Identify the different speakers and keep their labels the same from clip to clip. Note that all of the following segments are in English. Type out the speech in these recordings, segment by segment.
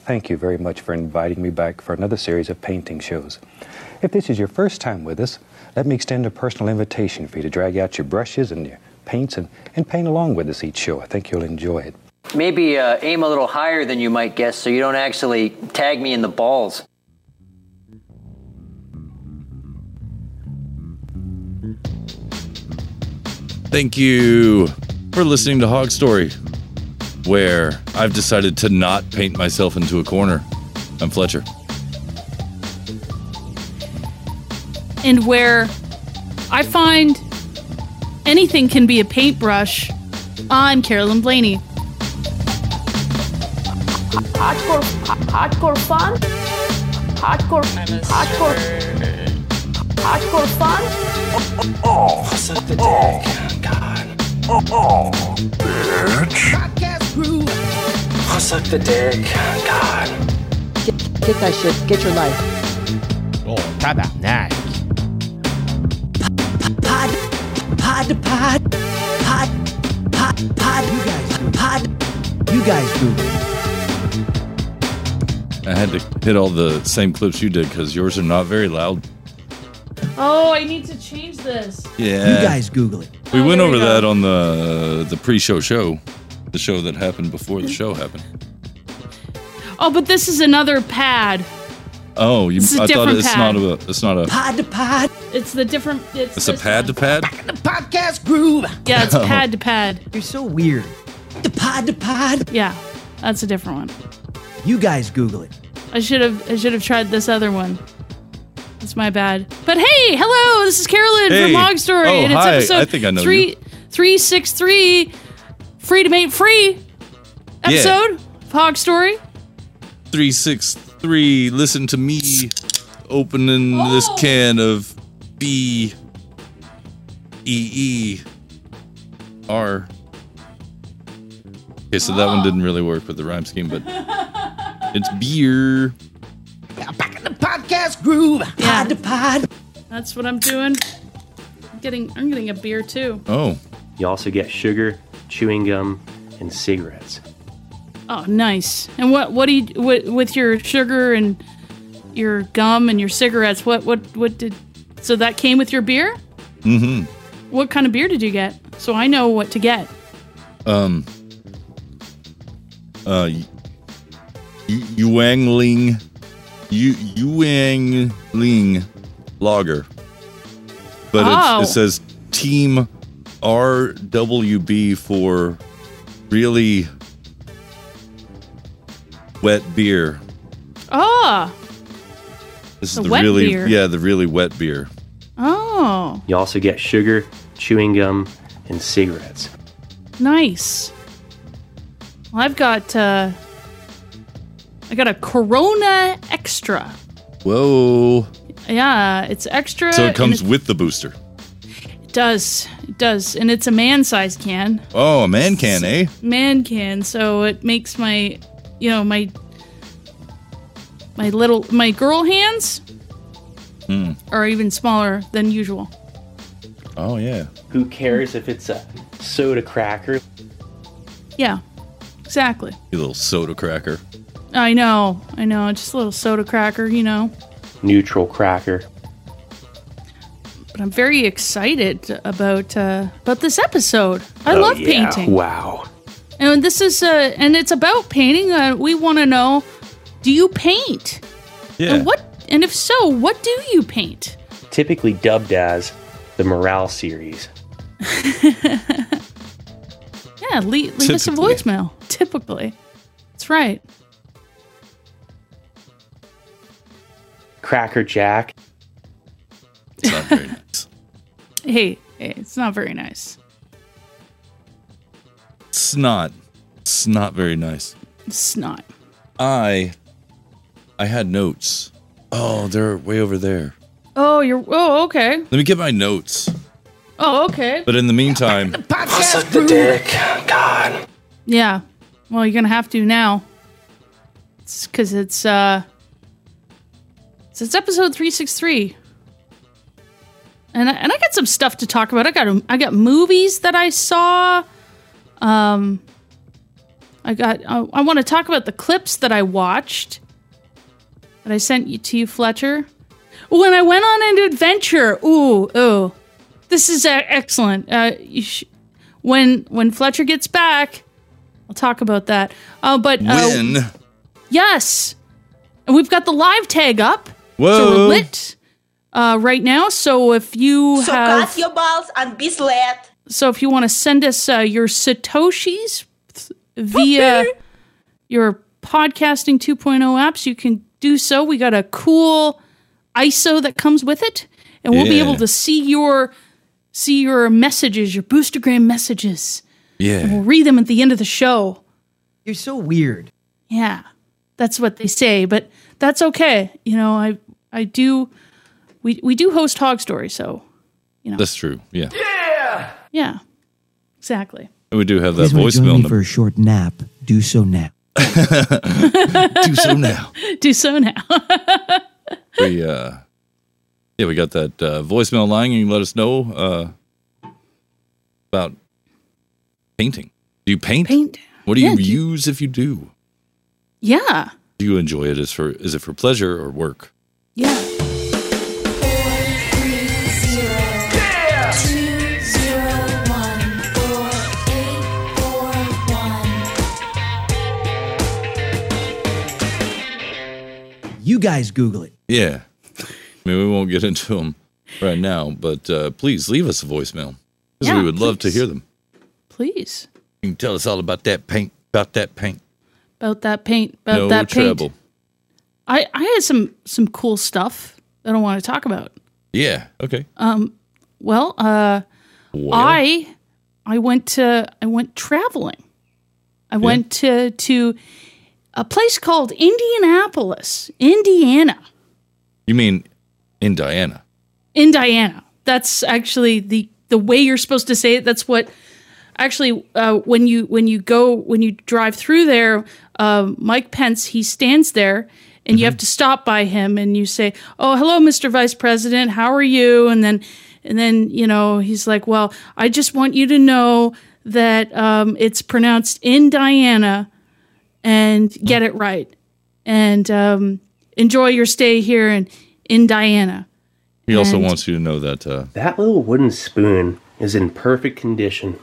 Speaker 1: Thank you very much for inviting me back for another series of painting shows. If this is your first time with us, let me extend a personal invitation for you to drag out your brushes and your paints and, and paint along with us each show. I think you'll enjoy it.
Speaker 2: Maybe uh, aim a little higher than you might guess so you don't actually tag me in the balls.
Speaker 3: Thank you for listening to Hog Story, where I've decided to not paint myself into a corner. I'm Fletcher.
Speaker 4: and where I find anything can be a paintbrush, I'm Carolyn Blaney.
Speaker 5: hardcore, hardcore fun, hardcore, hardcore, hardcore fun.
Speaker 6: Suck the dick. God.
Speaker 7: Get that shit. Get your life.
Speaker 8: Oh, tabarnak.
Speaker 7: Pod. Pod. Pod. Pod. Pod. Pod. You guys. Pod. You guys do.
Speaker 3: I had to hit all the same clips you did because yours are not very loud.
Speaker 4: Oh, I need to change this.
Speaker 3: Yeah.
Speaker 7: You guys Google it.
Speaker 3: we
Speaker 4: Oh,
Speaker 3: went
Speaker 4: there
Speaker 3: over
Speaker 4: we go.
Speaker 3: that on the the pre-show show, the show that happened before the show happened.
Speaker 4: Oh, but this is another pad.
Speaker 3: Oh, you,
Speaker 4: This is a
Speaker 3: I thought
Speaker 4: different
Speaker 3: it's
Speaker 4: pad.
Speaker 3: not a it's not a
Speaker 7: Pod. Pod.
Speaker 4: It's the different. It's,
Speaker 3: Uh. it's a
Speaker 4: this
Speaker 3: pad to pad.
Speaker 4: one.
Speaker 7: Podcast groove.
Speaker 4: Yeah, it's pad to pad.
Speaker 7: You're so weird. The pod. Pod.
Speaker 4: Yeah, that's a different one.
Speaker 7: You guys Google it.
Speaker 4: I should have. I should have tried this other one. That's my bad. But hey, hello. This is Carolyn
Speaker 3: Hey.
Speaker 4: from Hog Story,
Speaker 3: Oh,
Speaker 4: and it's
Speaker 3: hi.
Speaker 4: episode
Speaker 3: I think I know
Speaker 4: three
Speaker 3: you.
Speaker 4: three six three. Free to make free episode of Hog Story.
Speaker 3: Three six three. Listen to me opening this
Speaker 4: Oh.
Speaker 3: can of B E E R. Okay, so that one didn't really work with the rhyme scheme, but it's beer.
Speaker 7: Podcast groove.
Speaker 4: Yeah.
Speaker 7: Pod. Pod.
Speaker 4: That's what I'm doing. I'm getting. I'm getting a beer too.
Speaker 3: Oh,
Speaker 6: You also get sugar, chewing gum, and cigarettes.
Speaker 4: Oh, nice. And what? What do you what, with your sugar and your gum and your cigarettes? What? What? What did? So that came with your beer. Mm-hmm. What kind of beer did you get? So I know what to get.
Speaker 3: um, uh, y- Yuangling, Yu Yuangling Lager, but
Speaker 4: Oh.
Speaker 3: it's, it says Team RWB for really wet beer.
Speaker 4: Oh,
Speaker 3: This is
Speaker 4: The
Speaker 3: the,
Speaker 4: wet
Speaker 3: really
Speaker 4: beer?
Speaker 3: yeah the really wet beer.
Speaker 4: oh,
Speaker 6: You also get sugar, chewing gum, and cigarettes.
Speaker 4: nice. Well, I've got uh, I got a Corona Extra.
Speaker 3: Whoa!
Speaker 4: Yeah, it's extra.
Speaker 3: So it
Speaker 4: and
Speaker 3: comes
Speaker 4: It
Speaker 3: with the booster.
Speaker 4: it does. It does, and it's a man-sized can.
Speaker 3: Oh, a man can, eh?
Speaker 4: man can so it makes my you know my my little my girl hands
Speaker 3: Hmm.
Speaker 4: are even smaller than usual
Speaker 3: Oh yeah.
Speaker 6: Who cares if it's a soda cracker?
Speaker 4: yeah exactly
Speaker 3: You little soda cracker.
Speaker 4: i know i know it's just a little soda cracker you know
Speaker 6: Neutral cracker.
Speaker 4: but i'm very excited about uh about this episode
Speaker 3: Oh,
Speaker 4: i love
Speaker 6: Yeah,
Speaker 4: painting
Speaker 6: Wow.
Speaker 4: and this is uh and it's about painting uh, we want to know do you paint
Speaker 3: Yeah.
Speaker 4: and what and if so what do you paint
Speaker 6: Typically dubbed as the Morale series.
Speaker 4: Yeah, le- leave us a
Speaker 3: Typically.
Speaker 4: voicemail. Typically. That's right.
Speaker 6: Cracker Jack.
Speaker 3: It's not very nice.
Speaker 4: Hey, hey, it's not very nice.
Speaker 3: It's not. It's not very nice.
Speaker 4: It's not.
Speaker 3: I, I had notes. Oh, they're way over there.
Speaker 4: Oh, you're. Oh, okay.
Speaker 3: Let me get my notes.
Speaker 4: Oh, okay.
Speaker 3: But in the meantime,
Speaker 7: Podcast
Speaker 6: The dick. God.
Speaker 4: Yeah. Well, you're gonna have to now. It's because it's uh. It's, it's episode three six three. And I, and I got some stuff to talk about. I got I got movies that I saw. Um. I got. Uh, I want to talk about the clips that I watched that I sent you to you, Fletcher. When I went on an adventure. Ooh, ooh, this is uh, excellent. Uh, you sh- when when Fletcher gets back, I'll talk about that. Uh, but uh,
Speaker 3: Win.
Speaker 4: yes, and we've got the live tag up, so
Speaker 3: Whoa.
Speaker 4: we're lit uh, right now. So if you
Speaker 9: So
Speaker 4: have
Speaker 9: cut your balls and be slat.
Speaker 4: so if you want to send us uh, your satoshis th- via your podcasting 2.0 apps you can do so we got a cool iso that comes with it and we'll be
Speaker 3: Yeah.
Speaker 4: able to see your see your messages your boostergram messages
Speaker 3: Yeah.
Speaker 4: we'll read them at the end of the show
Speaker 7: You're so weird.
Speaker 4: yeah that's what they say but that's okay you know i i do we we do host hog story so
Speaker 3: That's true. Yeah.
Speaker 4: yeah exactly
Speaker 3: And we do have that
Speaker 7: Please wanna join
Speaker 3: voicemail
Speaker 7: me
Speaker 3: in the
Speaker 7: for a short nap. Do so now.
Speaker 3: do so now.
Speaker 4: do so now
Speaker 3: We uh yeah, we got that uh voicemail line. You can let us know uh about painting. Do you paint?
Speaker 4: paint
Speaker 3: What do you
Speaker 4: Yeah, do you-
Speaker 3: use if you do?
Speaker 4: yeah
Speaker 3: Do you enjoy it? Is for is it for pleasure or work?
Speaker 4: Yeah.
Speaker 7: You guys Google it.
Speaker 3: Yeah. I mean, we won't get into them right now, but uh, please leave us a voicemail because
Speaker 4: Yeah,
Speaker 3: we would love to
Speaker 4: please.
Speaker 3: hear them.
Speaker 4: Please.
Speaker 3: You can tell us all about that paint, about that paint.
Speaker 4: About that paint. About
Speaker 3: no
Speaker 4: that paint.
Speaker 3: trouble.
Speaker 4: I, I had some some cool stuff that I want to talk about. Um,
Speaker 3: Yeah. Okay.
Speaker 4: Well, uh,
Speaker 3: Well,
Speaker 4: I I went to I went traveling. I went to to a place called Indianapolis, Indiana.
Speaker 3: you mean in Diana?
Speaker 4: in Diana. That's actually the the way you're supposed to say it. That's what actually uh, when you when you go when you drive through there, um Mike Pence he stands there and
Speaker 3: Mm-hmm.
Speaker 4: you have to stop by him and you say, "Oh, hello, Mr. Vice President. How are you?" And then and then you know he's like, "Well, I just want you to know that um, it's pronounced in Diana, and get it right, and um, enjoy your stay here in in Diana."
Speaker 3: He also
Speaker 4: And-
Speaker 3: wants you to know that. Uh,
Speaker 6: That little wooden spoon is in perfect condition.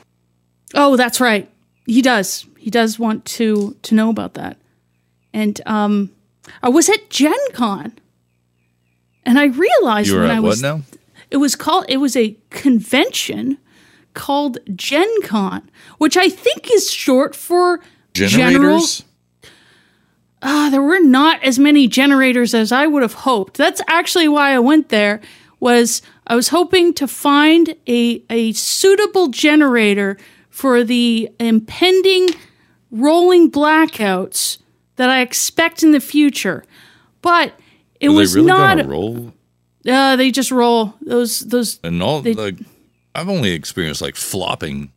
Speaker 4: Oh, that's right. He does. He does want to to know about that. And um I was at Gen Con. And I realized
Speaker 3: you were
Speaker 4: when
Speaker 3: at
Speaker 4: I
Speaker 3: what
Speaker 4: was
Speaker 3: now?
Speaker 4: it was called it was a convention called Gen Con, which I think is short for General
Speaker 3: Generators.
Speaker 4: Ah, there were not as many generators as I would have hoped. That's actually why I went there. Was I was hoping to find a a suitable generator for the impending rolling blackouts that I expect in the future, but it
Speaker 3: Are
Speaker 4: was
Speaker 3: they really
Speaker 4: not.
Speaker 3: gonna roll?
Speaker 4: uh, they just roll those those.
Speaker 3: And all
Speaker 4: They-
Speaker 3: like, I've only experienced like flopping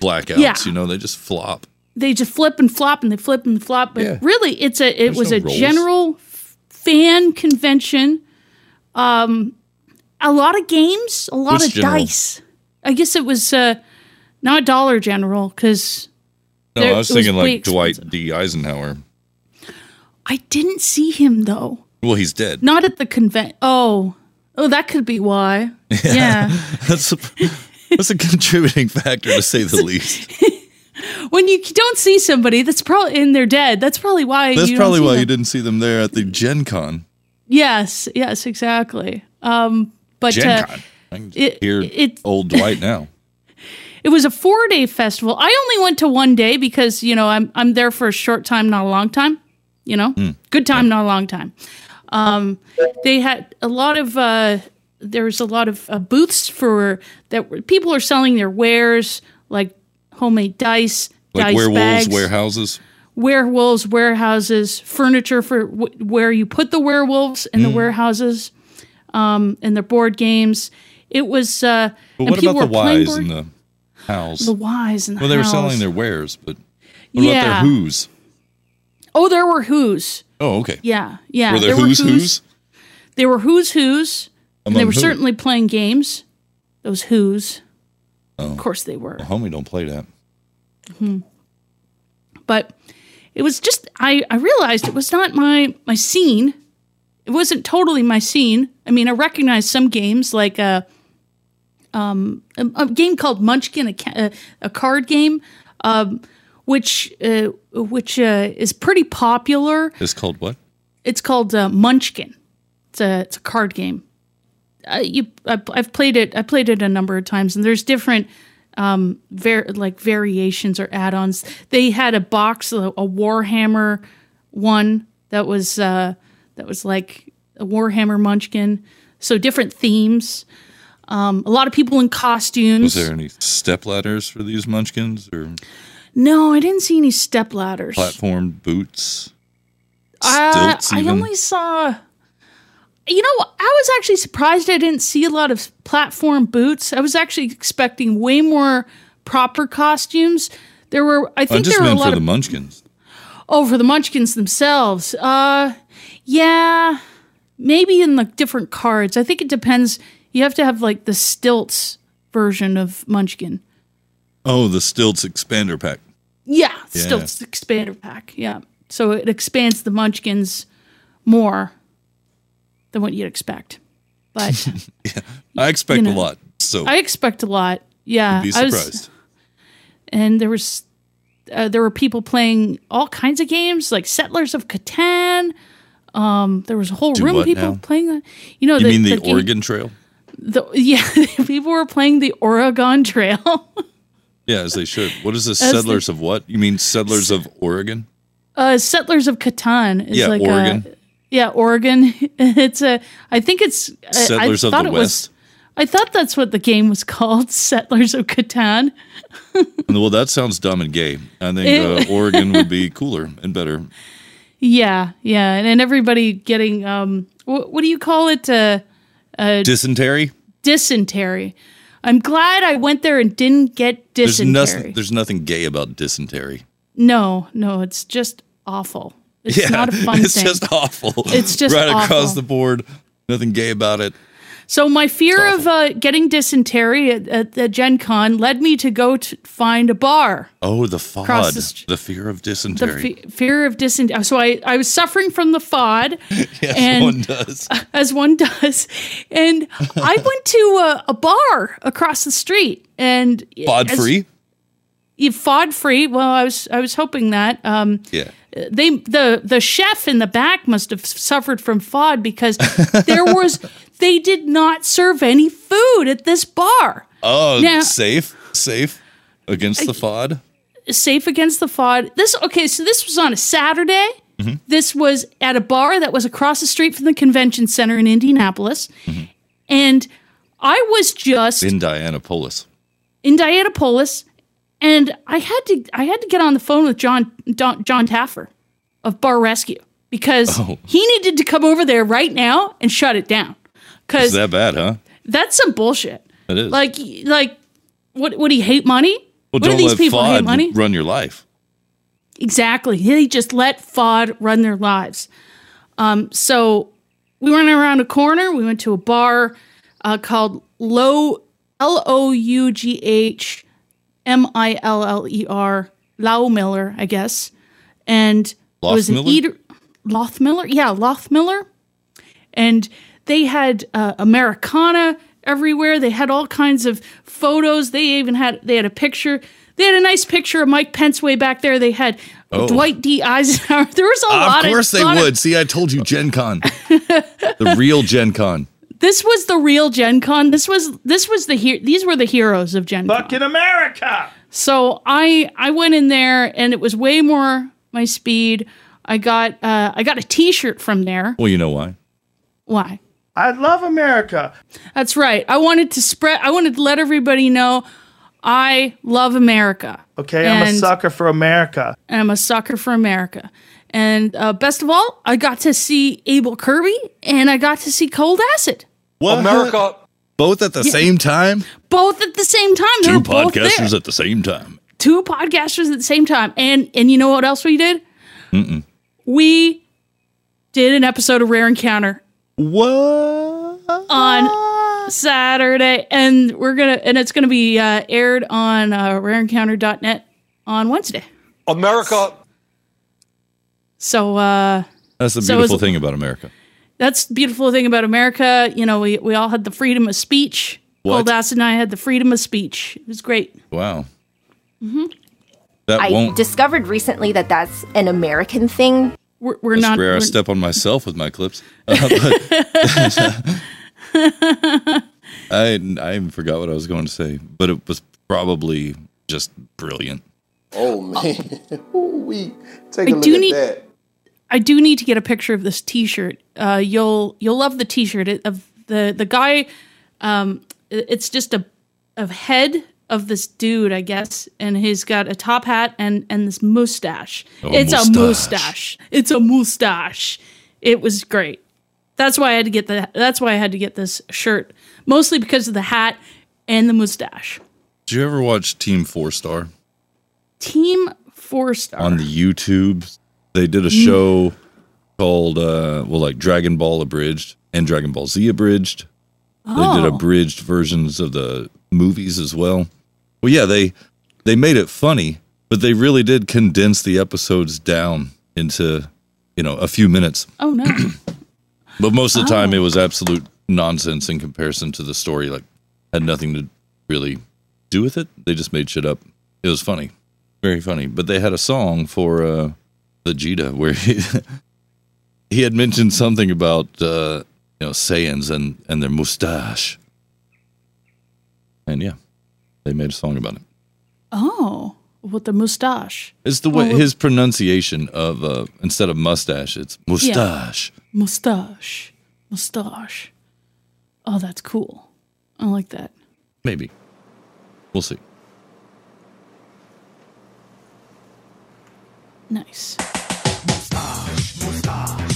Speaker 3: blackouts.
Speaker 4: Yeah.
Speaker 3: You know, they just flop.
Speaker 4: They just flip and flop and they flip and flop. But
Speaker 3: Yeah.
Speaker 4: really, it's a it
Speaker 3: There's
Speaker 4: was
Speaker 3: no
Speaker 4: a
Speaker 3: rolls.
Speaker 4: general f- fan convention. Um, a lot of games, a lot
Speaker 3: What's
Speaker 4: of
Speaker 3: general?
Speaker 4: dice. I guess it was uh, not Dollar General because
Speaker 3: No,
Speaker 4: There-
Speaker 3: I was
Speaker 4: it was
Speaker 3: thinking
Speaker 4: way
Speaker 3: like Dwight D. Eisenhower.
Speaker 4: I didn't see him though.
Speaker 3: Well, he's dead.
Speaker 4: Not at the convent. Oh, oh, that could be why. yeah.
Speaker 3: That's a, that's a contributing factor to say the least.
Speaker 4: when you don't see somebody that's probably and they're dead that's probably why
Speaker 3: That's
Speaker 4: you
Speaker 3: probably
Speaker 4: don't see
Speaker 3: why you
Speaker 4: them.
Speaker 3: didn't see them there at the Gen Con.
Speaker 4: yes yes exactly um but
Speaker 3: Gen
Speaker 4: uh,
Speaker 3: Con. I can
Speaker 4: it-
Speaker 3: hear
Speaker 4: it-
Speaker 3: old Dwight now.
Speaker 4: it was a four day festival i only went to one day because you know i'm, I'm there for a short time not a long time you know
Speaker 3: Hmm.
Speaker 4: good time not a long time um they had a lot of uh there was a lot of uh, booths for that were, people are selling their wares like homemade dice
Speaker 3: Like
Speaker 4: dice
Speaker 3: werewolves,
Speaker 4: bags.
Speaker 3: warehouses.
Speaker 4: werewolves, warehouses, furniture for w- where you put the werewolves in the
Speaker 3: Mm.
Speaker 4: warehouses, um, and their board games. It was. Uh,
Speaker 3: But
Speaker 4: and
Speaker 3: what
Speaker 4: people
Speaker 3: about the
Speaker 4: were playing
Speaker 3: whys
Speaker 4: board-
Speaker 3: and the hows?
Speaker 4: the whys and the
Speaker 3: well, they were
Speaker 4: hows.
Speaker 3: selling their wares, but what about
Speaker 4: Yeah.
Speaker 3: their who's?
Speaker 4: Oh, there were who's.
Speaker 3: Oh, okay.
Speaker 4: Yeah, yeah.
Speaker 3: were there, who's who's?
Speaker 4: There were who's who's. And they
Speaker 3: Among
Speaker 4: were
Speaker 3: who?
Speaker 4: certainly playing games. Those
Speaker 3: Oh.
Speaker 4: who's. Of course they were.
Speaker 3: Homie, don't play that.
Speaker 4: Hmm. But it was just I, I realized it was not my my scene. It wasn't totally my scene. I mean, I recognized some games like uh, um, a, a game called Munchkin, a, ca- a, a card game, um, which uh, which uh, is pretty popular.
Speaker 3: It's called what?
Speaker 4: It's called uh, Munchkin. It's a it's a card game. Uh, you, I, I've played it. I played it a number of times, and there's different um, var- like variations or add-ons. They had a box, a, a Warhammer one that was uh, that was like a Warhammer Munchkin. So different themes. Um, a lot of people in costumes.
Speaker 3: Is there any step ladders for these munchkins or
Speaker 4: No, I didn't see any step ladders.
Speaker 3: platform boots?
Speaker 4: Uh,
Speaker 3: Stilts
Speaker 4: I
Speaker 3: even?
Speaker 4: only saw. You know, I was actually surprised I didn't see a lot of platform boots. I was actually expecting way more proper costumes. There were, I
Speaker 3: I
Speaker 4: think,
Speaker 3: Oh, just
Speaker 4: there were a
Speaker 3: meant for
Speaker 4: lot
Speaker 3: the
Speaker 4: of
Speaker 3: munchkins.
Speaker 4: oh for the Munchkins themselves. Uh, yeah, maybe in the different cards. I think it depends. You have to have like the stilts version of Munchkin.
Speaker 3: Oh, the stilts expander pack.
Speaker 4: Yeah, stilts expander pack. Yeah, so it expands the Munchkins more than what you'd expect. But
Speaker 3: I expect
Speaker 4: know.
Speaker 3: a lot. So
Speaker 4: I expect a lot. Yeah,
Speaker 3: be
Speaker 4: I was-
Speaker 3: surprised.
Speaker 4: and there was uh, there were people playing all kinds of games like Settlers of Catan. Um, there was a whole room of
Speaker 3: what
Speaker 4: people
Speaker 3: now?
Speaker 4: playing that. You know,
Speaker 3: you
Speaker 4: the,
Speaker 3: mean the,
Speaker 4: the game-
Speaker 3: Oregon Trail?
Speaker 4: the- yeah, people were playing the Oregon Trail.
Speaker 3: Yeah, as they should. What is this?
Speaker 4: As the-
Speaker 3: Settlers of what? You mean settlers of Oregon?
Speaker 4: Uh, Settlers of Catan is
Speaker 3: Yeah,
Speaker 4: like
Speaker 3: Oregon.
Speaker 4: a yeah Oregon. It's a I think it's I-
Speaker 3: Settlers
Speaker 4: I,
Speaker 3: of
Speaker 4: thought
Speaker 3: the
Speaker 4: it was-
Speaker 3: West.
Speaker 4: I thought that's what the game was called, Settlers of Catan.
Speaker 3: Well, that sounds dumb and gay. I think
Speaker 4: It-
Speaker 3: uh, Oregon would be cooler and better.
Speaker 4: Yeah, yeah, and, and everybody getting um, wh- what do you call it? Uh,
Speaker 3: Dysentery?
Speaker 4: dysentery. I'm glad I went there and didn't get
Speaker 3: There's
Speaker 4: dysentery.
Speaker 3: nothing. There's nothing gay about dysentery.
Speaker 4: no, no, it's just awful. It's not a fun
Speaker 3: it's
Speaker 4: thing.
Speaker 3: just awful.
Speaker 4: It's just
Speaker 3: right across
Speaker 4: awful.
Speaker 3: the board. Nothing gay about it.
Speaker 4: So my fear of uh, getting dysentery at, at the Gen Con led me to go to find a bar.
Speaker 3: Oh, the FOD,
Speaker 4: Across the
Speaker 3: the,
Speaker 4: str-
Speaker 3: fear of
Speaker 4: The
Speaker 3: dysentery.
Speaker 4: fe- fear of dysentery. So I, I was suffering from the FOD,
Speaker 3: yes,
Speaker 4: and-
Speaker 3: one does.
Speaker 4: as one does, and I went to a, a bar across the street. And
Speaker 3: FOD
Speaker 4: as-
Speaker 3: free.
Speaker 4: Yeah, FOD free. Well, I was I was hoping that. Um,
Speaker 3: Yeah.
Speaker 4: they the the chef in the back must have suffered from FOD because there was they did not serve any food at this bar.
Speaker 3: Oh,
Speaker 4: Now-
Speaker 3: safe, safe against the FOD.
Speaker 4: Safe against the FOD. This okay, so this was on a Saturday.
Speaker 3: Mm-hmm.
Speaker 4: This was at a bar that was across the street from the convention center in Indianapolis. And I was just
Speaker 3: Mm-hmm. in Dianapolis.
Speaker 4: in Dianapolis, and I had to I had to get on the phone with John Don, John Taffer of Bar Rescue because
Speaker 3: Oh.
Speaker 4: he needed to come over there right now and shut it down because
Speaker 3: Is that bad, huh?
Speaker 4: that's some bullshit.
Speaker 3: It is.
Speaker 4: Like like what would he hate money?
Speaker 3: well,
Speaker 4: what do
Speaker 3: don't
Speaker 4: these
Speaker 3: let
Speaker 4: people
Speaker 3: FOD
Speaker 4: hate money?
Speaker 3: run your life.
Speaker 4: Exactly. They just let FOD run their lives. Um, so we went around a corner. We went to a bar uh, called Low L O U G H M I L L E R Lau Miller, I guess. And it was an
Speaker 3: Lothmiller?
Speaker 4: eater. Loth Miller, yeah, Loth Miller, and they had uh, Americana everywhere. They had all kinds of photos. They even had they had a picture. They had a nice picture of Mike Pence way back there. They had Dwight D. Eisenhower. There was a lot.
Speaker 3: Oh. of course they
Speaker 4: lot
Speaker 3: would. See, I told you, Gen Con, the real Gen Con.
Speaker 4: this was the real Gen Con. This was this was the he- these were the heroes of Gen Con.
Speaker 6: Fucking America!
Speaker 4: So I I went in there and it was way more my speed. I got uh, I got a T-shirt from there.
Speaker 3: Well, you know why?
Speaker 4: Why?
Speaker 6: I love America.
Speaker 4: That's right. I wanted to spread. I wanted to let everybody know I love America.
Speaker 6: Okay, I'm
Speaker 4: And-
Speaker 6: a sucker for America.
Speaker 4: and I'm a sucker for America. And uh, best of all, I got to see Abel Kirby and I got to see Cold Acid
Speaker 3: What?
Speaker 10: America.
Speaker 3: Both at the same time.
Speaker 4: both at the same time. They
Speaker 3: Two
Speaker 4: were both there.
Speaker 3: podcasters at the same time.
Speaker 4: two podcasters at the same time. And and you know what else we did? We did an episode of Rare Encounter
Speaker 3: What?
Speaker 4: on Saturday, and we're gonna and it's gonna be uh, aired on uh, RareEncounter.net on Wednesday.
Speaker 10: America.
Speaker 4: So uh,
Speaker 3: That's the
Speaker 4: So
Speaker 3: beautiful
Speaker 4: is-
Speaker 3: thing about America.
Speaker 4: that's the beautiful thing about America. You know, we, we all had the freedom of speech.
Speaker 3: What?
Speaker 4: Cold Ass and I had the freedom of speech. It was great.
Speaker 3: Wow.
Speaker 4: Mhm.
Speaker 3: That
Speaker 11: I
Speaker 3: won't.
Speaker 11: Mm-hmm. discovered recently that that's an American thing.
Speaker 4: We're, we're
Speaker 3: That's where I step on myself with my clips. Uh, but- I I even forgot what I was going to say, but it was probably just brilliant.
Speaker 12: Oh man, we take
Speaker 4: I
Speaker 12: a look
Speaker 4: do
Speaker 12: at
Speaker 4: need-
Speaker 12: that.
Speaker 4: I do need to get a picture of this T-shirt. Uh, you'll you'll love the T-shirt It- of the the guy. Um, it- it's just a of head of this dude, I guess, and he's got a top hat and and this mustache.
Speaker 13: Oh,
Speaker 4: it's a
Speaker 13: mustache.
Speaker 4: mustache. It's a mustache. It was great. That's why I had to get the. That's why I had to get this shirt, mostly because of the hat and the mustache.
Speaker 3: Did you ever watch Team Four Star
Speaker 4: Team Four Star.
Speaker 3: on the YouTube? They did a
Speaker 4: Mm.
Speaker 3: show called uh, well, like Dragon Ball Abridged and Dragon Ball Z Abridged. They did
Speaker 4: Oh.
Speaker 3: abridged versions of the movies as well. Well, yeah, they they made it funny, but they really did condense the episodes down into you know a few minutes.
Speaker 4: Oh no.
Speaker 3: But most of the time, it was absolute nonsense in comparison to the story. Like, had nothing to really do with it. They just made shit up. It was funny, very funny. But they had a song for uh, Vegeta where he he had mentioned something about uh, you know Saiyans and and their mustache. And yeah, they made a song about it.
Speaker 4: oh, with the mustache.
Speaker 3: It's the way
Speaker 4: Well,
Speaker 3: his pronunciation of uh, instead of mustache, it's mustache.
Speaker 4: Mustache. Mustache. Oh, that's cool. I like that.
Speaker 3: Maybe we'll see.
Speaker 4: Nice.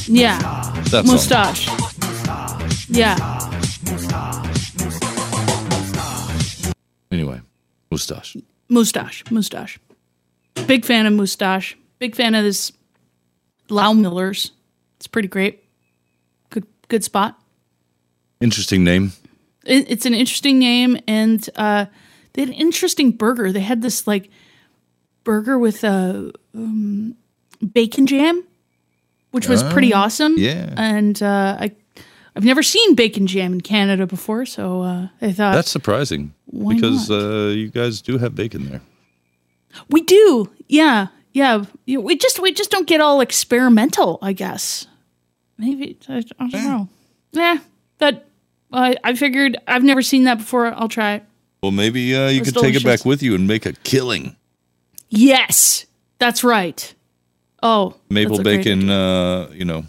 Speaker 4: Yeah.
Speaker 3: That song.
Speaker 4: mustache. Yeah.
Speaker 3: Anyway, mustache.
Speaker 4: Mustache. Mustache. Big fan of mustache. Big fan of this Lau Miller's. It's pretty great. Good good spot.
Speaker 3: Interesting name.
Speaker 4: it, it's an interesting name and uh, they had an interesting burger they had this like burger with uh, um, bacon jam which was pretty
Speaker 13: Oh,
Speaker 4: awesome
Speaker 13: yeah.
Speaker 4: and uh, I, i've never seen bacon jam in canada before so uh, i thought
Speaker 3: That's surprising
Speaker 4: why
Speaker 3: because uh, you guys do have bacon there.
Speaker 4: we do yeah yeah You- we just we just don't get all experimental i guess maybe i, I don't know yeah but uh, i figured i've never seen that before i'll try it
Speaker 3: Well, maybe uh, you
Speaker 4: That's
Speaker 3: could take it
Speaker 4: delicious.
Speaker 3: back with you and make a killing
Speaker 4: Yes, that's right. Oh,
Speaker 3: maple
Speaker 4: that's a great-
Speaker 3: bacon. Uh, you know,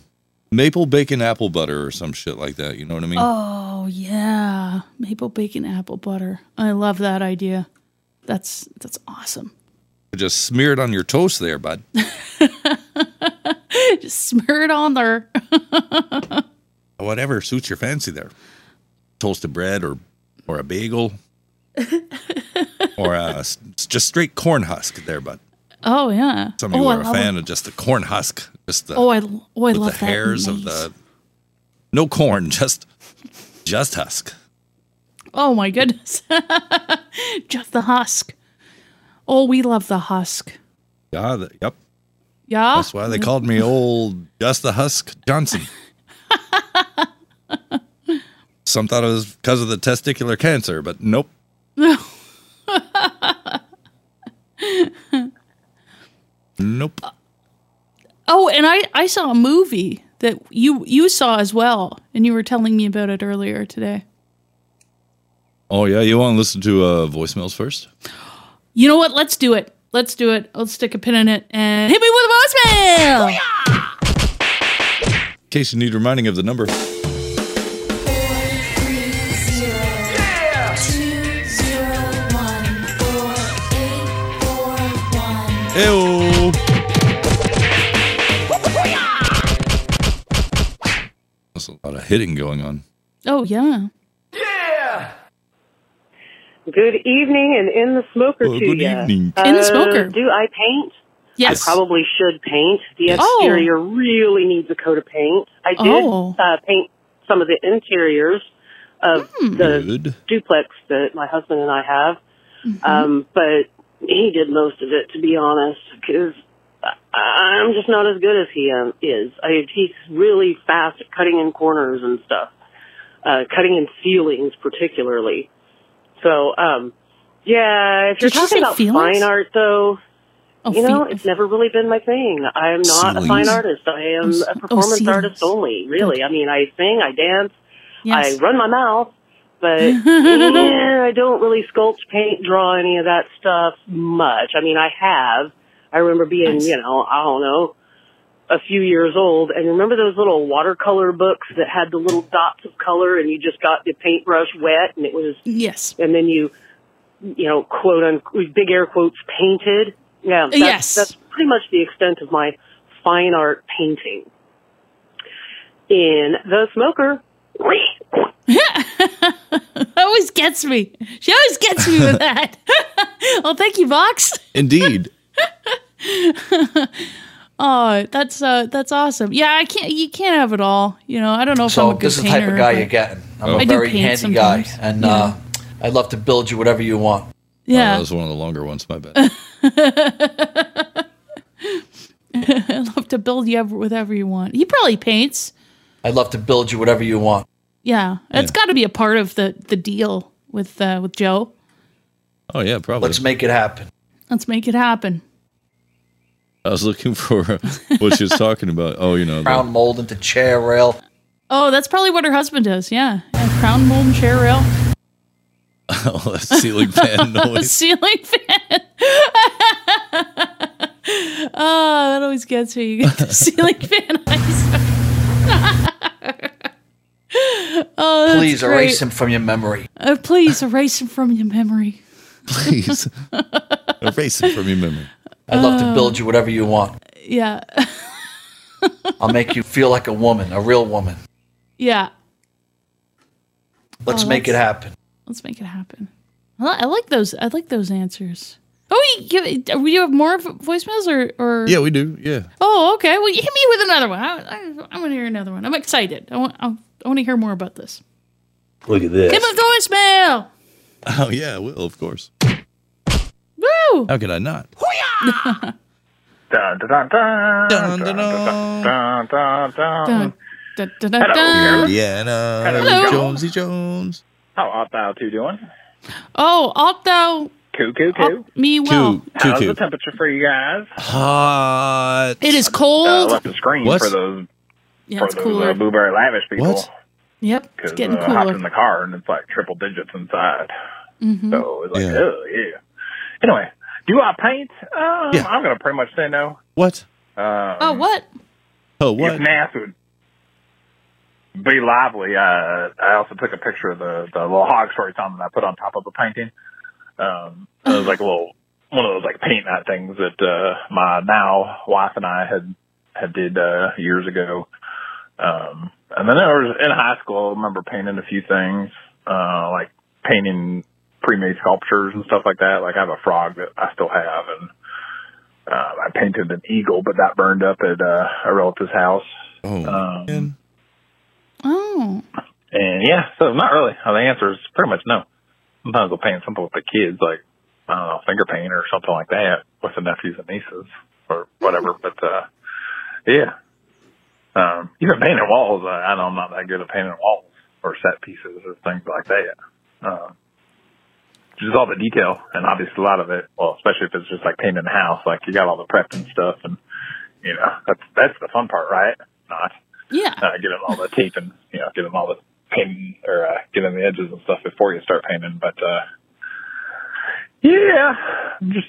Speaker 3: maple bacon apple butter or some shit like that. You know what I mean?
Speaker 4: Oh yeah, maple bacon apple butter. I love that idea. That's that's awesome.
Speaker 3: Just smear it on your toast there, bud.
Speaker 4: Just smear it on there.
Speaker 3: Whatever suits your fancy there. Toasted bread or or a bagel or a, s- just straight corn husk there, bud.
Speaker 4: Oh yeah.
Speaker 3: Some of
Speaker 4: oh,
Speaker 3: you
Speaker 4: I
Speaker 3: are a
Speaker 4: love
Speaker 3: fan
Speaker 4: it.
Speaker 3: of just the corn husk, just the
Speaker 4: oh, I l- oh I
Speaker 3: with
Speaker 4: love
Speaker 3: the
Speaker 4: that.
Speaker 3: hairs of the no corn, just just husk.
Speaker 4: Oh my goodness. Just the husk. Oh, we love the husk.
Speaker 3: Yeah, the, yep.
Speaker 4: Yeah.
Speaker 3: That's why they called me old Just the Husk Johnson. Some thought it was because of the testicular cancer, but nope. Nope.
Speaker 4: Oh, and I I saw a movie that you you saw as well, and you were telling me about it earlier today.
Speaker 3: Oh yeah, you want to listen to uh, voicemails first?
Speaker 4: You know what? Let's do it. Let's do it. Let's stick a pin in it and hit me with a voicemail.
Speaker 3: In case you need reminding of the number. Ew. That's a lot of hitting going on.
Speaker 4: Oh yeah.
Speaker 14: Good evening, and in the smoker
Speaker 3: Oh,
Speaker 14: to
Speaker 3: good
Speaker 14: ya.
Speaker 3: evening.
Speaker 14: Uh,
Speaker 4: In the smoker.
Speaker 14: Do I paint?
Speaker 4: Yes.
Speaker 14: I probably should paint. The
Speaker 4: Yes. Oh.
Speaker 14: exterior really needs a coat of paint. I did
Speaker 4: Oh.
Speaker 14: uh, paint some of the interiors of the
Speaker 4: Hmm.
Speaker 3: Good.
Speaker 4: Mm-hmm.
Speaker 14: duplex that my husband and I have, um, but He did most of it, to be honest, because I'm just not as good as he um, is. I, he's really fast at cutting in corners and stuff, uh, cutting in ceilings particularly. So, um, yeah, if
Speaker 4: Did you
Speaker 14: you're
Speaker 4: say
Speaker 14: talking about
Speaker 4: feelings?
Speaker 14: fine art, though,
Speaker 4: Oh,
Speaker 14: you know,
Speaker 4: fe-
Speaker 14: it's never really been my thing. I'm not a
Speaker 4: Ceilings.
Speaker 14: fine artist. I am
Speaker 4: Oh,
Speaker 14: a
Speaker 4: ce- oh,
Speaker 14: performance
Speaker 4: ceilings.
Speaker 14: artist only, really. I mean, I sing, I dance,
Speaker 4: Yes.
Speaker 14: I run my mouth, but eh, I don't really sculpt, paint, draw any of that stuff much. I mean, I have. I remember being,
Speaker 10: Nice.
Speaker 14: you know, I don't know, a few years old, and remember those little watercolor books that had the little dots of color, and you just got the paintbrush wet, and it was
Speaker 4: yes,
Speaker 14: and then you, you know, quote unquote, big air quotes, painted. Yeah, that's,
Speaker 4: Yes.
Speaker 14: that's pretty much the extent of my fine art painting. In the smoker,
Speaker 4: always gets me. She always gets me with that. well, thank you, Vox.
Speaker 3: Indeed.
Speaker 4: Oh, that's uh, that's awesome. Yeah, I can't. You can't have it all. You know, I don't know if
Speaker 13: So
Speaker 4: Oh, I'm a good
Speaker 13: this is the
Speaker 4: painter.
Speaker 13: type of guy
Speaker 4: but-
Speaker 13: you're getting.
Speaker 3: Oh.
Speaker 13: I'm
Speaker 4: I
Speaker 13: a
Speaker 4: do
Speaker 13: very
Speaker 4: paint
Speaker 13: handy
Speaker 4: sometimes.
Speaker 13: guy, and uh, I'd love to build you whatever you want.
Speaker 4: Yeah.
Speaker 3: Oh, that was one of the longer ones, my bad.
Speaker 4: I love to build you up whatever you want. He probably paints.
Speaker 13: I'd love to build you whatever you want.
Speaker 4: Yeah, that's got to be a part of the the deal with uh, with Joe.
Speaker 3: Oh yeah, probably.
Speaker 13: Let's make it happen.
Speaker 4: Let's make it happen.
Speaker 3: I was looking for what she was talking about. Oh, you know,
Speaker 13: Crown
Speaker 3: the,
Speaker 13: mold into chair rail.
Speaker 4: Oh, that's probably what her husband does. Yeah, yeah crown mold and chair rail.
Speaker 3: oh, that ceiling fan noise.
Speaker 4: Ceiling fan. oh, that always gets me. You get the ceiling fan eyes. oh, that's
Speaker 13: Please
Speaker 4: great.
Speaker 13: erase him from your memory.
Speaker 4: Uh, please erase him from your memory.
Speaker 3: Please erase him from your memory.
Speaker 13: I'd love
Speaker 4: Oh.
Speaker 13: to build you whatever you want.
Speaker 4: Yeah,
Speaker 13: I'll make you feel like a woman, a real woman.
Speaker 4: yeah.
Speaker 13: Let's
Speaker 4: Oh,
Speaker 13: make it
Speaker 4: that's-
Speaker 13: happen.
Speaker 4: Let's make it happen. I li- I like those. I like those answers. Oh, you, give- we have more vo- voicemails or or
Speaker 3: Yeah, we do. Yeah.
Speaker 4: Oh, okay. Well, you hit me with another one. I, I, I want to hear another one. I'm excited. I want. I, want to hear more about this.
Speaker 6: Look at
Speaker 4: Give a voicemail.
Speaker 3: Oh yeah, I will of course.
Speaker 4: Woo!
Speaker 3: How could I not?
Speaker 15: Dun, dun, dun, dun, dun, dun, dun, dun, dun.
Speaker 4: Dun, dun, dun, dun,
Speaker 15: Hello,
Speaker 4: dun.
Speaker 3: Indiana,
Speaker 15: Hello.
Speaker 3: Jonesy Jones.
Speaker 15: How art thou two doing?
Speaker 4: Oh, art thou
Speaker 15: Coo, coo, coo.
Speaker 4: me well?
Speaker 15: How's the temperature for you guys?
Speaker 3: Hot.
Speaker 4: It is
Speaker 15: Uh,
Speaker 4: cold.
Speaker 15: left the screen
Speaker 4: What?
Speaker 15: for those,
Speaker 4: Yeah,
Speaker 15: for
Speaker 4: it's
Speaker 15: those
Speaker 4: cooler.
Speaker 15: uh, blueberry lavish people.
Speaker 4: What? Yep, it's
Speaker 15: Because
Speaker 4: getting
Speaker 15: uh, I hopped in
Speaker 4: cooler.
Speaker 15: the car and it's like triple digits inside.
Speaker 4: Mhm.
Speaker 15: So it's like, oh, yeah. Anyway, do I paint? Um,
Speaker 3: Yeah.
Speaker 15: I'm going to pretty much say no.
Speaker 3: What?
Speaker 15: Um,
Speaker 4: Oh, what?
Speaker 3: Oh, what?
Speaker 15: If NAS would be lively, uh, I also took a picture of the, the little hog story time that I put on top of the painting. Um, it was like a little one of those like paint night things that uh, my now wife and I had had did uh, years ago. Um, and then there was in high school. I remember painting a few things, uh, like painting pre-made sculptures and stuff like that. Like I have a frog that I still have, and uh, I painted an eagle, but that burned up at uh, a relative's house.
Speaker 3: Oh,
Speaker 15: um,
Speaker 4: Oh,
Speaker 15: and yeah, so not really. Uh, The answer is pretty much no. Sometimes I'll paint something with the kids, like I don't know, finger paint or something like that, with the nephews and nieces or whatever. But uh, yeah, um, even painting walls. I, I know I'm not that good at painting walls or set pieces or things like that. Um, just all the detail, and obviously a lot of it. Well, especially if it's just like painting the house, like you got all the prep and stuff, and you know that's that's the fun part, right? Not
Speaker 4: yeah.
Speaker 15: uh, get them all the tape and you know get them all the painting or uh, get them the edges and stuff before you start painting. But uh, yeah, I'm just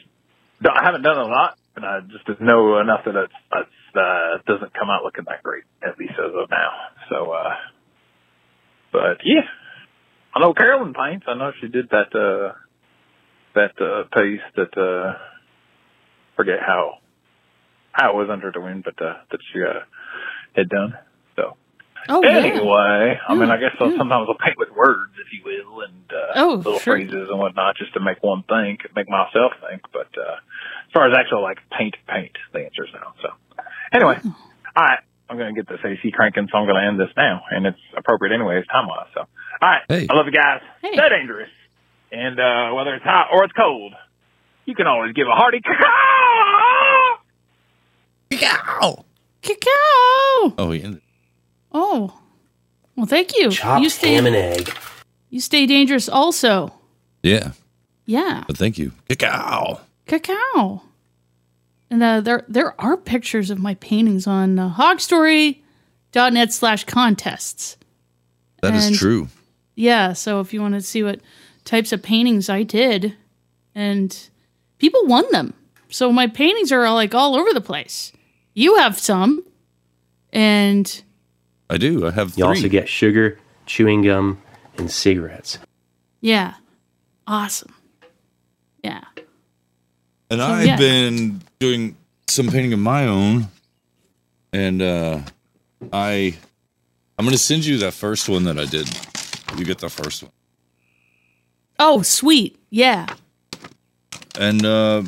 Speaker 15: no, I haven't done a lot, and I just know enough that it's, it's uh, doesn't come out looking that great, at least as of now. So, uh, but yeah, I know Carolyn paints. I know she did that uh, that uh, piece that uh, forget how how it was under the wind, but uh, that she uh, had done. So
Speaker 4: Oh, yeah. Mm,
Speaker 15: anyway, I mean, I guess I'll, sometimes I'll paint with words, if you will, and uh,
Speaker 4: Oh,
Speaker 15: little
Speaker 4: sure.
Speaker 15: phrases and whatnot, just to make one think, make myself think. But uh, as far as actual like paint, paint, the answer is no. So anyway,
Speaker 4: Hmm.
Speaker 15: all right, I'm gonna get this AC cranking, so I'm gonna end this now, and it's appropriate anyway, it's time wise. So all right, I love you guys. Stay dangerous, and uh, whether it's hot or it's cold, you can always give a hearty cacao.
Speaker 4: Cacao.
Speaker 3: Oh, yeah.
Speaker 4: Oh. Well, thank you. you stay,
Speaker 3: egg.
Speaker 4: You stay dangerous also.
Speaker 3: Yeah,
Speaker 4: Yeah.
Speaker 3: but thank you. Cacao.
Speaker 4: Cacao. And uh, there there are pictures of my paintings on uh, hogstory.net slash contests.
Speaker 3: That is
Speaker 4: And-
Speaker 3: true.
Speaker 4: Yeah, so if you want to see what types of paintings I did, and people won them. So my paintings are like all over the place. You have some, and
Speaker 3: I do. I have
Speaker 6: You also
Speaker 3: three.
Speaker 6: get sugar, chewing gum, and cigarettes.
Speaker 4: yeah, awesome. Yeah.
Speaker 3: And
Speaker 4: So,
Speaker 3: I've
Speaker 4: yeah.
Speaker 3: been doing some painting of my own, and uh, I I'm gonna send you that first one that I did. You get the first one,
Speaker 4: Oh, sweet. Yeah.
Speaker 3: and uh,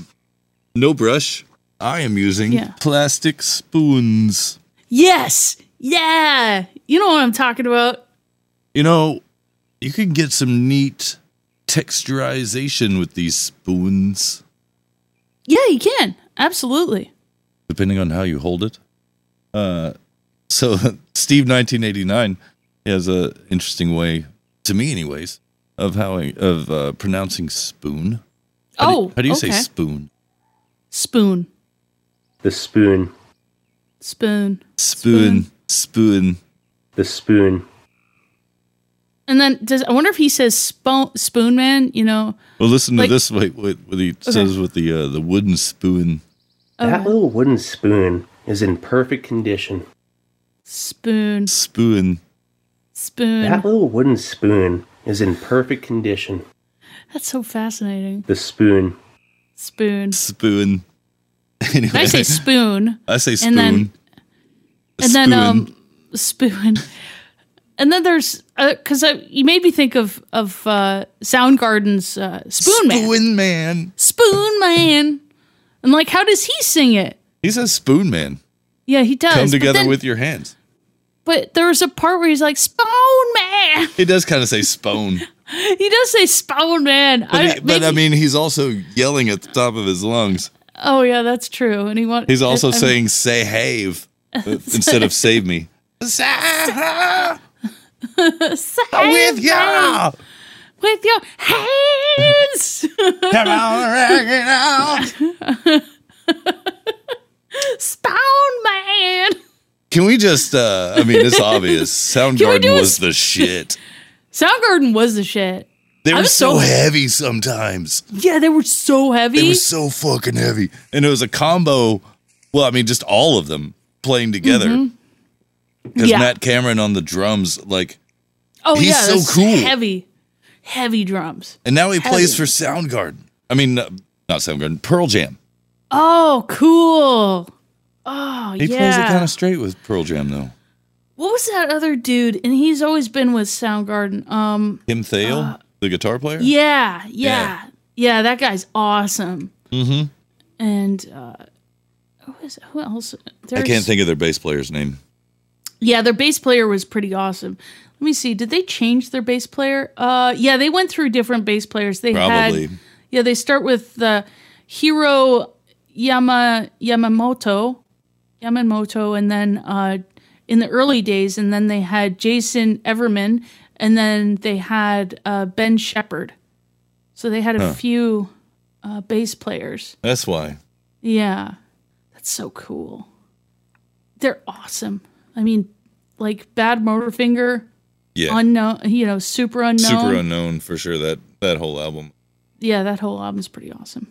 Speaker 3: no brush. I am using
Speaker 4: Yeah.
Speaker 3: plastic spoons.
Speaker 4: Yes. Yeah. You know what I'm talking about.
Speaker 3: You know, you can get some neat texturization with these spoons,
Speaker 4: Yeah, you can. Absolutely.
Speaker 3: depending on how you hold it. Uh, so Steve, nineteen eighty nine, has a interesting way to me, anyways, of how I, of uh, pronouncing spoon. How do-
Speaker 4: oh,
Speaker 3: how do you
Speaker 4: okay.
Speaker 3: say spoon?
Speaker 4: spoon?
Speaker 6: The spoon.
Speaker 4: Spoon.
Speaker 3: Spoon. Spoon.
Speaker 6: The spoon.
Speaker 4: And then does I wonder if he says spoon spoon man, you know.
Speaker 3: Well, listen
Speaker 4: Like-
Speaker 3: to this. Wait, wait, what he says with the uh, the wooden spoon.
Speaker 4: Um,
Speaker 6: That little wooden spoon is in perfect condition.
Speaker 4: Spoon.
Speaker 3: Spoon.
Speaker 4: Spoon.
Speaker 6: That little wooden spoon is in perfect condition.
Speaker 4: That's so fascinating.
Speaker 6: The spoon.
Speaker 4: Spoon.
Speaker 3: Spoon.
Speaker 4: And I say spoon.
Speaker 3: I say
Speaker 4: And then,
Speaker 3: spoon.
Speaker 4: and then um, spoon. And then there's because I you made me think of of uh, Soundgarden's uh, Spoon Man.
Speaker 3: Spoon Man.
Speaker 4: Spoon Man. And like, how does he sing it?
Speaker 3: He says spoon man.
Speaker 4: Yeah, he does.
Speaker 3: Come
Speaker 4: but
Speaker 3: together
Speaker 4: then-
Speaker 3: with your hands.
Speaker 4: But there was a part where he's like Spoon Man.
Speaker 3: He does kind of say spoon.
Speaker 4: He does say Spoon Man.
Speaker 3: But,
Speaker 4: I,
Speaker 3: he- but I mean, he's also yelling at the top of his lungs.
Speaker 4: oh yeah, that's true. And he wants.
Speaker 3: He's also saying say have uh, instead of save me.
Speaker 4: with
Speaker 3: ya!
Speaker 4: with your hands.
Speaker 3: Come on, rock it out.
Speaker 4: Spound man.
Speaker 3: Can we just, uh, I mean, it's obvious.
Speaker 4: do
Speaker 3: Soundgarden
Speaker 4: a
Speaker 3: was the shit.
Speaker 4: Soundgarden was the shit.
Speaker 3: They
Speaker 4: I
Speaker 3: were
Speaker 4: was
Speaker 3: so heavy sometimes.
Speaker 4: Yeah, they were so heavy.
Speaker 3: They were so fucking heavy. And it was a combo. Well, I mean, just all of them playing together.
Speaker 4: Mhm.
Speaker 3: Because
Speaker 4: Yeah.
Speaker 3: Matt Cameron on the drums, like,
Speaker 4: Oh
Speaker 3: He's
Speaker 4: yeah,
Speaker 3: so
Speaker 4: that's
Speaker 3: cool.
Speaker 4: Heavy, heavy drums.
Speaker 3: and now he
Speaker 4: Heavy.
Speaker 3: plays for Soundgarden. I mean, uh, not Soundgarden, Pearl Jam.
Speaker 4: Oh, cool. Oh
Speaker 3: He
Speaker 4: yeah.
Speaker 3: plays it kind of straight with Pearl Jam, though.
Speaker 4: what was that other dude? And he's always been with Soundgarden. Um.
Speaker 3: Kim Thale, the guitar player.
Speaker 4: Yeah, yeah,
Speaker 3: Yeah.
Speaker 4: yeah. that guy's awesome.
Speaker 3: Mm-hmm.
Speaker 4: And uh, who is who else?
Speaker 3: I
Speaker 4: There's-
Speaker 3: can't think of their bass player's name.
Speaker 4: Yeah, their bass player was pretty awesome. Let me see. Did they change their bass player? Uh, yeah, they went through different bass players. They
Speaker 3: Probably.
Speaker 4: had yeah. They start with uh, Hiro Yama Yamamoto, Yamamoto, and then uh, in the early days, and then they had Jason Everman, and then they had uh, Ben Shepard. So they had a
Speaker 3: Huh.
Speaker 4: few uh, bass players.
Speaker 3: That's why.
Speaker 4: Yeah. That's so cool. They're awesome. I mean, like Bad Motorfinger,
Speaker 3: Yeah.
Speaker 4: unknown, you know, super unknown.
Speaker 3: Super unknown for sure. That that whole album.
Speaker 4: yeah, that whole album's pretty awesome.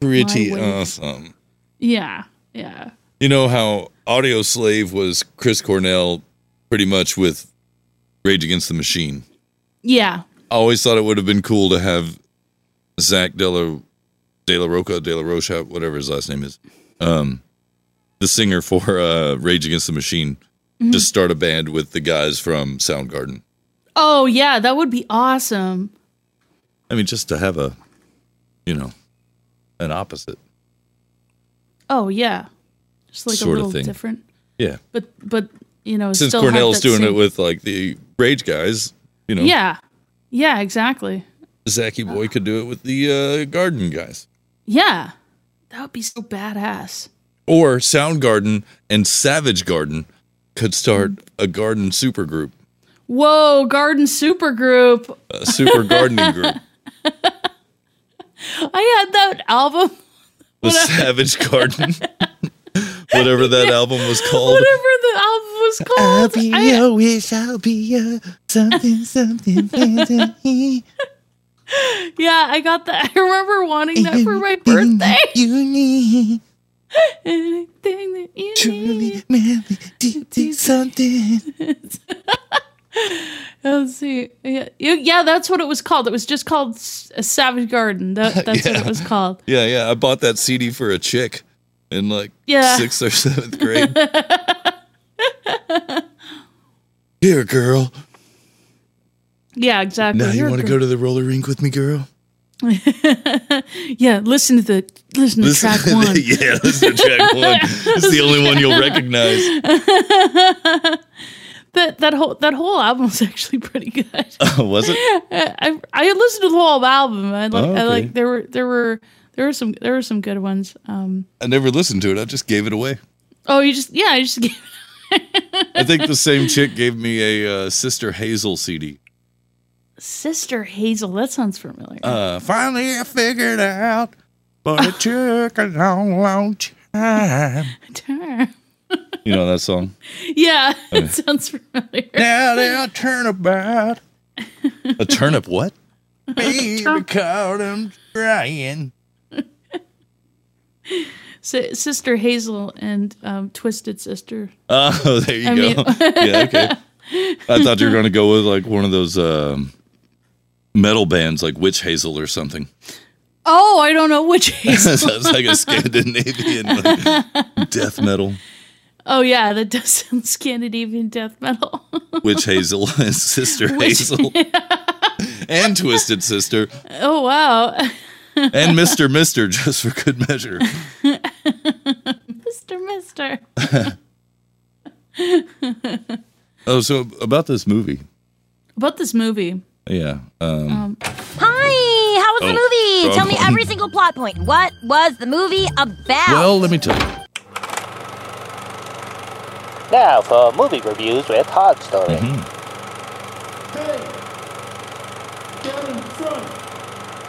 Speaker 3: Pretty
Speaker 4: Wait.
Speaker 3: awesome.
Speaker 4: Yeah. Yeah.
Speaker 3: You know how Audio Slave was Chris Cornell, pretty much with Rage Against the Machine.
Speaker 4: Yeah.
Speaker 3: I always thought it would have been cool to have Zach Della De La Roca, De La Rocha, whatever his last name is, um, the singer for uh, Rage Against the Machine,
Speaker 4: Mhm.
Speaker 3: just start a band with the guys from Soundgarden.
Speaker 4: Oh, yeah, that would be awesome.
Speaker 3: I mean, just to have a, you know, an opposite.
Speaker 4: Oh, yeah. Just like
Speaker 3: Sort
Speaker 4: a
Speaker 3: of
Speaker 4: little
Speaker 3: thing.
Speaker 4: different.
Speaker 3: Yeah.
Speaker 4: But but, you know,
Speaker 3: Since
Speaker 4: still have
Speaker 3: Cornell's
Speaker 4: that
Speaker 3: doing
Speaker 4: same-
Speaker 3: it with like the Rage guys, you know,
Speaker 4: Yeah. Yeah, exactly.
Speaker 3: Zachy Boy could do it with the uh, Garden guys.
Speaker 4: Yeah. That would be so badass.
Speaker 3: Or Soundgarden and Savage Garden could start a garden supergroup,
Speaker 4: Whoa, garden supergroup.
Speaker 7: Uh,
Speaker 3: a super gardening group.
Speaker 4: I had that album,
Speaker 3: The Savage Garden, whatever that album was called.
Speaker 4: whatever the album was called.
Speaker 7: I'll be
Speaker 4: I-
Speaker 7: your wish, I'll be your something, something, fantasy.
Speaker 4: yeah, I got that. I remember wanting that for my birthday.
Speaker 7: You need
Speaker 4: Anything that you
Speaker 7: truly melody, deep, deep something.
Speaker 4: Let's see. Yeah, you- yeah, that's what it was called. It was just called S- a Savage Garden. That, that's what
Speaker 3: Yeah.
Speaker 4: it was called.
Speaker 3: Yeah, yeah. I bought that CD for a chick in like
Speaker 4: Yeah.
Speaker 3: sixth or seventh grade. Here, girl.
Speaker 4: yeah, exactly.
Speaker 3: Now you want to go to the roller rink with me, girl?
Speaker 4: Yeah, listen to the listen to
Speaker 3: Listen-
Speaker 4: track one.
Speaker 3: yeah, listen to track one. It's the only one you'll recognize.
Speaker 4: that that whole that whole album was actually pretty good.
Speaker 3: was it?
Speaker 4: I I listened to the whole album. I like
Speaker 3: Oh,
Speaker 4: I
Speaker 3: okay.
Speaker 4: like there were there were there were some there were some good ones. Um
Speaker 3: I never listened to it. I just gave it away.
Speaker 4: oh you just yeah, I just gave
Speaker 3: I think the same chick gave me a uh, Sister Hazel CD.
Speaker 4: Sister Hazel, that sounds familiar.
Speaker 3: Uh,
Speaker 7: Finally, I figured out, but it took a long, long time.
Speaker 3: you know that song?
Speaker 4: Yeah, it sounds familiar.
Speaker 7: Now they'll turn about
Speaker 3: A turnip what?
Speaker 7: me because I'm trying.
Speaker 4: Si- Sister Hazel and um, Twisted Sister.
Speaker 3: Oh, there you
Speaker 4: I
Speaker 3: go.
Speaker 4: mean-
Speaker 3: yeah, okay. I thought you were going to go with like one of those um, metal bands, like Witch Hazel or something.
Speaker 4: Oh, I don't know which Hazel.
Speaker 3: Sounds like a Scandinavian like, death metal.
Speaker 4: Oh yeah, that does sound Scandinavian death metal.
Speaker 3: Witch Hazel and Sister
Speaker 4: Witch-
Speaker 3: Hazel and Twisted Sister
Speaker 4: oh wow,
Speaker 3: and Mister Mister just for good measure.
Speaker 4: Mister Mister.
Speaker 3: Oh, so about this movie,
Speaker 4: About this movie.
Speaker 3: yeah. Um,
Speaker 4: Um,
Speaker 10: Hi, how was the
Speaker 3: Oh,
Speaker 10: movie?
Speaker 3: wrong
Speaker 10: Tell me
Speaker 3: one.
Speaker 10: every single plot point. What was the movie about?
Speaker 3: well, let me tell you.
Speaker 16: Now for movie reviews with Hog Story.
Speaker 3: Mm-hmm.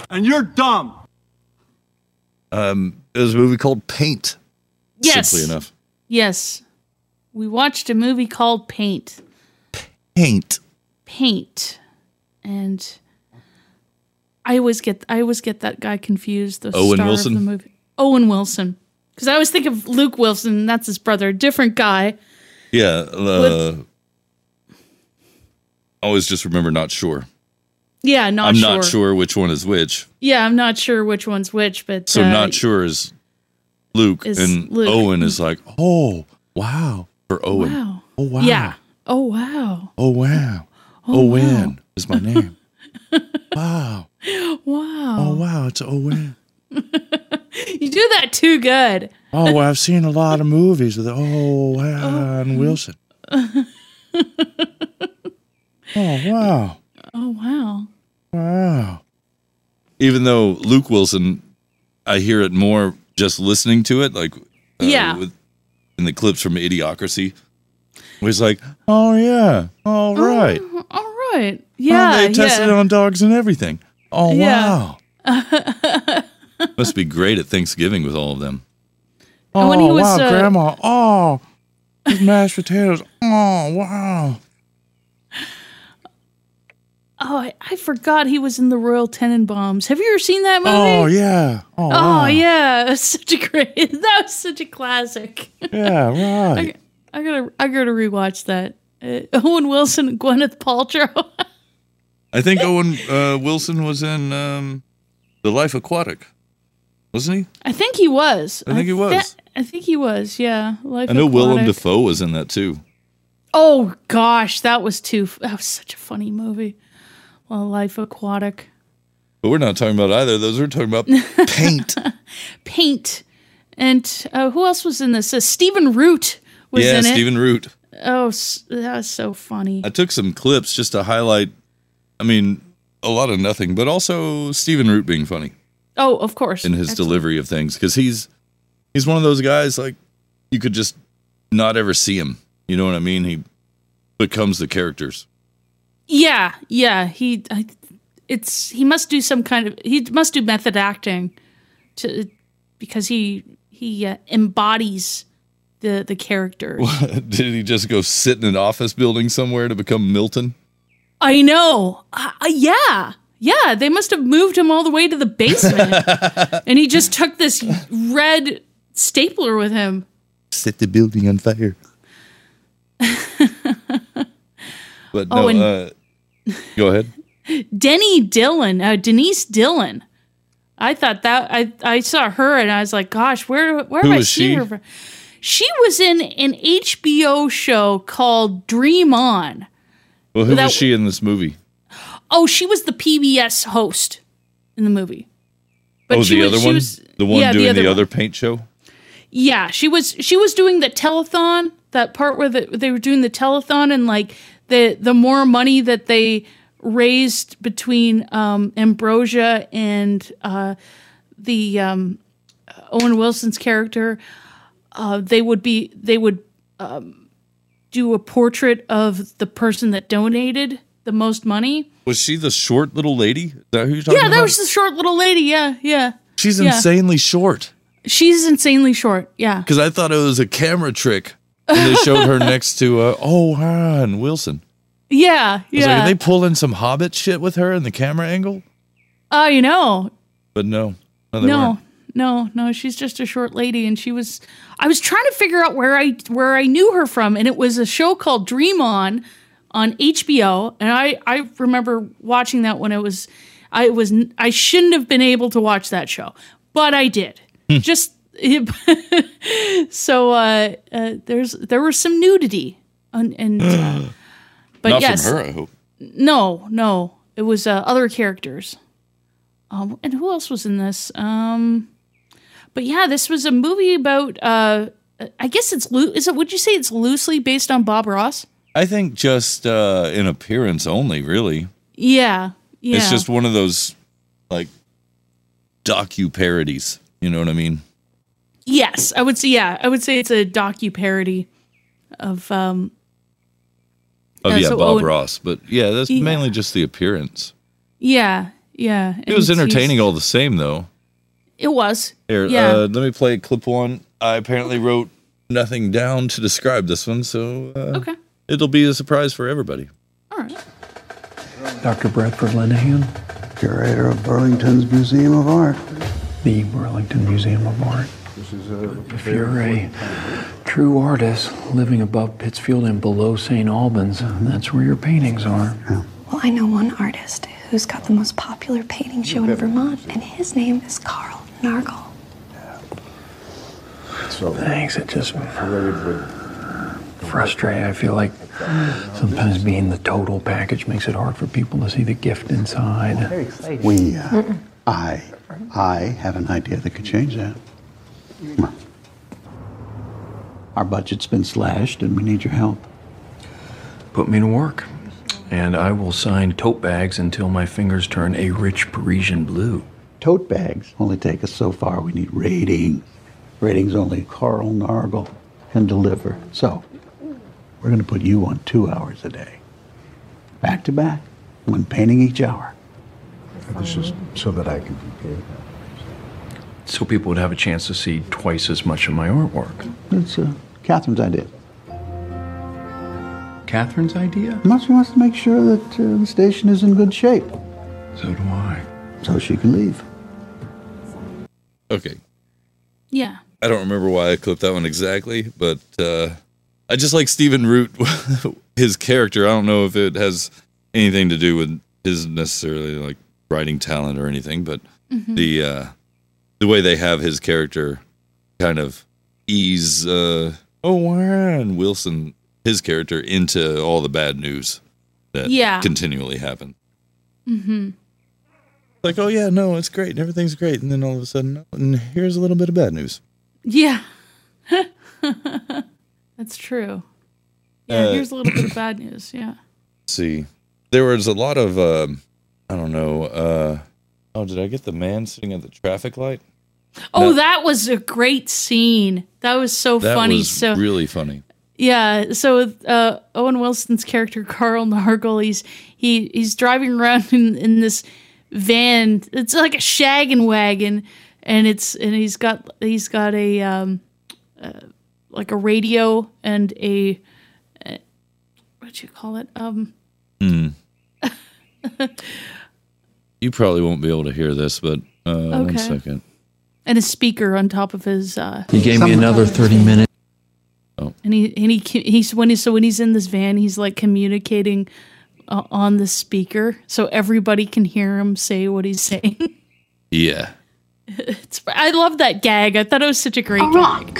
Speaker 17: And you're dumb.
Speaker 3: Um, it was a movie called Paint.
Speaker 4: Yes.
Speaker 3: Simply enough,
Speaker 4: Yes, we watched a movie called Paint.
Speaker 3: Paint.
Speaker 4: Paint, and I always get I always get that guy confused. The
Speaker 3: Owen
Speaker 4: star
Speaker 3: Wilson?
Speaker 4: of the movie. Owen Wilson, because I always think of Luke Wilson. and That's his brother, different guy.
Speaker 3: Yeah. Uh, I always just remember not sure.
Speaker 4: Yeah, not
Speaker 3: I'm
Speaker 4: sure.
Speaker 3: not sure which one is which.
Speaker 4: Yeah, I'm not sure which one's which, but
Speaker 3: So
Speaker 4: uh,
Speaker 3: not sure is Luke
Speaker 4: Is
Speaker 3: and
Speaker 4: Luke.
Speaker 3: Owen is like, oh wow, for Owen.
Speaker 4: Wow.
Speaker 3: Oh wow.
Speaker 4: Yeah. Oh wow.
Speaker 3: Oh wow.
Speaker 4: Oh, wow.
Speaker 3: Owen is my name. wow.
Speaker 4: Wow.
Speaker 3: Oh wow, it's Owen.
Speaker 4: You do that too good.
Speaker 3: Oh, well, I've seen a lot of movies with oh wow and Wilson. Oh wow.
Speaker 4: Oh wow.
Speaker 3: Wow. Even though Luke Wilson, I hear it more just listening to it, like
Speaker 4: yeah.
Speaker 3: with- in the clips from Idiocracy. Where he's like,
Speaker 7: Oh, yeah. All
Speaker 4: Oh.
Speaker 7: right.
Speaker 4: All right.
Speaker 18: Oh,
Speaker 4: Yeah.
Speaker 7: they tested
Speaker 4: yeah.
Speaker 7: on
Speaker 3: dogs and everything. Oh,
Speaker 4: Yeah.
Speaker 3: wow. Must be great at Thanksgiving with all of them.
Speaker 7: Oh,
Speaker 4: And when he was,
Speaker 7: wow,
Speaker 4: uh,
Speaker 7: Grandma. Oh, these mashed potatoes. Oh, wow.
Speaker 4: Oh, I, I forgot he was in the Royal Tenenbaums. Have you ever seen that movie?
Speaker 7: Oh, yeah. Oh,
Speaker 4: Oh,
Speaker 7: wow.
Speaker 4: yeah, it was such a great. That was such a classic.
Speaker 7: Yeah, right.
Speaker 4: I, I gotta, I gotta rewatch that. Uh, Owen Wilson, and Gwyneth Paltrow.
Speaker 3: I think Owen uh, Wilson was in um, The Life Aquatic, wasn't he?
Speaker 4: I think he was.
Speaker 3: I think he was.
Speaker 4: thi- I think he was. Yeah, Life
Speaker 3: I know Willem
Speaker 4: Aquatic.
Speaker 3: Dafoe was in that too.
Speaker 4: Oh gosh, that was too. f- That was such a funny movie. Well, Life Aquatic.
Speaker 3: But we're not talking about either of those. We're talking about Paint.
Speaker 4: Paint, and uh, who else was in this? Uh, Stephen Root was
Speaker 3: yeah,
Speaker 4: in it.
Speaker 3: Stephen Root.
Speaker 4: Oh, s- that was so funny.
Speaker 3: I took some clips just to highlight. I mean, a lot of nothing, but also Stephen Root being funny.
Speaker 4: Oh, of course.
Speaker 3: in his delivery of things because he's he's one of those guys like you could just not ever see him. You know what I mean? He becomes the characters.
Speaker 4: Yeah, yeah. He, I, it's he must do some kind of he must do method acting, to because he he uh, embodies the the character.
Speaker 3: Did he just go sit in an office building somewhere to become Milton?
Speaker 4: I know. Uh, uh, yeah, yeah. They must have moved him all the way to the basement, and he just took this red stapler with him.
Speaker 3: Set the building on fire. but no,
Speaker 4: Oh, and-
Speaker 3: uh, go ahead.
Speaker 4: Denny Dillon, uh, Denise Dillon. I thought that I I saw her and I was like, gosh, where where
Speaker 3: Who
Speaker 4: have I
Speaker 3: was
Speaker 4: seen
Speaker 3: she?
Speaker 4: her? from? She was in an HBO show called Dream On.
Speaker 3: Well, who
Speaker 4: That-
Speaker 3: was she in this movie?
Speaker 4: Oh, she was the PBS host in the movie.
Speaker 3: oh,
Speaker 4: she
Speaker 3: the
Speaker 4: was-
Speaker 3: other
Speaker 4: she
Speaker 3: one,
Speaker 4: was-
Speaker 3: the one
Speaker 4: yeah,
Speaker 3: doing the other,
Speaker 4: one.
Speaker 3: paint show.
Speaker 4: Yeah, she was she was doing the telethon, that part where the, they were doing the telethon and like the the more money that they raised between um Ambrosia and uh the um Owen Wilson's character, uh they would be they would um do a portrait of the person that donated the most money.
Speaker 3: Was she the short little lady? Is that who you're talking
Speaker 4: Yeah,
Speaker 3: about?
Speaker 4: that was the short little lady. Yeah, yeah.
Speaker 3: She's
Speaker 4: Yeah.
Speaker 3: insanely short.
Speaker 4: She's insanely short. Yeah.
Speaker 3: Because I thought it was a camera trick. And they showed her next to uh, oh her and Wilson.
Speaker 4: Yeah,
Speaker 3: I was like,
Speaker 4: yeah.
Speaker 3: Are they pulling some Hobbit shit with her in the camera angle?
Speaker 4: oh, you know,
Speaker 3: But no, no, they
Speaker 4: no
Speaker 3: weren't.
Speaker 4: no no she's just a short lady and she was i was trying to figure out where i where i knew her from and it was a show called dream on on hbo and i i remember watching that when it was i was i shouldn't have been able to watch that show but i did
Speaker 3: Hmm.
Speaker 4: just so uh, uh there's there was some nudity and, and uh, but
Speaker 3: Not
Speaker 4: yes
Speaker 3: from her. I hope.
Speaker 4: no, no. It was uh, other characters. Um, and who else was in this? Um, but yeah, this was a movie about. Uh, I guess it's loo- is it? Would you say it's loosely based on Bob Ross?
Speaker 3: I think just uh, in appearance only, really.
Speaker 4: Yeah, yeah.
Speaker 3: It's just one of those like docu parodies. You know what I mean?
Speaker 4: yes. I would say yeah. I would say it's a docu parody of um,
Speaker 3: Of Oh,
Speaker 4: Yeah,
Speaker 3: yeah,
Speaker 4: so
Speaker 3: Bob
Speaker 4: Owen-
Speaker 3: Ross. But yeah, that's
Speaker 4: Yeah.
Speaker 3: mainly just the appearance.
Speaker 4: yeah, yeah.
Speaker 3: It was
Speaker 4: And he's-
Speaker 3: entertaining all the same, though.
Speaker 4: It was.
Speaker 3: Here,
Speaker 4: yeah.
Speaker 3: uh, let me play clip one. I apparently wrote nothing down to describe this one, so uh, okay. it'll be a surprise for everybody.
Speaker 19: Dr. Bradford Linehan, curator of Burlington's Museum of Art. The Burlington Museum of Art.
Speaker 20: This is a
Speaker 19: If you're a true artist living above Pittsfield and below St. Albans, that's where your paintings are.
Speaker 18: Well, I know one artist who's got the most popular painting show in Vermont, and his name is Carl Nargle.
Speaker 19: So thanks. It just frustrating. I feel like sometimes being the total package makes it hard for people to see the gift inside.
Speaker 20: We, uh, I, I have an idea that could change that. Our budget's been slashed, and we need your help.
Speaker 19: Put me to work, and I will sign tote bags until my fingers turn a rich Parisian blue.
Speaker 20: Tote bags only take us so far. We need ratings. Ratings only Carl Nargle can deliver. So we're going to put you on two hours a day, back to back, one painting each hour.
Speaker 19: This is so that I can be paid. So people would have a chance to see twice as much of my artwork.
Speaker 20: That's uh, Catherine's idea.
Speaker 19: Catherine's idea?
Speaker 20: Much wants to make sure that uh, the station is in good shape.
Speaker 19: So do I.
Speaker 20: So she can leave.
Speaker 3: Okay.
Speaker 4: yeah.
Speaker 3: I don't remember why I clipped that one exactly, but uh, I just like Stephen Root, his character. I don't know if it has anything to do with his necessarily like writing talent or anything, but
Speaker 18: Mm-hmm.
Speaker 4: Mm-hmm.
Speaker 21: Mhm.
Speaker 3: the uh, the way they have his character kind of ease uh, oh and Wilson his character into all the bad news that
Speaker 4: Yeah.
Speaker 3: continually happens.
Speaker 4: Mm-hmm.
Speaker 3: Like oh yeah no it's great and everything's great and then all of a sudden "Oh, and here's a little bit of bad news.
Speaker 4: Yeah. That's true. Yeah.
Speaker 3: Uh,
Speaker 4: here's a little bit of bad news. Yeah.
Speaker 3: see there was a lot of um i don't know uh Oh, did I get the man sitting at the traffic light?
Speaker 4: Oh, that was a great scene. That was so
Speaker 3: that
Speaker 4: funny.
Speaker 3: was
Speaker 4: so
Speaker 3: really funny.
Speaker 4: Yeah, so uh, Owen Wilson's character Carl Nargle, he's he he's driving around in, in this van. It's like a shaggin' wagon, and it's and he's got he's got a um, uh, like a radio and a uh, what you call it um
Speaker 3: Hmm. you probably won't be able to hear this, but uh, one
Speaker 4: Okay.
Speaker 3: second.
Speaker 4: and a speaker on top of his uh.
Speaker 13: He gave me another 30 minutes.
Speaker 4: and he and he ca- he's when he so when he's in this van he's like communicating uh, on the speaker so everybody can hear him say what he's saying
Speaker 3: Yeah.
Speaker 4: it's i love that gag i thought it was such a great
Speaker 18: A rock.
Speaker 4: gag.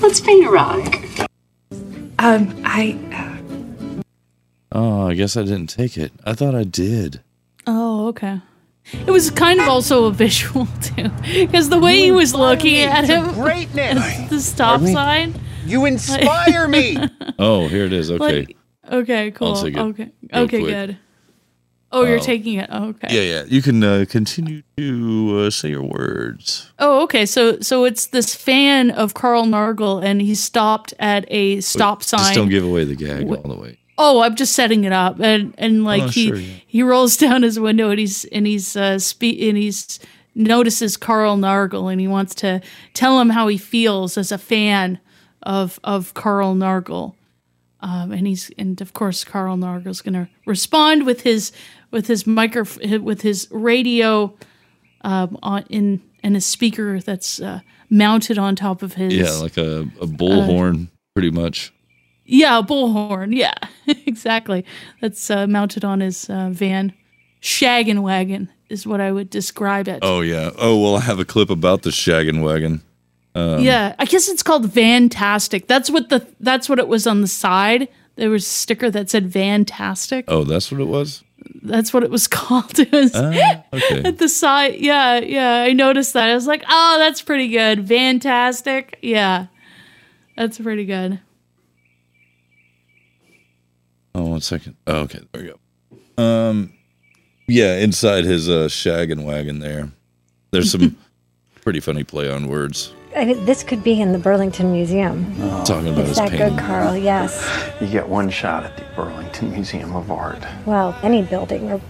Speaker 18: Let's paint a rock. Um, I.
Speaker 3: Oh, I guess I didn't take it. I thought I did.
Speaker 4: oh okay it was kind of also a visual too because the way he was looking at him greatness the stop
Speaker 3: Pardon me?
Speaker 4: sign you
Speaker 3: inspire me. Oh, here it is. Okay.
Speaker 4: Like- okay cool
Speaker 3: take it
Speaker 4: okay
Speaker 3: real
Speaker 4: okay
Speaker 3: quick.
Speaker 4: good oh you're
Speaker 3: Oh.
Speaker 4: taking it oh, okay
Speaker 3: Yeah, yeah. You can uh, continue to uh, say your words.
Speaker 4: Oh, okay. So, so it's this fan of Carl Nargle, and he stopped at a stop sign.
Speaker 3: Just don't give away the gag all the way.
Speaker 4: oh, I'm just setting it up, and and like
Speaker 3: Oh,
Speaker 4: he
Speaker 3: sure, yeah.
Speaker 4: he rolls down his window, and he's and he's uh, spe- and he's notices Carl Nargle, and he wants to tell him how he feels as a fan of of Carl Nargle, um, and he's and of course Carl Nargle's going to respond with his with his micro with his radio um, on in and a speaker that's uh, mounted on top of his
Speaker 3: Yeah, like a, a bullhorn,
Speaker 4: uh,
Speaker 3: pretty much.
Speaker 4: yeah, a bullhorn. Yeah, exactly. That's uh, mounted on his uh, van. Shaggin' wagon is what I would describe it.
Speaker 3: Oh, yeah. Oh, well, I have a clip about the shaggin' wagon. Um,
Speaker 4: yeah, I guess it's called Vantastic. That's what the that's what it was on the side. There was a sticker that said Vantastic.
Speaker 3: Oh, that's what it was?
Speaker 4: That's what it was called. It was
Speaker 3: Ah, okay.
Speaker 4: at the side. Yeah, yeah. I noticed that. I was like, oh, that's pretty good. Vantastic. Yeah, that's pretty good.
Speaker 3: Oh, one second. Oh, okay, there we go. Um, yeah, inside his uh, shaggin' wagon there, there's some pretty funny play on words.
Speaker 21: I mean, this could be in the Burlington Museum.
Speaker 3: Talking about
Speaker 21: It's
Speaker 3: his
Speaker 21: that
Speaker 3: painting.
Speaker 21: good, Carl. Yes.
Speaker 19: You get one shot at the Burlington Museum of Art.
Speaker 21: Well, any building or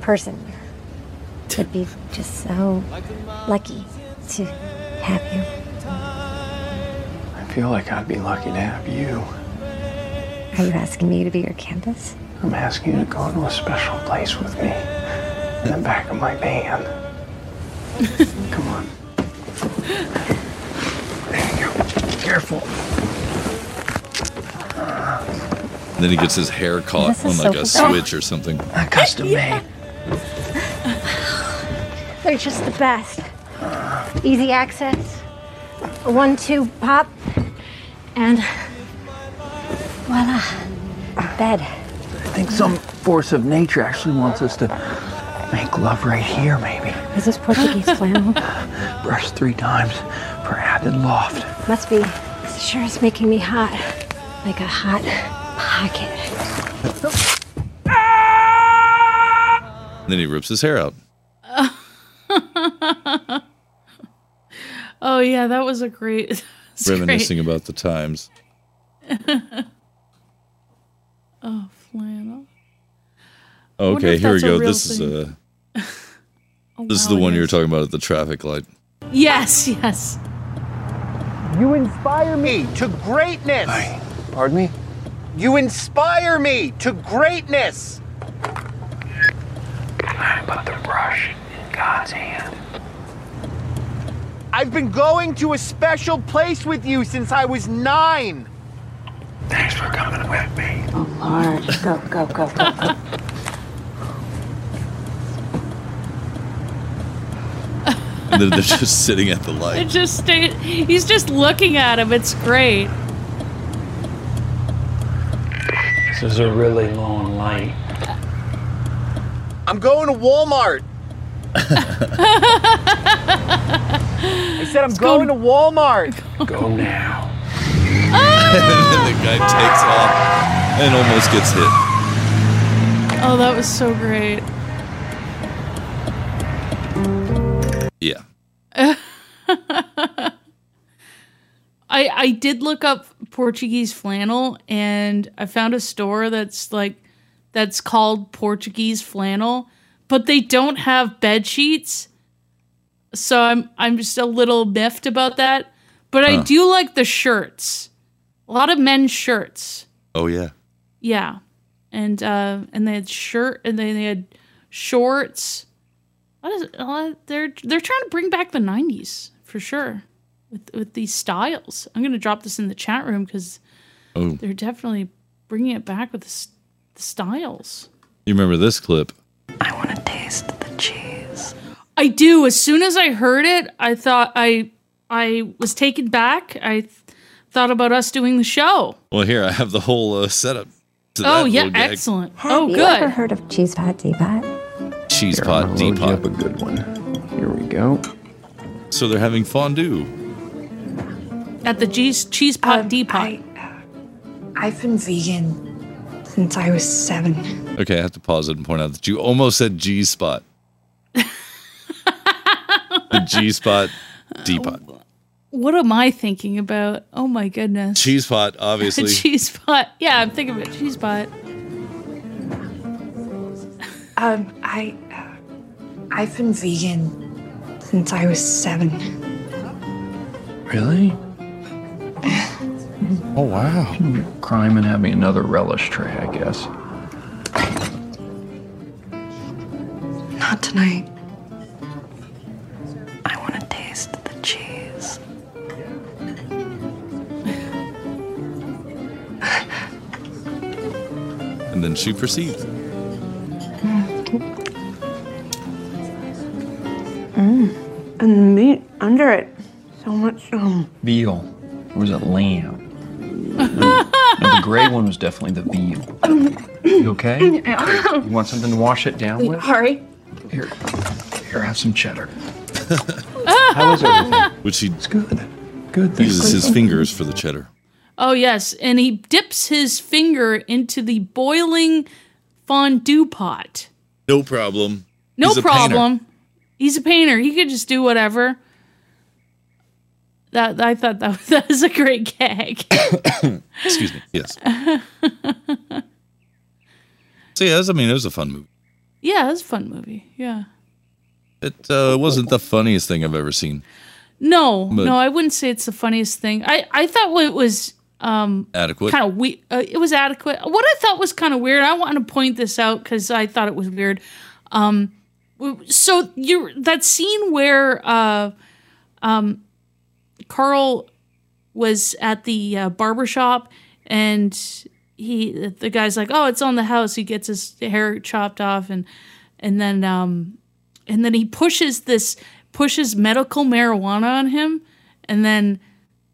Speaker 21: person would be just so lucky to have you.
Speaker 19: I feel like I'd be lucky to have you.
Speaker 21: Are you asking me to be your canvas?
Speaker 19: I'm asking you to go to a special place with me in the back of my van. Come on. There you go. Careful.
Speaker 3: Then he gets his hair caught
Speaker 21: This
Speaker 3: on
Speaker 21: is
Speaker 3: like
Speaker 21: so
Speaker 3: a
Speaker 21: bizarre.
Speaker 3: switch or something.
Speaker 21: custom made. They're just the best. Easy access. One, two, pop. And voila. Bed.
Speaker 19: I think some force of nature actually wants us to make love right here, maybe.
Speaker 21: Is this Portuguese flannel?
Speaker 19: Brush three times for added loft.
Speaker 21: Must be. This sure is making me hot. Like a hot pocket.
Speaker 3: Then he rips his hair out.
Speaker 4: oh yeah, that was a great. that was great.
Speaker 3: reminiscing about the times.
Speaker 4: oh, flannel. I wonder
Speaker 3: Okay,
Speaker 4: if
Speaker 3: here we
Speaker 4: that's a
Speaker 3: go.
Speaker 4: real
Speaker 3: This
Speaker 4: thing.
Speaker 3: is uh, this is the one you were talking about at the traffic light.
Speaker 4: Yes, yes.
Speaker 7: You inspire me to greatness.
Speaker 19: Pardon me?
Speaker 7: You inspire me to greatness.
Speaker 19: I put the brush in God's hand.
Speaker 7: I've been going to a special place with you since I was nine.
Speaker 19: Thanks for coming with me.
Speaker 7: Lord, go, go, go, go, go.
Speaker 3: And then they're just sitting at the
Speaker 4: It
Speaker 3: light.
Speaker 4: just stayed. He's just looking at him. It's great.
Speaker 19: This is a really long light.
Speaker 7: I'm going to Walmart. I said I'm going, to Walmart.
Speaker 19: Go now.
Speaker 3: and the guy takes
Speaker 4: Ah!
Speaker 3: off and almost gets hit.
Speaker 4: Oh, that was so great.
Speaker 3: Yeah.
Speaker 4: I I did look up Portuguese flannel and I found a store that's like that's called Portuguese flannel, but they don't have bed sheets. So I'm I'm just a little miffed about that. But I
Speaker 3: Huh.
Speaker 4: do like the shirts. A lot of men's shirts.
Speaker 3: Oh yeah.
Speaker 4: Yeah. And uh and they had shirt and they, they had shorts. What is it? Uh, they're they're trying to bring back the 90s for sure with with these styles. I'm going to drop this in the chat room cuz
Speaker 3: Oh,
Speaker 4: they're definitely bringing it back with the, s- the styles.
Speaker 3: you remember this clip?
Speaker 4: Taste the cheese. I do. As soon as I heard it, I thought I I was taken back. I th- thought about us doing the show.
Speaker 3: Well, here I have the whole uh, setup. To
Speaker 4: oh
Speaker 3: that
Speaker 4: yeah,
Speaker 3: little gag.
Speaker 4: excellent.
Speaker 11: Have
Speaker 4: oh
Speaker 11: you
Speaker 4: good.
Speaker 11: ever heard of cheese pot teapot?
Speaker 3: Cheese pot, deep pot. a good one. Here we go. So they're having fondue.
Speaker 4: At the cheese cheese pot depot.
Speaker 18: Um, uh, I've been vegan since I was seven.
Speaker 3: Okay, I have to pause it and point out that you almost said G spot. the G spot,
Speaker 4: Oh,
Speaker 3: D pot,
Speaker 4: What am I thinking about? Oh my goodness.
Speaker 3: cheese pot. Obviously,
Speaker 4: cheese pot. Yeah, I'm thinking about cheese pot.
Speaker 18: Um, I I've been vegan since I was seven.
Speaker 19: Really? oh wow. Crime and having another relish tray, I guess.
Speaker 18: Not tonight. I want to taste the cheese.
Speaker 3: and then she proceeds.
Speaker 18: Mm. And the meat under it, so much. Um,
Speaker 19: Veal. Or was it lamb? no, the gray one was definitely the veal. You okay? You want something to wash it down with?
Speaker 18: Sorry.
Speaker 19: Here, here, have some cheddar. How is everything?
Speaker 3: Which he it's
Speaker 19: good. Good.
Speaker 3: Uses his fingers for the cheddar.
Speaker 4: Oh yes, and he dips his finger into the boiling fondue pot.
Speaker 3: No problem.
Speaker 4: No
Speaker 3: He's a painter.
Speaker 4: problem. He's a painter. He could just do whatever. That I thought that was, that was a great gag.
Speaker 3: Excuse me. Yes. So yeah, it was- I mean, it was a fun movie.
Speaker 4: yeah, it was a fun movie. Yeah.
Speaker 3: It uh, wasn't the funniest thing I've ever seen.
Speaker 4: No,
Speaker 3: But-
Speaker 4: no, I wouldn't say it's the funniest thing. I I thought it was um
Speaker 3: Adequate.
Speaker 4: Kind of we uh, it was adequate. What I thought was kind of weird. I want to point this out cuz I thought it was weird. Um w- so you that scene where uh um Carl was at the uh, barber shop and he the guy's like, "Oh, it's on the house." He gets his hair chopped off and and then um and then he pushes this pushes medical marijuana on him and then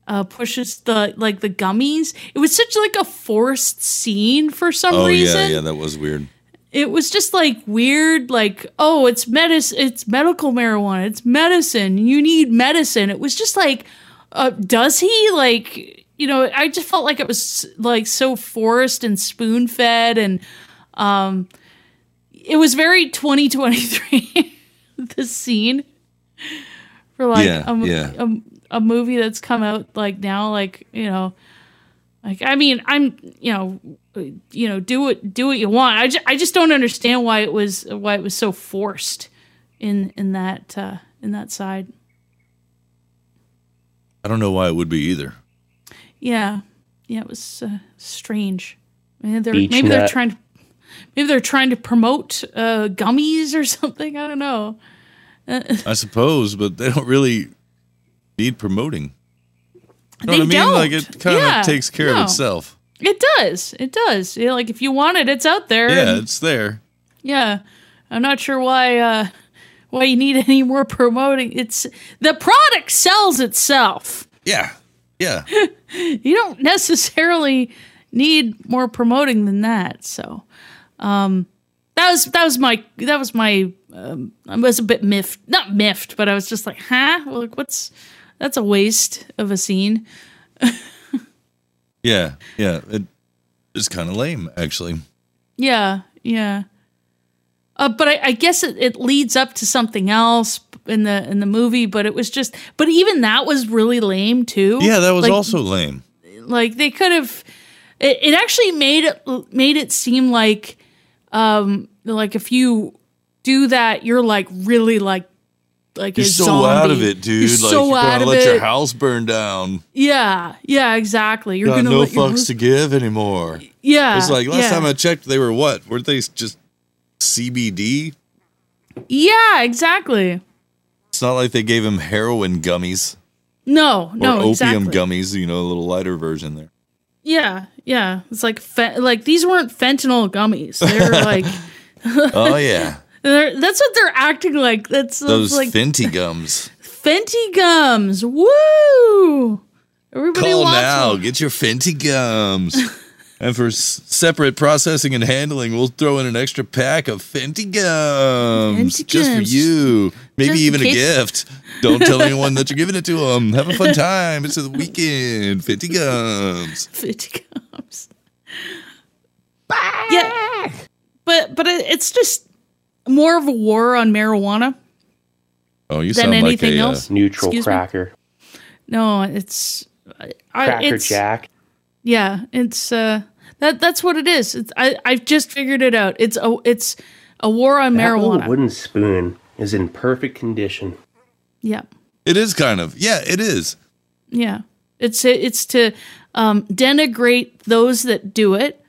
Speaker 4: uh pushes the like the gummies. It was such like a forced scene for some
Speaker 3: oh
Speaker 4: reason
Speaker 3: yeah, yeah, that was weird.
Speaker 4: it was just like weird like oh it's medicine it's medical marijuana it's medicine you need medicine it was just like uh, does he like you know i just felt like it was like so forced and spoon fed and um it was very 2023 this scene for like
Speaker 3: Yeah,
Speaker 4: a, mo-
Speaker 3: yeah.
Speaker 4: a, a movie that's come out like now like you know like I mean, I'm you know, uh, you know, do what do what you want. I, ju- I just don't understand why it was why it was so forced in in that uh, in that side.
Speaker 3: I don't know why it would be either.
Speaker 4: Yeah, yeah, it was uh, strange. Maybe they're
Speaker 3: Beach
Speaker 4: maybe they're
Speaker 3: nut.
Speaker 4: trying to maybe they're trying to promote uh, gummies or something. I don't know. Uh,
Speaker 3: I suppose, but they don't really need promoting. You know
Speaker 4: They
Speaker 3: what I mean? Like
Speaker 4: don't.
Speaker 3: it kind of
Speaker 4: Yeah,
Speaker 3: takes care
Speaker 4: no.
Speaker 3: of itself.
Speaker 4: it does, it does. Yeah, like if you want it, it's out there.
Speaker 3: Yeah,
Speaker 4: and-
Speaker 3: it's there.
Speaker 4: Yeah. I'm not sure why uh why you need any more promoting. It's the product sells itself.
Speaker 3: Yeah. Yeah.
Speaker 4: You don't necessarily need more promoting than that. So um that was that was my that was my um, I was a bit miffed. Not miffed, but I was just like, "Huh? Well, Like what's that's a waste of a scene."
Speaker 3: Yeah. Yeah. It, it's kind of lame, actually.
Speaker 4: Yeah, yeah. Uh, but I, I guess it, it leads up to something else in the in the movie. But it was just. But even that was really lame too.
Speaker 3: Yeah, that was
Speaker 4: Like,
Speaker 3: also lame.
Speaker 4: like they could have it, it actually made it made it seem like um like if you do that you're like really like like
Speaker 3: You're
Speaker 4: a
Speaker 3: so
Speaker 4: zombie.
Speaker 3: out of it, dude.
Speaker 4: You're
Speaker 3: like
Speaker 4: so
Speaker 3: you're
Speaker 4: out
Speaker 3: gonna
Speaker 4: of
Speaker 3: let
Speaker 4: it.
Speaker 3: your house burn down.
Speaker 4: yeah yeah exactly you're
Speaker 3: Got
Speaker 4: gonna
Speaker 3: no
Speaker 4: let your
Speaker 3: fucks to give anymore.
Speaker 4: Yeah,
Speaker 3: It's like last
Speaker 4: yeah.
Speaker 3: time I checked, they were what? Weren't they just CBD?
Speaker 4: yeah exactly
Speaker 3: It's not like they gave him heroin gummies
Speaker 4: no
Speaker 3: or
Speaker 4: no
Speaker 3: opium
Speaker 4: exactly
Speaker 3: gummies. You know, a little lighter version there.
Speaker 4: yeah yeah it's like fe- like these weren't fentanyl gummies they're like
Speaker 3: Oh yeah,
Speaker 4: they're, that's what they're acting like that's, that's
Speaker 3: those
Speaker 4: like
Speaker 3: Fenty gums.
Speaker 4: Fenty gums. Woo! Everybody
Speaker 3: Call
Speaker 4: wants
Speaker 3: now, get your Fenty gums. and for s- separate processing and handling, we'll throw in an extra pack of Fenty gums
Speaker 4: Fenty
Speaker 3: just for
Speaker 4: gums.
Speaker 3: you. Maybe
Speaker 4: Just in
Speaker 3: even a
Speaker 4: case-
Speaker 3: gift. Don't tell anyone that you're giving it to them. Have a fun time. It's the weekend. Fenty gums.
Speaker 4: Fenty gums. Yeah, but but it, it's just more of a war on marijuana.
Speaker 3: Oh, you
Speaker 4: Than
Speaker 3: sound like
Speaker 4: anything
Speaker 3: a uh,
Speaker 4: else?
Speaker 6: Neutral
Speaker 4: Excuse me?
Speaker 6: cracker.
Speaker 4: No, it's I,
Speaker 6: cracker
Speaker 4: Uh, it's,
Speaker 6: Jack.
Speaker 4: Yeah, it's uh that that's what it is. It's, I I've just figured it out. It's a it's a war on
Speaker 6: That little
Speaker 4: marijuana.
Speaker 6: wooden spoon is in perfect condition.
Speaker 4: Yeah,
Speaker 3: It is kind of. Yeah, it is.
Speaker 4: yeah. It's it's to um, denigrate those that do it,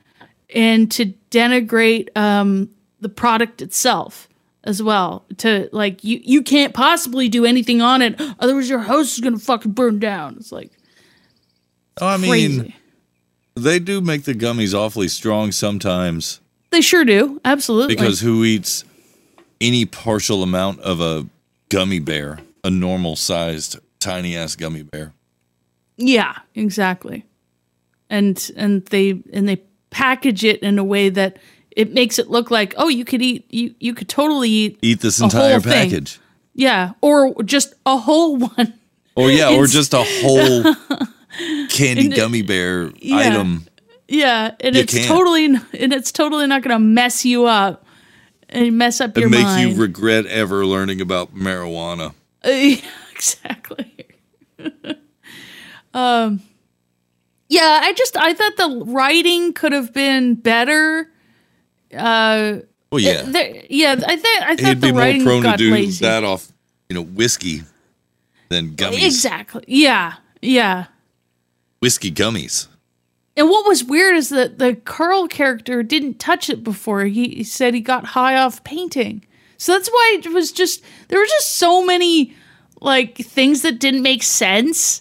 Speaker 4: and to denigrate um, the product itself as well. To like you you can't possibly do anything on it, otherwise your house is gonna fucking burn down. It's like
Speaker 3: Oh, I mean,
Speaker 4: Crazy.
Speaker 3: they do make the gummies awfully strong sometimes
Speaker 4: they sure do, absolutely.
Speaker 3: because who eats any partial amount of a gummy bear, a normal sized, tiny ass gummy bear?
Speaker 4: Yeah, exactly. And and they and they package it in a way that it makes it look like oh you could eat you you could totally eat
Speaker 3: Eat this
Speaker 4: a whole
Speaker 3: entire
Speaker 4: thing.
Speaker 3: package.
Speaker 4: Yeah, or just a whole one.
Speaker 3: Or, yeah, or
Speaker 4: It's-
Speaker 3: just a whole candy
Speaker 4: And-
Speaker 3: gummy bear
Speaker 4: Yeah.
Speaker 3: item.
Speaker 4: Yeah, and
Speaker 3: You
Speaker 4: it's
Speaker 3: can't.
Speaker 4: totally and it's totally not going to mess you up and mess up your
Speaker 3: And make
Speaker 4: mind.
Speaker 3: you regret ever learning about marijuana.
Speaker 4: Uh, yeah, exactly. um, yeah, I just I thought the writing could have been better. Uh,
Speaker 3: Well, yeah.
Speaker 4: it- there- yeah. I think I thought
Speaker 3: He'd
Speaker 4: the
Speaker 3: be more
Speaker 4: writing
Speaker 3: prone to
Speaker 4: got
Speaker 3: do
Speaker 4: lazy.
Speaker 3: that off, you know, whiskey than gummies.
Speaker 4: Exactly. Yeah. Yeah.
Speaker 3: Whiskey gummies.
Speaker 4: And what was weird is that the Carl character didn't touch it before. He, he said he got high off painting. So that's why it was just there were just so many like things that didn't make sense.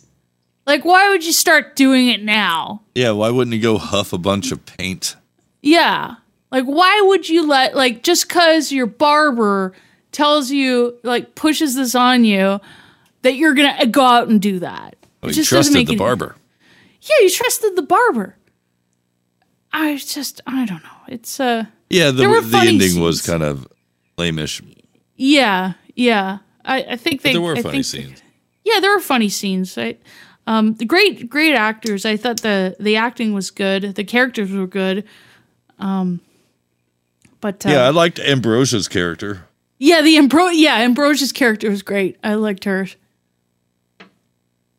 Speaker 4: Like why would you start doing it now?
Speaker 3: Yeah, why wouldn't he go huff a bunch of paint?
Speaker 4: Yeah. Like why would you let like just cuz your barber tells you like pushes this on you that you're going to go out and do that.
Speaker 3: Oh, he
Speaker 4: It just
Speaker 3: trusted
Speaker 4: doesn't make
Speaker 3: the
Speaker 4: any-
Speaker 3: barber.
Speaker 4: Yeah, you trusted the barber. I just I don't know. It's uh
Speaker 3: Yeah, the,
Speaker 4: There were
Speaker 3: the
Speaker 4: funny
Speaker 3: ending
Speaker 4: scenes.
Speaker 3: was kind of lameish.
Speaker 4: Yeah, yeah. I, I think
Speaker 3: But
Speaker 4: they.
Speaker 3: there were
Speaker 4: I
Speaker 3: funny
Speaker 4: think-
Speaker 3: scenes.
Speaker 4: Yeah, there were funny scenes. I, um, the great, great actors. I thought the the acting was good. The characters were good. Um, but uh,
Speaker 3: Yeah, I liked Ambrosia's character.
Speaker 4: yeah, the Ambro- yeah Ambrosia's character was great. I liked her.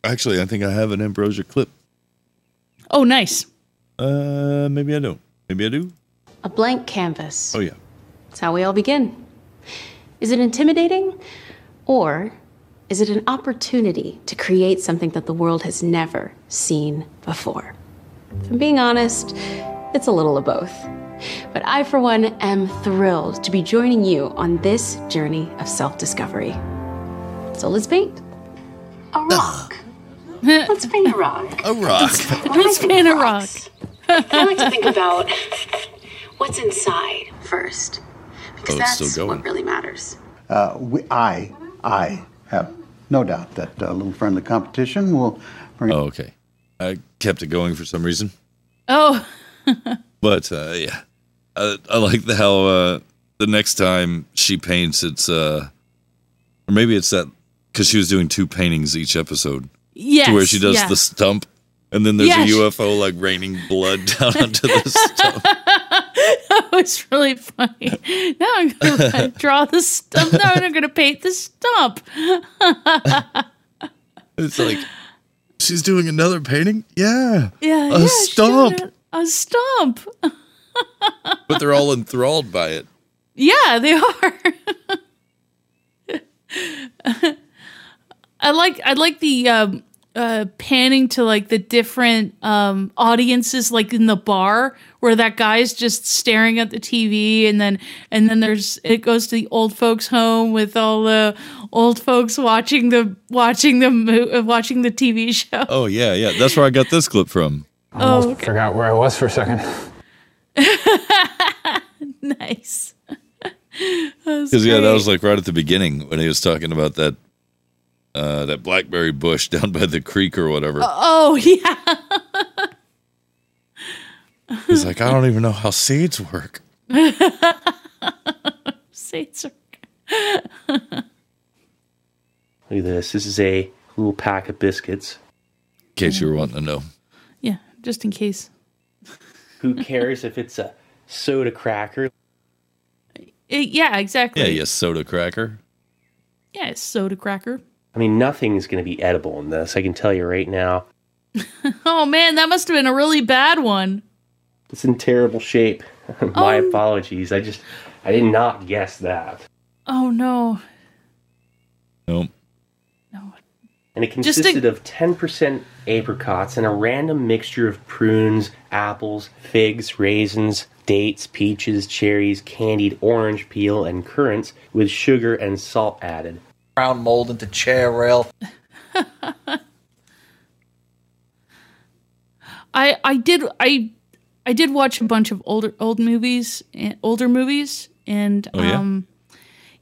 Speaker 3: Actually, I think I have an Ambrosia clip.
Speaker 4: Oh, nice.
Speaker 3: Uh, maybe I don't. Maybe I do.
Speaker 1: A blank canvas.
Speaker 3: Oh yeah.
Speaker 1: It's how we all begin. Is it intimidating? Or is it an opportunity to create something that the world has never seen before? If I'm being honest, it's a little of both. But I, for one, am thrilled to be joining you on this journey of self discovery. So let's paint. A rock. let's paint a rock.
Speaker 3: A rock.
Speaker 4: Let's paint a rock.
Speaker 1: I like to think about what's inside first, because
Speaker 20: Oh, it's
Speaker 1: that's
Speaker 20: still going.
Speaker 1: what really matters.
Speaker 20: Uh, we, I, I have no doubt that uh, a little friendly competition will bring.
Speaker 3: Oh, okay. I kept it going for some reason,
Speaker 4: Oh,
Speaker 3: but uh, yeah, I, I like the how uh, the next time she paints, it's uh, or maybe it's that because she was doing two paintings each episode.
Speaker 4: Yes,
Speaker 3: to where she does
Speaker 4: yeah.
Speaker 3: the stump, and then there's
Speaker 4: Yes.
Speaker 3: a UFO like raining blood down onto the
Speaker 4: that was really funny. No, I'm gonna draw the stump. No, I'm gonna paint the stump.
Speaker 3: It's like she's doing another painting. Yeah,
Speaker 4: yeah,
Speaker 3: a
Speaker 4: yeah,
Speaker 3: stump.
Speaker 4: shoot, A stump.
Speaker 3: But they're all enthralled by it.
Speaker 4: Yeah, they are. I like I like the um, uh, panning to like the different um, audiences, like in the bar where that guy's just staring at the TV, and then and then there's it goes to the old folks' home with all the old folks watching the watching the mo- uh, watching the TV show.
Speaker 3: Oh yeah, yeah. That's where I got this clip from.
Speaker 4: I almost Oh, okay.
Speaker 2: forgot where I was for a second.
Speaker 4: nice.
Speaker 3: Because yeah, that was like right at the beginning when he was talking about that uh, that blackberry bush down by the creek or whatever.
Speaker 4: Oh yeah.
Speaker 3: He's like, I don't even know how seeds work.
Speaker 4: Saints are-
Speaker 6: Look at this. This is a little pack of biscuits.
Speaker 3: In case you were wanting to know.
Speaker 4: yeah, just in case.
Speaker 6: Who cares if it's a soda cracker?
Speaker 4: Uh, yeah, exactly.
Speaker 3: Yeah, yeah, soda cracker.
Speaker 4: Yeah, it's soda cracker.
Speaker 6: I mean, nothing is going to be edible in this. I can tell you right now.
Speaker 4: Oh man, that must have been a really bad one.
Speaker 6: It's in terrible shape. My apologies. I just, I did not guess that.
Speaker 4: Oh no.
Speaker 3: Nope.
Speaker 6: And it
Speaker 4: Just a-
Speaker 6: consisted of 10% apricots and a random mixture of prunes, apples, figs, raisins, dates, peaches, cherries, candied orange peel, and currants with sugar and salt added.
Speaker 13: Brown mold into chair rail.
Speaker 4: I I did I I did watch a bunch of older old movies and older movies and
Speaker 22: Oh, yeah?
Speaker 4: um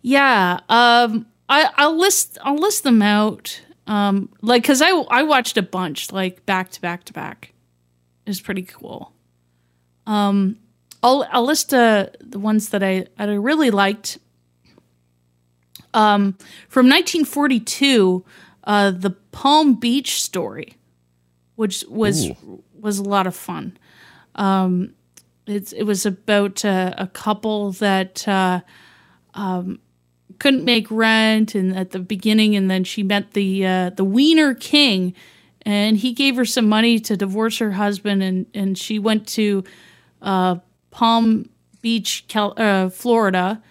Speaker 4: yeah um I I'll list I'll list them out um like cuz I I watched a bunch like back to back to back. It was pretty cool. Um I'll I'll list uh, the ones that I that I really liked. Um from 1942 uh the Palm Beach story which was
Speaker 22: Ooh.
Speaker 4: was a lot of fun. Um, it's it was about uh, a couple that uh, um, couldn't make rent, and at the beginning, and then she met the uh, the Wiener King, and he gave her some money to divorce her husband, and and she went to uh, Palm Beach, Cal- uh, Florida.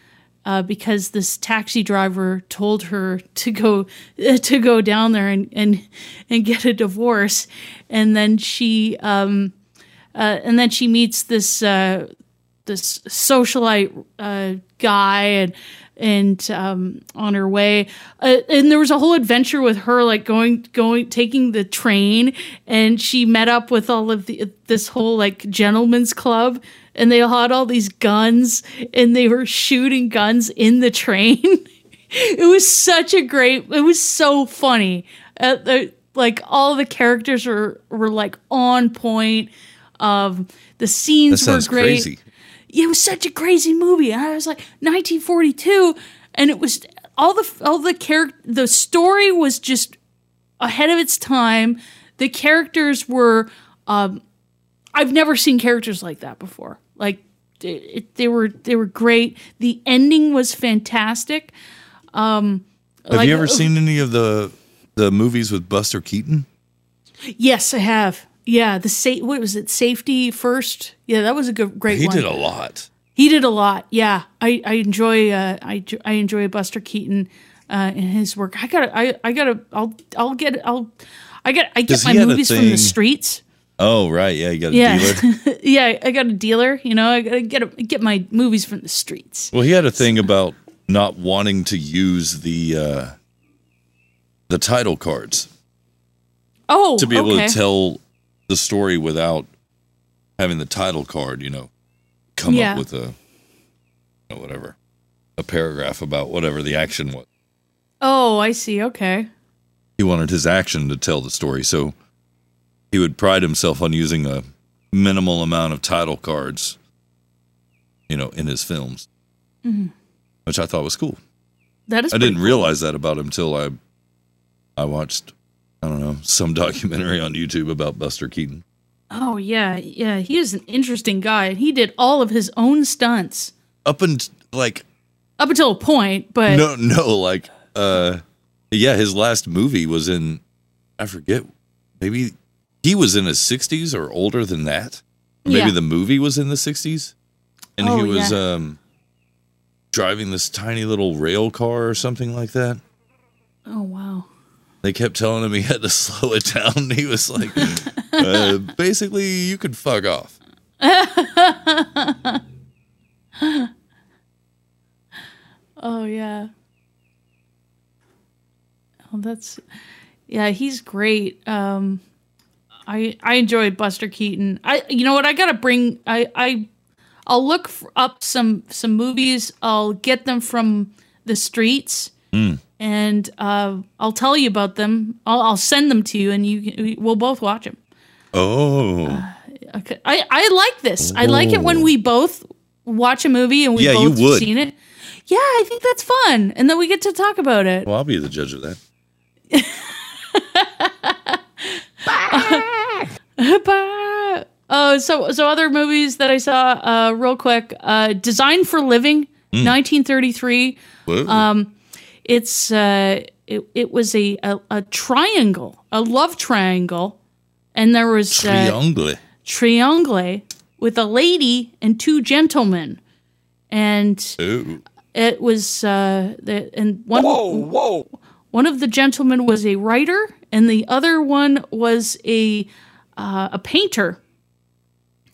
Speaker 4: Uh, because this taxi driver told her to go uh, to go down there and and, and get a divorce, and then she um, uh, and then she meets this uh, this socialite uh, guy and and um, on her way uh, and there was a whole adventure with her like going going taking the train and she met up with all of the, this whole like gentlemen's club and they all had all these guns and they were shooting guns in the train it was such a great it was so funny uh, the, like all the characters were were like on point um the
Speaker 3: That
Speaker 4: scenes were
Speaker 3: sounds
Speaker 4: great
Speaker 3: crazy.
Speaker 4: it was such a crazy movie. And I was like 1942, and it was all the all the character. The story was just ahead of its time. The characters were. Um, I've never seen characters like that before. Like it, it, they were they were great. The ending was fantastic. Um,
Speaker 3: Have
Speaker 4: like- uh,
Speaker 3: you ever seen any of the the movies with Buster Keaton?
Speaker 4: Yes, I have. Yeah, the sa- what was it? Safety first. Yeah, that was a good, great
Speaker 3: he
Speaker 4: one.
Speaker 3: did a lot.
Speaker 4: He did a lot. Yeah, I I enjoy uh, I j- I enjoy Buster Keaton uh, and his work. I got I I gotta I'll I'll get I'll I got I get
Speaker 3: 'Cause
Speaker 4: my
Speaker 3: he had a
Speaker 4: movies from the
Speaker 3: thing-
Speaker 4: streets.
Speaker 3: Oh right, yeah, you got a
Speaker 4: Yeah,
Speaker 3: dealer.
Speaker 4: yeah, I got a dealer. You know, I gotta get a, get my movies from the streets.
Speaker 3: Well, he had a thing about not wanting to use the uh, the title cards
Speaker 4: Oh,
Speaker 3: to be able
Speaker 4: okay.
Speaker 3: to tell the story without having the title card. You know, come
Speaker 4: Yeah.
Speaker 3: up with a you know, whatever a paragraph about whatever the action was.
Speaker 4: Oh, I see. Okay.
Speaker 3: He wanted his action to tell the story, so he would pride himself on using a minimal amount of title cards. You know, in his films,
Speaker 4: Mhm.
Speaker 3: which I thought was cool.
Speaker 4: That is.
Speaker 3: I
Speaker 4: pretty
Speaker 3: didn't realize that about him till I I watched I don't know some documentary on YouTube about Buster Keaton.
Speaker 4: Oh yeah, yeah. He is an interesting guy. He did all of his own stunts.
Speaker 3: Up and like
Speaker 4: up until a point, but
Speaker 3: no, no, like, uh, yeah, his last movie was in, I forget, maybe he was in his 60s or older than that. Maybe
Speaker 4: Yeah.
Speaker 3: the movie was in the 60s, and
Speaker 4: Oh,
Speaker 3: he was
Speaker 4: yeah.
Speaker 3: um, driving this tiny little rail car or something like that.
Speaker 4: oh wow.
Speaker 3: They kept telling him he had to slow it down. He was like, uh, basically, you could fuck off.
Speaker 4: oh yeah. Oh, that's yeah. He's great. Um, I I enjoyed Buster Keaton. I you know what I gotta bring. I I I'll look f- up some some movies. I'll get them from the streets.
Speaker 3: Mm.
Speaker 4: and uh, I'll tell you about them. I'll, I'll send them to you, and you can, we'll both watch them.
Speaker 3: Oh,
Speaker 4: Uh, Okay. I I like this. I like it when we both watch a movie and we
Speaker 3: Yeah, you
Speaker 4: both
Speaker 3: would.
Speaker 4: seen it. Yeah, I think that's fun, and then we get to talk about it.
Speaker 3: well, I'll be the judge of that.
Speaker 4: Bah. Oh, so so other movies that I saw uh, real quick. Uh, Design for Living,
Speaker 2: Mm.
Speaker 4: 1933.
Speaker 2: Whoa.
Speaker 4: Um, it's uh, it, it was a, a a triangle, a love triangle, and there was uh,
Speaker 3: Triangle.
Speaker 4: triangle with a lady and two gentlemen, and
Speaker 3: Ooh.
Speaker 4: it was uh, the, and one whoa whoa one of the gentlemen was a writer and the other one was a uh, a painter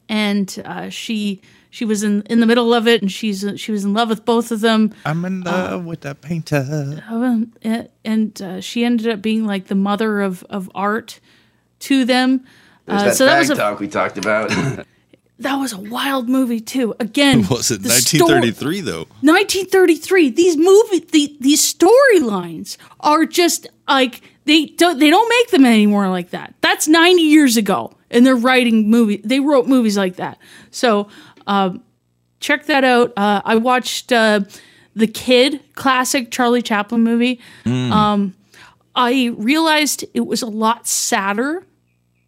Speaker 4: and uh, she she was in in the middle of it and she's she was in love with both of them
Speaker 3: I'm
Speaker 4: Uh,
Speaker 3: in love with that painter.
Speaker 4: um, and- and uh, she ended up being like the mother of of art to them
Speaker 22: There's
Speaker 4: uh,
Speaker 22: that
Speaker 4: so that
Speaker 22: bag
Speaker 4: was a
Speaker 22: talk we talked about.
Speaker 4: that was a wild movie too again
Speaker 3: was it
Speaker 4: the story-
Speaker 3: 1933 though?
Speaker 4: 1933. These movie, the, these storylines are just like they don't they don't make them anymore like that. That's 90 years ago, and they're writing movie. They wrote movies like that. So um, check that out. Uh, I watched uh, the Kid classic Charlie Chaplin movie.
Speaker 2: Mm.
Speaker 4: Um, I realized it was a lot sadder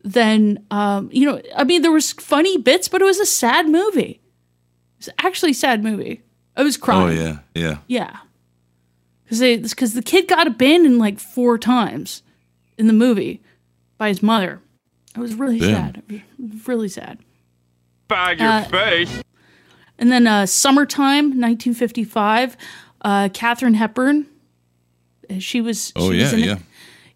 Speaker 4: than um, you know. I mean, there was funny bits, but it was a sad movie. It's actually a sad movie. I was
Speaker 3: Oh
Speaker 4: crying.
Speaker 3: yeah, yeah.
Speaker 4: Yeah. Because they because the kid got abandoned like four times in the movie by his mother. I was really
Speaker 2: Damn.
Speaker 4: sad. It was really sad.
Speaker 2: Bag
Speaker 4: your Uh,
Speaker 2: face.
Speaker 4: And then uh, summertime, 1955. Uh, Catherine Hepburn. Uh, She was.
Speaker 2: Oh,
Speaker 4: she was
Speaker 2: yeah,
Speaker 4: in it.
Speaker 2: yeah.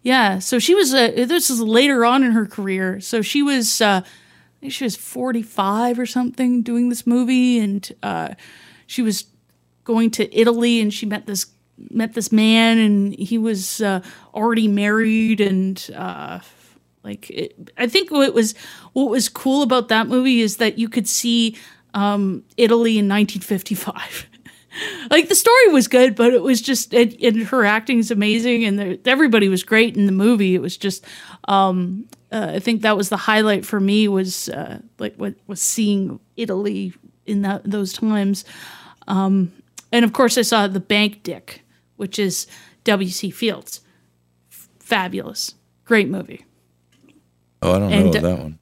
Speaker 4: Yeah. So she was. Uh, this is later on in her career. So she was. Uh, I think she was 45 or something doing this movie, and uh, she was going to Italy, and she met this met this man, and he was uh, already married, and uh, like it, I think what was what was cool about that movie is that you could see um, Italy in 1955. like the story was good, but it was just and, and her acting is amazing, and there, everybody was great in the movie. It was just um, uh, I think that was the highlight for me was uh, like what was seeing Italy in that, those times, um, and of course I saw The Bank Dick, which is W. C. Fields, F- fabulous, great movie
Speaker 3: Oh, I don't
Speaker 4: And,
Speaker 3: know
Speaker 4: uh,
Speaker 3: that one.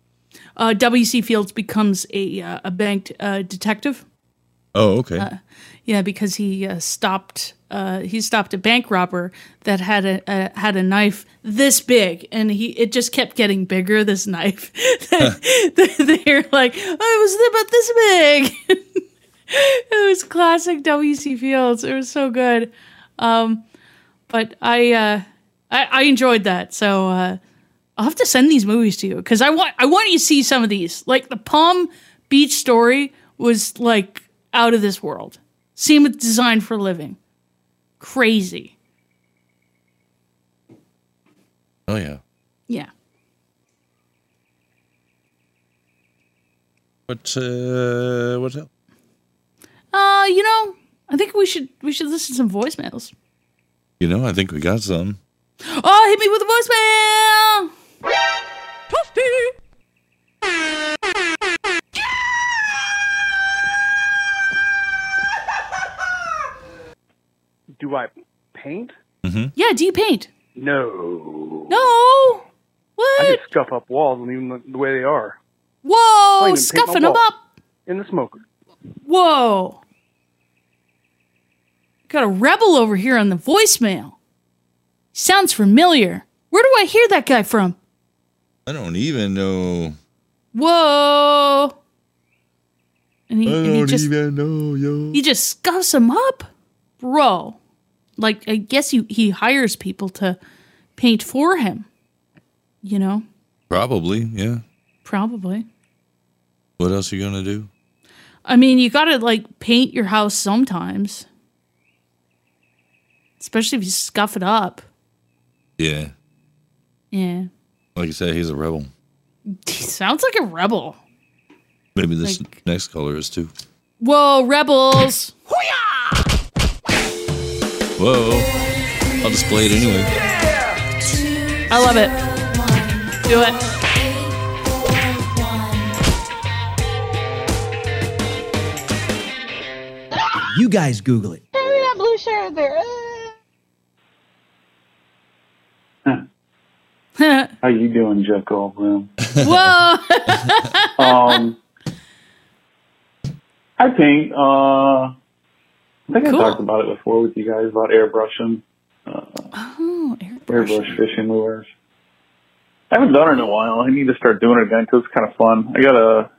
Speaker 4: uh, W.C. Fields becomes a uh, a banked uh, detective.
Speaker 3: Oh, okay.
Speaker 4: Uh, yeah, because he uh, stopped uh, he stopped a bank robber that had a, a had a knife this big, and he it just kept getting bigger. This knife, they're like, oh, it was about this big. it was classic W.C. Fields. It was so good. Um, but I, uh, I I enjoyed that. So uh, I'll have to send these movies to you because I want I want you to see some of these. Like the Palm Beach story was like out of this world. Same with Design for Living, crazy.
Speaker 3: oh yeah.
Speaker 4: Yeah.
Speaker 3: What uh, what else?
Speaker 4: Uh, you know, I think we should we should listen to some voicemails.
Speaker 3: You know, I think we got some.
Speaker 4: Oh, hit me with a voicemail.
Speaker 15: Do I paint?
Speaker 4: Yeah, do you paint?
Speaker 15: No.
Speaker 4: No.
Speaker 15: I
Speaker 4: What?
Speaker 15: just scuff up walls and leave them the way they are. I
Speaker 4: Whoa,
Speaker 15: don't even paint my
Speaker 4: scuffing them
Speaker 15: walls.
Speaker 4: up.
Speaker 15: In the smoker.
Speaker 4: Whoa. Got a rebel over here on the voicemail. Sounds familiar. Where do I hear that guy from?
Speaker 3: I don't even know.
Speaker 4: Whoa. And he,
Speaker 3: I
Speaker 4: and he
Speaker 3: don't
Speaker 4: just
Speaker 3: even know, yo.
Speaker 4: he just scuffs him up, bro. Like I guess he he hires people to paint for him. You know,
Speaker 3: Probably, yeah.
Speaker 4: probably.
Speaker 3: What else are you gonna do?
Speaker 4: I mean, you gotta like paint your house sometimes, especially if you scuff it up.
Speaker 3: Yeah,
Speaker 4: Yeah,
Speaker 3: like I said, he's a rebel.
Speaker 4: sounds like a rebel.
Speaker 3: Maybe this next caller is too.
Speaker 4: Whoa, rebels!
Speaker 3: Whoa! I'll display it anyway.
Speaker 4: I love it. Do it.
Speaker 7: You guys Google it.
Speaker 5: that blue shirt there.
Speaker 2: How you doing, Jeff Goldblum?
Speaker 4: Whoa!
Speaker 2: um, I think uh, I think I talked about it before with you guys about airbrushing,
Speaker 4: Oh,
Speaker 2: airbrush fishing lures. I haven't done it in a while. I need to start doing it again because it's kind of fun. I got a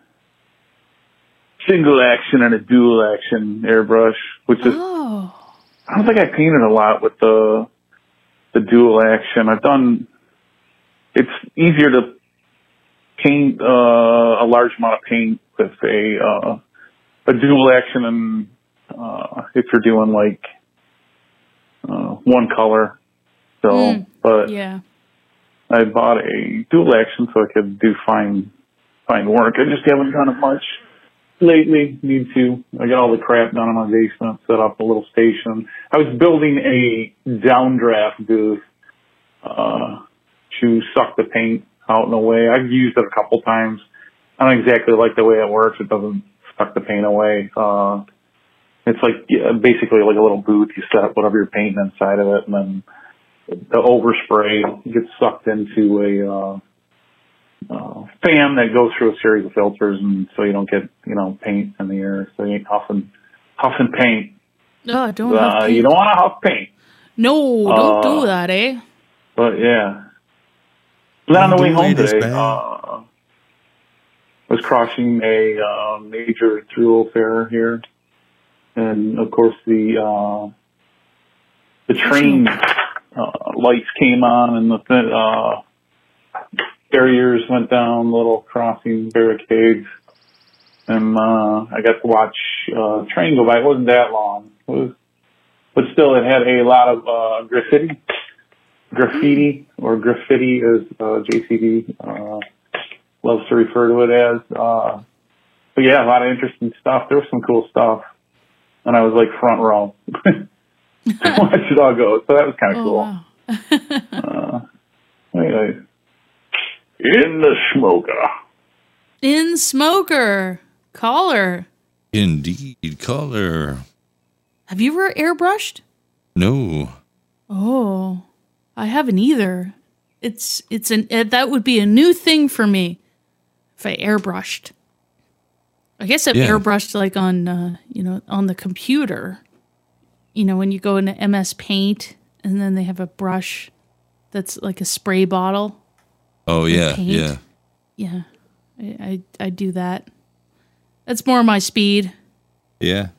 Speaker 2: single action and a dual action airbrush, which is
Speaker 4: Oh.
Speaker 2: I don't think I painted a lot with the the dual action. I've done. It's easier to paint uh, a large amount of paint with a uh, a dual action, and uh, if you're doing like uh, one color. So,
Speaker 4: Mm,
Speaker 2: but
Speaker 4: Yeah.
Speaker 2: I bought a dual action so I could do fine fine work. I just haven't done it much lately. Need to. I got all the crap done in my basement, set up a little station. I was building a downdraft booth uh, to suck the paint out and away. I've used it a couple times. I don't exactly like the way it works. It doesn't suck the paint away. Uh, it's like yeah, basically like a little booth. You set up whatever you're painting inside of it, and then the overspray gets sucked into a uh, uh, fan that goes through a series of filters, and so you don't get you know paint in the air. So you ain't huffing huffing paint.
Speaker 4: No, I don't.
Speaker 2: Uh,
Speaker 4: have
Speaker 2: you
Speaker 4: paint.
Speaker 2: don't want to huff paint,
Speaker 4: No, don't
Speaker 2: Uh,
Speaker 4: do that, eh?
Speaker 2: but yeah. Then on the way Don't home read this, today, man. uh, was crossing a uh, major thoroughfare here, and of course the uh, the train uh, lights came on and the th- uh, barriers went down, little crossing barricades, and uh, I got to watch uh, train go by. It wasn't that long, it was, but still, it had a lot of uh, graffiti. Graffiti or graffiti, as uh, JCD uh, loves to refer to it as. Uh, but yeah, a lot of interesting stuff. There was some cool stuff, and I was like front row to watch it all go. So that was
Speaker 4: Oh,
Speaker 2: kind of cool. uh, anyway. in the
Speaker 10: Oh,
Speaker 2: smoker.
Speaker 4: In smoker caller.
Speaker 3: Indeed, caller.
Speaker 4: Have you ever airbrushed?
Speaker 3: No,
Speaker 4: Oh, I haven't either. It's it's an uh, that would be a new thing for me if I airbrushed. I guess I've
Speaker 3: Yeah.
Speaker 4: airbrushed like on uh, you know on the computer. You know when you go into MS Paint and then they have a brush that's like a spray bottle.
Speaker 3: Oh
Speaker 4: with
Speaker 3: yeah,
Speaker 4: paint.
Speaker 3: yeah.
Speaker 4: yeah. I, I I do that. That's more my speed.
Speaker 3: yeah.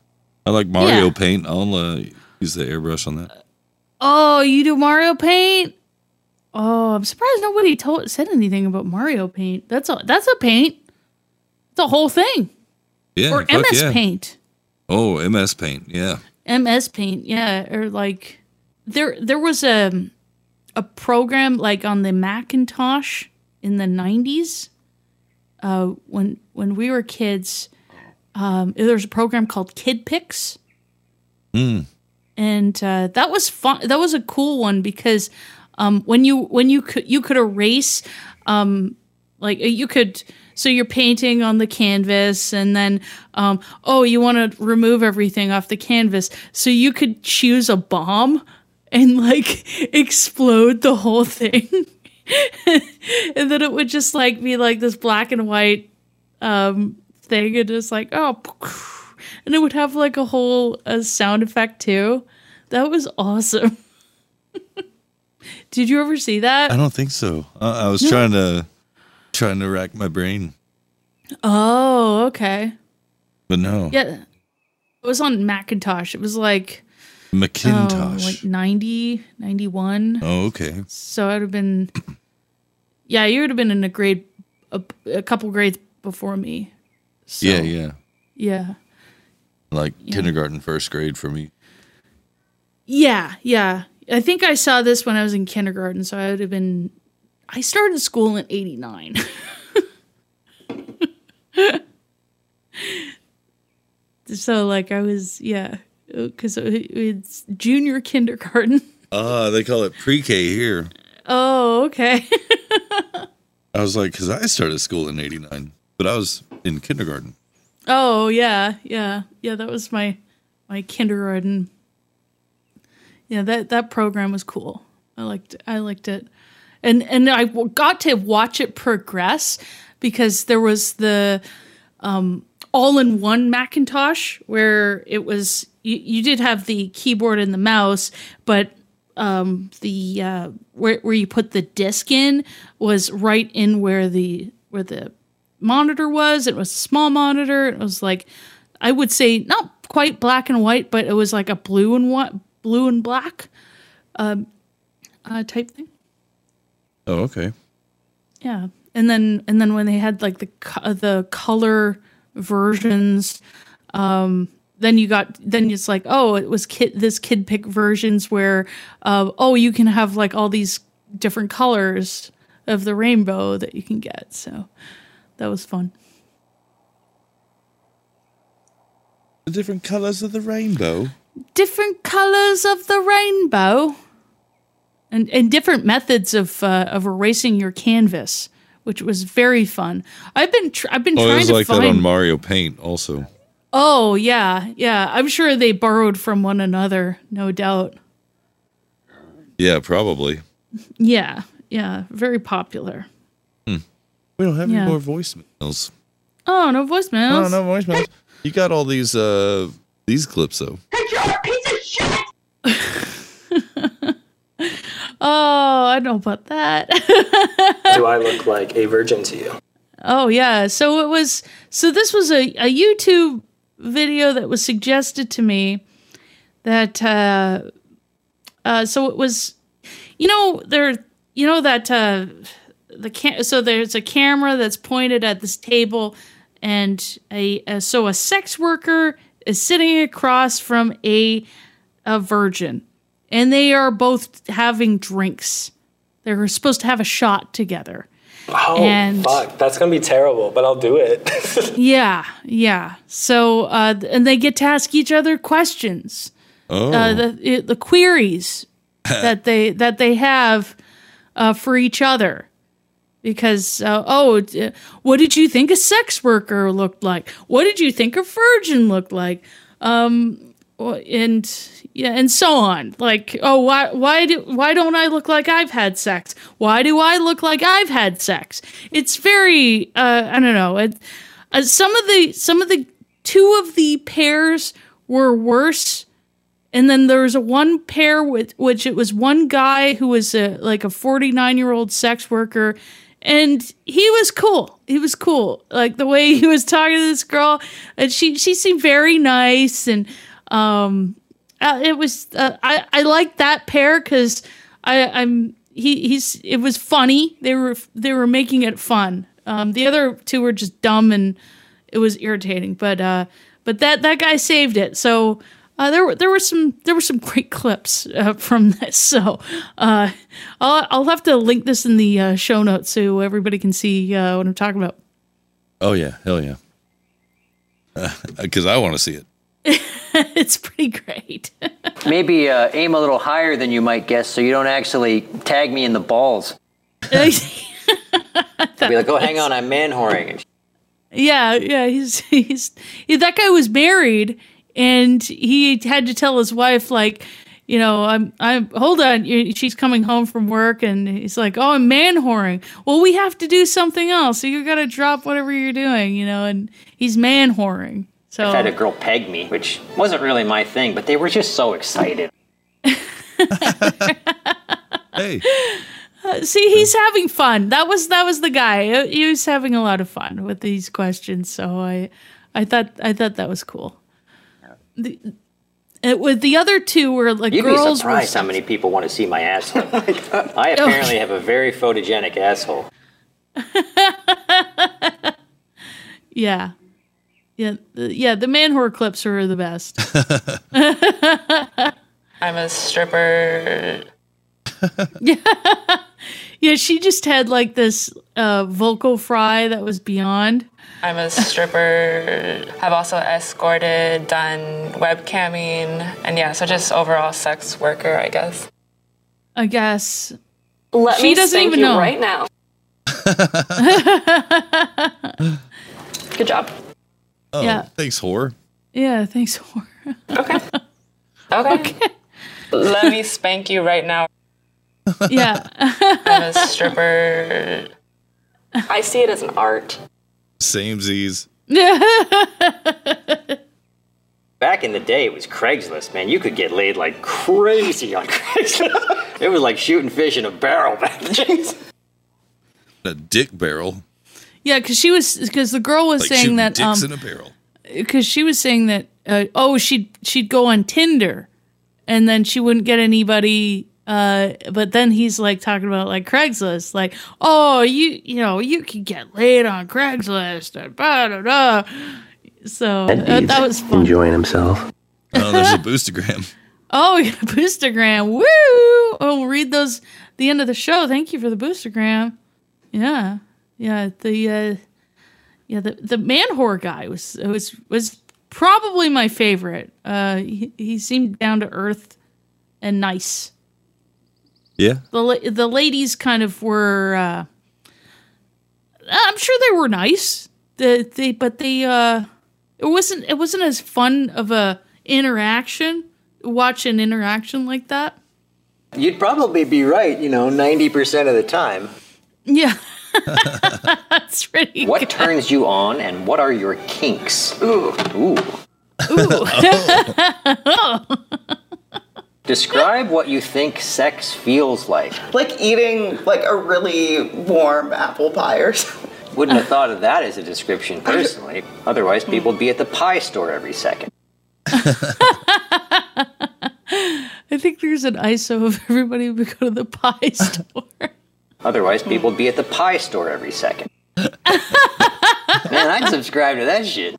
Speaker 3: I like Mario
Speaker 4: Yeah.
Speaker 3: Paint. I'll uh, use the airbrush on that.
Speaker 4: Oh, you do Mario Paint? Oh, I'm surprised nobody told said anything about Mario Paint. That's a that's a paint. It's a whole thing.
Speaker 3: Yeah,
Speaker 4: or
Speaker 3: fuck
Speaker 4: MS
Speaker 3: yeah.
Speaker 4: Paint.
Speaker 3: Oh, MS Paint. Yeah.
Speaker 4: MS Paint, yeah, or like there there was a a program like on the Macintosh in the 90s uh when when we were kids um there's a program called Kid Picks.
Speaker 3: Mm.
Speaker 4: and uh, that was fun. That was a cool one because um, when you when you could you could erase um, like uh, you could so you're painting on the canvas and then um, oh you want to remove everything off the canvas so you could choose a bomb and like explode the whole thing and then it would just like be like this black and white um, thing and just like oh and it would have like a whole a sound effect too That was awesome. Did you ever see that?
Speaker 3: I don't think so. Uh, I was
Speaker 4: No.
Speaker 3: trying to trying to rack my brain,
Speaker 4: Oh, okay.
Speaker 3: but no.
Speaker 4: Yeah. It was on Macintosh. It was like
Speaker 3: Macintosh.
Speaker 4: oh, like 90, 91.
Speaker 3: Oh, okay.
Speaker 4: So I'd have been Yeah, you would have been in a grade a, a couple grades before me.
Speaker 3: yeah, yeah.
Speaker 4: Yeah.
Speaker 3: Like kindergarten, first grade for me.
Speaker 4: Yeah, yeah. I think I saw this when I was in kindergarten, so I would have been I started school in 89. so like I was yeah, cuz it's junior kindergarten.
Speaker 3: Ah, they call it pre-K here.
Speaker 4: Oh, okay.
Speaker 3: I was like, because I started school in '89, but I was in kindergarten.
Speaker 4: Oh yeah, yeah, yeah. That was my my kindergarten. Yeah, that that program was cool. I liked I liked it, and and I w- got to watch it progress because there was the um, all in one Macintosh where it was you, you did have the keyboard and the mouse, but um, the uh, where where you put the disc in was right in where the where the monitor was. It was a small monitor. It was like I would say not quite black and white, but it was like a blue and white, blue and black um, uh, type thing.
Speaker 3: Oh, okay.
Speaker 4: Yeah, and then and then when they had like the co- uh, the color versions, um, then you got then it's like oh it was kid this kid pick versions where uh, oh you can have like all these different colors of the rainbow that you can get. So that was fun.
Speaker 3: The different colors of the rainbow.
Speaker 4: different colors of the rainbow and and different methods of uh, of erasing your canvas which was very fun i've been tr- i've been
Speaker 3: Oh, it
Speaker 4: trying
Speaker 3: was
Speaker 4: to
Speaker 3: like
Speaker 4: find
Speaker 3: that on Mario Paint, also.
Speaker 4: oh yeah yeah i'm sure they borrowed from one another no doubt
Speaker 3: Yeah, probably.
Speaker 4: yeah yeah very popular
Speaker 3: We don't have
Speaker 4: Yeah.
Speaker 3: any more voicemails.
Speaker 4: oh no voicemails
Speaker 3: Oh, no voicemails. You got all these uh these clips though.
Speaker 4: oh i don't know about that
Speaker 8: Do I look like a virgin to you?
Speaker 4: Oh yeah. So it was so this was a, a YouTube video that was suggested to me that uh uh so it was you know there you know that uh the ca- so there's a camera that's pointed at this table and a, a so a sex worker is sitting across from a a virgin and they are both having drinks. They're supposed to have a shot together.
Speaker 8: Oh,
Speaker 4: And-
Speaker 8: fuck. That's going to be terrible, but I'll do it.
Speaker 4: Yeah, yeah. So, uh, th- and they get to ask each other questions.
Speaker 8: Oh.
Speaker 4: Uh, the it, the queries that they that they have uh, for each other, because uh, oh, d- what did you think a sex worker looked like? What did you think a virgin looked like? Um, wh- and yeah, and so on. Like oh, why why do why don't I look like I've had sex? Why do I look like I've had sex? It's very uh, I don't know. It, uh, some of the some of the two of the pairs were worse and then there was a one pair with which it was one guy who was a, like a 49 year old sex worker and he was cool he was cool like the way he was talking to this girl and she she seemed very nice and um uh, it was uh, i i liked that pair because i i'm he he's it was funny they were they were making it fun um the other two were just dumb and it was irritating but uh but that that guy saved it so uh, there were there were some there were some great clips uh, from this so uh i'll i'll have to link this in the uh, show notes so everybody can see uh, what i'm talking about
Speaker 3: Oh yeah, hell yeah. Because I want to see it.
Speaker 4: it's pretty great
Speaker 22: Maybe uh, aim a little higher than you might guess so you don't actually tag me in the balls. be like, oh, hang on, I'm man whoring.
Speaker 4: Yeah, yeah, he's he's yeah, that guy was married and he had to tell his wife like, you know, I'm I'm hold on, you- she's coming home from work and he's like, "Oh, I'm man whoring." Well, we have to do something else. So you got to drop whatever you're doing, you know, and he's man whoring. So
Speaker 22: I've had a girl peg me, which wasn't really my thing, but they were just so excited.
Speaker 3: hey.
Speaker 4: Uh, see, he's having fun. That was that was the guy. Uh, He was having a lot of fun with these questions. So I, I thought I thought that was cool. The, it, with the other two were like
Speaker 22: You'd be
Speaker 4: girls. were
Speaker 22: surprised how many people want to see my asshole.
Speaker 7: Oh
Speaker 22: I apparently have a very photogenic asshole.
Speaker 4: Yeah. Yeah, the, yeah, the man whore clips are the best.
Speaker 5: I'm a stripper.
Speaker 4: yeah, she just had like this uh, vocal fry that was beyond.
Speaker 5: I'm a stripper. I've also escorted, done webcamming, and yeah, so just overall sex worker, I guess.
Speaker 4: I guess.
Speaker 5: Let
Speaker 4: she
Speaker 5: me
Speaker 4: doesn't
Speaker 5: spank
Speaker 4: even
Speaker 5: you
Speaker 4: know
Speaker 5: right now.
Speaker 4: Good job.
Speaker 3: Oh,
Speaker 4: Yeah.
Speaker 3: thanks, whore.
Speaker 4: Yeah, thanks. whore.
Speaker 5: Okay. Let me spank you right now.
Speaker 4: Yeah.
Speaker 5: I'm a stripper. I see it as an art.
Speaker 3: Same Z's.
Speaker 22: Back in the day, it was Craigslist, man. You could get laid like crazy on Craigslist. It was like shooting fish in a barrel back then.
Speaker 3: A dick barrel.
Speaker 4: Yeah, because she was because the girl was
Speaker 3: Like
Speaker 4: saying
Speaker 3: shooting
Speaker 4: that
Speaker 3: dicks
Speaker 4: um,
Speaker 3: in a barrel.
Speaker 4: because she was saying that uh, oh she'd she'd go on Tinder, and then she wouldn't get anybody. Uh, but then he's like talking about like Craigslist, like oh you you know you can get laid on Craigslist and blah blah blah. So uh, that was fun.
Speaker 6: enjoying himself.
Speaker 3: Oh, there's a boostergram.
Speaker 4: Oh, we got a boostergram. Woo! Oh, we'll read those at the end of the show. Thank you for the boostergram. Yeah. Yeah, the uh yeah, the the man whore guy was was was probably my favorite. Uh he, he seemed down to earth and nice.
Speaker 3: Yeah.
Speaker 4: The la- the ladies kind of were uh I'm sure they were nice. The they but they uh it wasn't it wasn't as fun of a interaction watch an interaction like that
Speaker 22: You'd probably be right, you know, 90% of the time.
Speaker 4: yeah that's pretty
Speaker 22: What turns you on and what are your kinks? Ooh. Ooh. Describe what you think sex feels like.
Speaker 9: Like eating like a really warm apple pie or something.
Speaker 22: Wouldn't have thought of that as a description personally. Otherwise,
Speaker 4: Hmm.
Speaker 22: people would be at the pie store every second.
Speaker 4: i think there's an iso of everybody who would go to the pie store Hmm.
Speaker 22: Otherwise, people would be at the pie store every second. Man, I'd subscribe to that shit.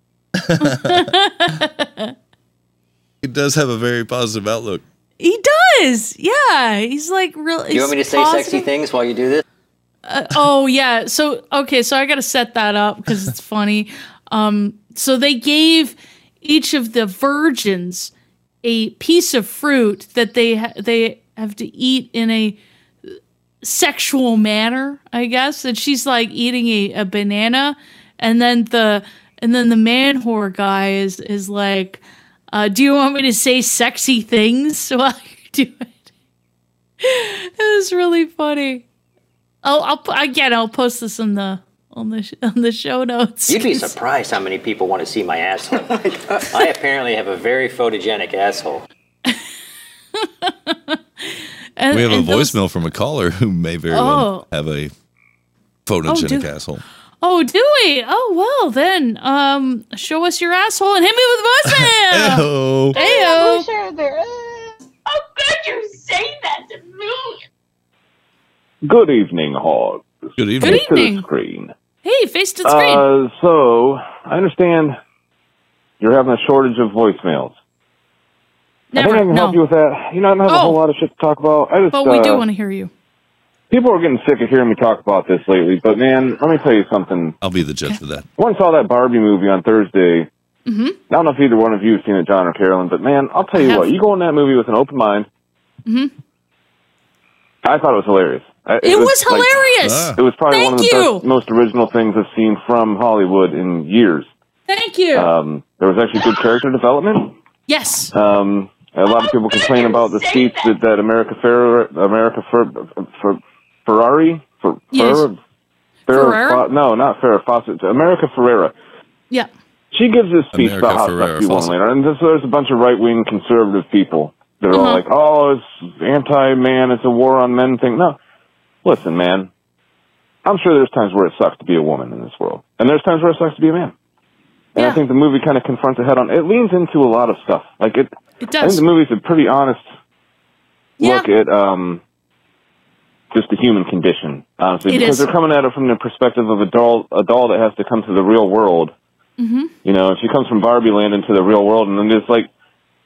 Speaker 3: It does have a very positive outlook.
Speaker 4: he does yeah he's like real
Speaker 22: you want me to
Speaker 4: he's
Speaker 22: say sexy
Speaker 4: positive.
Speaker 22: things while you do this?
Speaker 4: Uh, oh yeah. So okay, so I got to set that up because it's funny. Um, so they gave each of the virgins a piece of fruit that they ha- they have to eat in a sexual manner, I guess. And she's like eating a, a banana, and then the and then the man whore guy is is like, uh, "Do you want me to say sexy things while you do it?" it was really funny. Oh, I'll pu- again. I'll post this on the on the sh- on the show notes.
Speaker 22: You'd be surprised how many people want to see my asshole. I apparently have a very photogenic asshole.
Speaker 4: And-
Speaker 3: we have a
Speaker 4: and those-
Speaker 3: voicemail from a caller who may very well have a
Speaker 4: Oh,
Speaker 3: photogenic
Speaker 4: dude.
Speaker 3: asshole.
Speaker 4: Oh, do we? Oh, well then, um, show us your asshole and hit me with a voicemail.
Speaker 3: Ew.
Speaker 4: Heyo.
Speaker 5: How could you say that to me?
Speaker 12: Good evening, Hog.
Speaker 3: Good
Speaker 12: evening.
Speaker 4: Good evening.
Speaker 12: screen.
Speaker 4: Hey, face to the screen.
Speaker 12: Uh, so, I understand you're having a shortage of voicemails. I think I
Speaker 4: Never.
Speaker 12: can
Speaker 4: No.
Speaker 12: help you with that. You know, I don't have a whole
Speaker 4: Oh.
Speaker 12: lot of shit to talk about. I just,
Speaker 4: But we do
Speaker 12: uh,
Speaker 4: want to hear you.
Speaker 12: People are getting sick of hearing me talk about this lately, but man, let me tell you something.
Speaker 3: I'll be the judge for that.
Speaker 12: Once saw that Barbie movie on Thursday.
Speaker 4: Mm-hmm.
Speaker 12: I don't know if either one of you have seen it, John or Carolyn, but man, I'll tell
Speaker 4: I
Speaker 12: you
Speaker 4: have.
Speaker 12: what, you go in that movie with an open mind.
Speaker 4: Mm-hmm.
Speaker 12: I thought it was hilarious. I,
Speaker 4: It was hilarious. Ah.
Speaker 12: it was probably one of the
Speaker 4: Thank you.
Speaker 12: best, most original things I've seen from Hollywood in years.
Speaker 4: Thank you.
Speaker 12: Um, there was actually good character development.
Speaker 4: yes.
Speaker 12: Um, a lot of people complain about the seats that, that America Fer- America Fer- Fer- Ferrari for
Speaker 4: Yes.
Speaker 12: Ferrera,
Speaker 4: Ferrera?
Speaker 12: no, not Ferrera Fawcett. America Ferrera.
Speaker 4: Yeah.
Speaker 12: She gives this speech
Speaker 3: America
Speaker 12: about how
Speaker 3: Ferrera
Speaker 12: sexy women
Speaker 3: Fawcett.
Speaker 12: are, and this, there's a bunch of right wing conservative people They're
Speaker 4: Uh-huh.
Speaker 12: all like, "Oh, it's anti-man. It's a war on men thing." No, listen, man. I'm sure there's times where it sucks to be a woman in this world, and there's times where it sucks to be a man. And I think the movie kind of confronts it head on. It leans into a lot of stuff. Like it,
Speaker 4: It
Speaker 12: I think
Speaker 4: does.
Speaker 12: the movie's a pretty honest look at um, just the human condition, honestly,
Speaker 4: It
Speaker 12: because
Speaker 4: is.
Speaker 12: they're coming at it from the perspective of a doll, a doll that has to come to the real world.
Speaker 4: Mhm.
Speaker 12: You know, she comes from Barbie land into the real world, and then it's like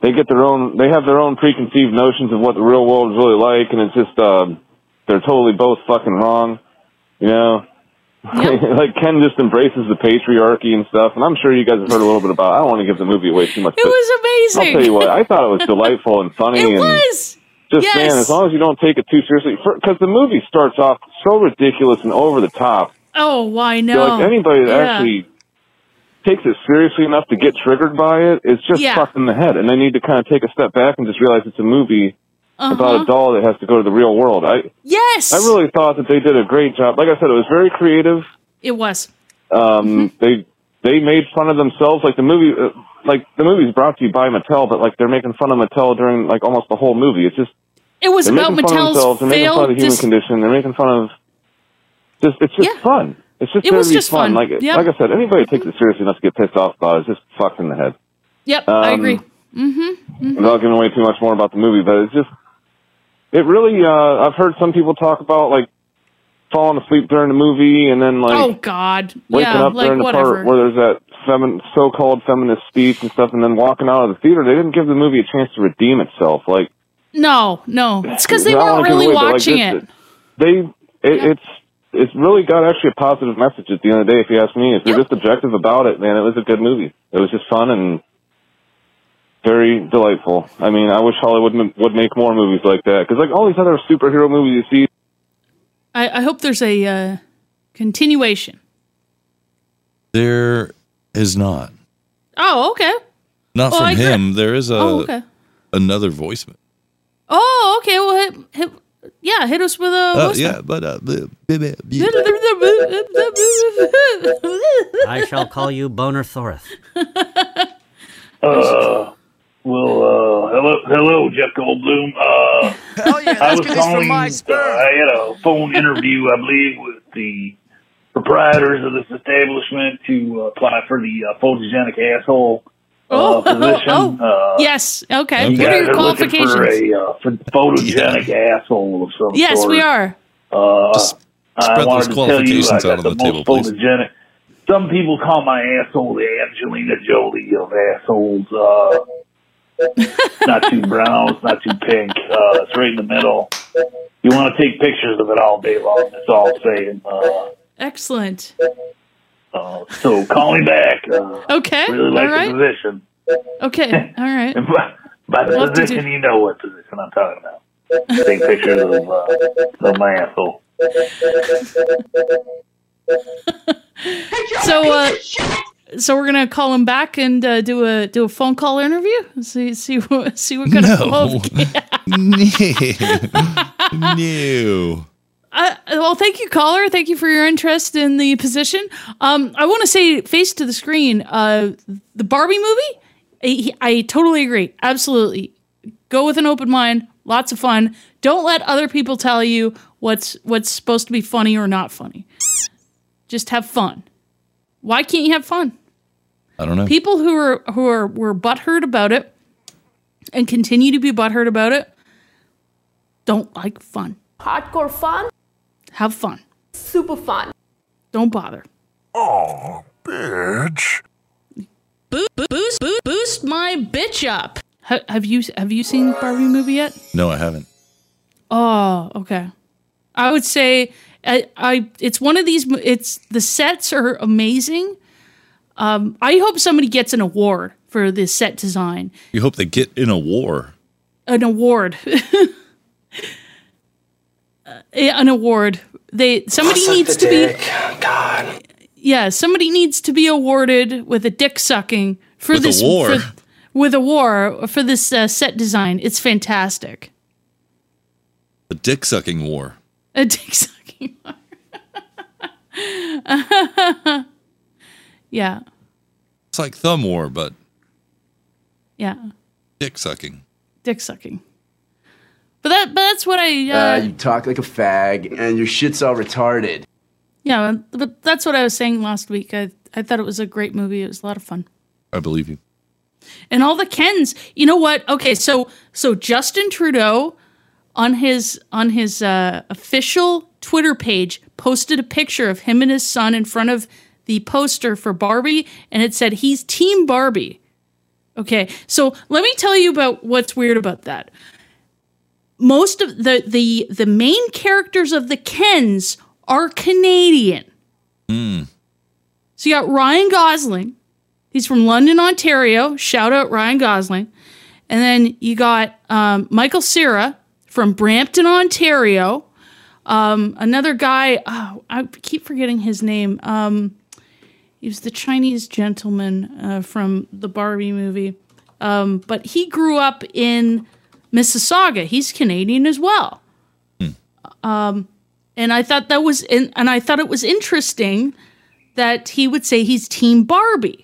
Speaker 12: they get their own, they have their own preconceived notions of what the real world is really like, and it's just um, they're totally both fucking wrong. You know. like Ken just embraces the patriarchy and stuff, and I'm sure you guys have heard a little bit about. I don't want to give the movie away too much.
Speaker 4: It
Speaker 12: but
Speaker 4: was amazing.
Speaker 12: I'll tell you what, I thought it was delightful and funny.
Speaker 4: It
Speaker 12: and
Speaker 4: was.
Speaker 12: Just
Speaker 4: Yes.
Speaker 12: man, as long as you don't take it too seriously, because the movie starts off so ridiculous and over the top.
Speaker 4: Oh, why
Speaker 12: that,
Speaker 4: no?
Speaker 12: Like anybody that
Speaker 4: Yeah.
Speaker 12: actually takes it seriously enough to get triggered by it is just
Speaker 4: Yeah.
Speaker 12: fucked in the head, and they need to kind of take a step back and just realize it's a movie about
Speaker 4: Uh-huh.
Speaker 12: a doll that has to go to the real world. I
Speaker 4: Yes.
Speaker 12: I really thought that they did a great job. Like I said, it was very creative.
Speaker 4: It was. Mm-hmm.
Speaker 12: Um, they they made fun of themselves. Like the movie, uh, like the movie's brought to you by Mattel, but like they're making fun of Mattel during like almost the whole movie. It's just
Speaker 4: It was
Speaker 12: they're
Speaker 4: about
Speaker 12: making fun of
Speaker 4: Mattel's
Speaker 12: themselves. They're making fun
Speaker 4: failed
Speaker 12: of the human
Speaker 4: dis-
Speaker 12: condition. They're making fun of just it's just fun. It's just
Speaker 4: It
Speaker 12: gonna
Speaker 4: was
Speaker 12: be
Speaker 4: just fun.
Speaker 12: Like
Speaker 4: Yeah. Mm-hmm.
Speaker 12: like I said, anybody who takes it seriously enough to get pissed off about it is just fucked in the head.
Speaker 4: Yep, I
Speaker 12: Um,
Speaker 4: agree. Mm-hmm.
Speaker 12: Without giving away too much more about the movie, but it's just it really. uh I've heard some people talk about like falling asleep during the movie and then like
Speaker 4: oh God.
Speaker 12: waking
Speaker 4: Yeah.
Speaker 12: up
Speaker 4: Like
Speaker 12: during the
Speaker 4: whatever.
Speaker 12: part where there's that femin- so-called feminist speech and stuff, and then walking out of the theater. They didn't give the movie a chance to redeem itself. Like
Speaker 4: no, no. It's because they
Speaker 12: I don't
Speaker 4: weren't
Speaker 12: wanna give
Speaker 4: really
Speaker 12: away, but, like,
Speaker 4: watching
Speaker 12: this-
Speaker 4: it.
Speaker 12: They it, it's it's really got actually a positive message at the end of the day. If you ask me, if you're just objective about it, man, it was a good movie. It was just fun and very delightful. I mean, I wish Hollywood m- would make more movies like that because like all these other superhero movies you see,
Speaker 4: I, I hope there's a uh, continuation.
Speaker 3: There is not.
Speaker 4: Oh, okay.
Speaker 3: Not
Speaker 4: Oh,
Speaker 3: from
Speaker 4: I agree.
Speaker 3: him. There is a
Speaker 4: oh, okay.
Speaker 3: another voicemail.
Speaker 4: Oh, okay. Well, hit, hit, yeah, hit us with a.
Speaker 3: Uh,
Speaker 4: Oh, what's
Speaker 3: yeah, but uh, bleh, bleh, bleh, bleh.
Speaker 4: that?
Speaker 7: I shall call you Boner Thorith.
Speaker 10: Uh, well, uh, hello, hello, Jeff Goldblum.
Speaker 4: Oh,
Speaker 10: Uh, I was calling. uh, I had a phone interview, I believe, with the proprietors of this establishment to apply for the uh, photogenic asshole uh,
Speaker 4: Oh,
Speaker 10: position.
Speaker 4: oh,
Speaker 10: uh,
Speaker 4: yes. Okay.
Speaker 10: You
Speaker 4: What are
Speaker 10: guys
Speaker 4: your
Speaker 10: are looking
Speaker 4: qualifications?
Speaker 10: for a uh, for photogenic asshole of some
Speaker 4: yes,
Speaker 10: sort.
Speaker 4: we are.
Speaker 10: Uh, I
Speaker 3: spread
Speaker 10: wanted
Speaker 3: those
Speaker 10: to tell you, I
Speaker 3: qualifications out
Speaker 10: got
Speaker 3: on
Speaker 10: the,
Speaker 3: the
Speaker 10: most
Speaker 3: table, please.
Speaker 10: photogenic. Some people call my asshole the Angelina Jolie of assholes. Uh, not too brown, it's not too pink. Uh, it's right in the middle. You want to take pictures of it all day long. That's all I'm saying. Uh,
Speaker 4: Excellent.
Speaker 10: uh, so call me back. Uh,
Speaker 4: Okay.
Speaker 10: Really like
Speaker 4: All right.
Speaker 10: the position.
Speaker 4: Okay. All right.
Speaker 10: And by, by the
Speaker 4: Love to
Speaker 10: position, you know what position I'm talking about. Take pictures of, uh, of my asshole.
Speaker 4: So, uh, so we're gonna call him back and uh, do a do a phone call interview. See see what see what kind of
Speaker 3: No.
Speaker 4: qualifications.
Speaker 3: no.
Speaker 4: Uh, well, thank you, caller. Thank you for your interest in the position. Um, I want to say, face to the screen, uh, the Barbie movie. I, I totally agree. Absolutely, go with an open mind. Lots of fun. Don't let other people tell you what's what's supposed to be funny or not funny. Just have fun. Why can't you have fun?
Speaker 3: I don't know.
Speaker 4: People who are who are were butthurt about it and continue to be butthurt about it don't like fun.
Speaker 23: Hardcore fun,
Speaker 4: Have fun.
Speaker 23: super fun.
Speaker 4: Don't bother.
Speaker 23: Oh.
Speaker 4: Bitch. Boost, boost, boost, boost my bitch up. Ha- have you have you seen the Barbie movie yet?
Speaker 3: No, I haven't.
Speaker 4: Oh, okay. I would say I, I it's one of these. mo- It's the sets are amazing. Um, I hope somebody gets an award for the set design.
Speaker 3: You hope they get in a war.
Speaker 4: an award. Uh, an award. They somebody
Speaker 24: Suck the
Speaker 4: needs to
Speaker 24: dick.
Speaker 4: be Yeah, somebody needs to be awarded with a dick sucking for
Speaker 3: With a
Speaker 4: this
Speaker 3: war.
Speaker 4: for- with a war for this uh, set design. It's fantastic.
Speaker 3: A dick sucking war.
Speaker 4: A dick sucking war. yeah.
Speaker 3: It's like thumb war, but
Speaker 4: Yeah.
Speaker 3: dick sucking.
Speaker 4: Dick sucking. But that, but that's what I. Uh,
Speaker 16: Uh, you talk like a fag, and your shit's all retarded.
Speaker 4: yeah, but that's what I was saying last week. I, I thought it was a great movie. It was a lot of fun.
Speaker 3: I believe you.
Speaker 4: and all the Kens. You know what? Okay, so so Justin Trudeau on his on his uh, official Twitter page posted a picture of him and his son in front of the poster for Barbie, and it said he's Team Barbie. Okay, so let me tell you about what's weird about that. Most of the the the main characters of the Kens are Canadian. So you got Ryan Gosling. He's from London, Ontario. Shout out Ryan Gosling. And then you got um, Michael Cera from Brampton, Ontario. Um, another guy, oh, I keep forgetting his name. Um, he was the Chinese gentleman uh, from the Barbie movie. Um, but he grew up in Mississauga. He's Canadian as well. Um, and I thought that was, in, and I thought it was interesting that he would say he's Team Barbie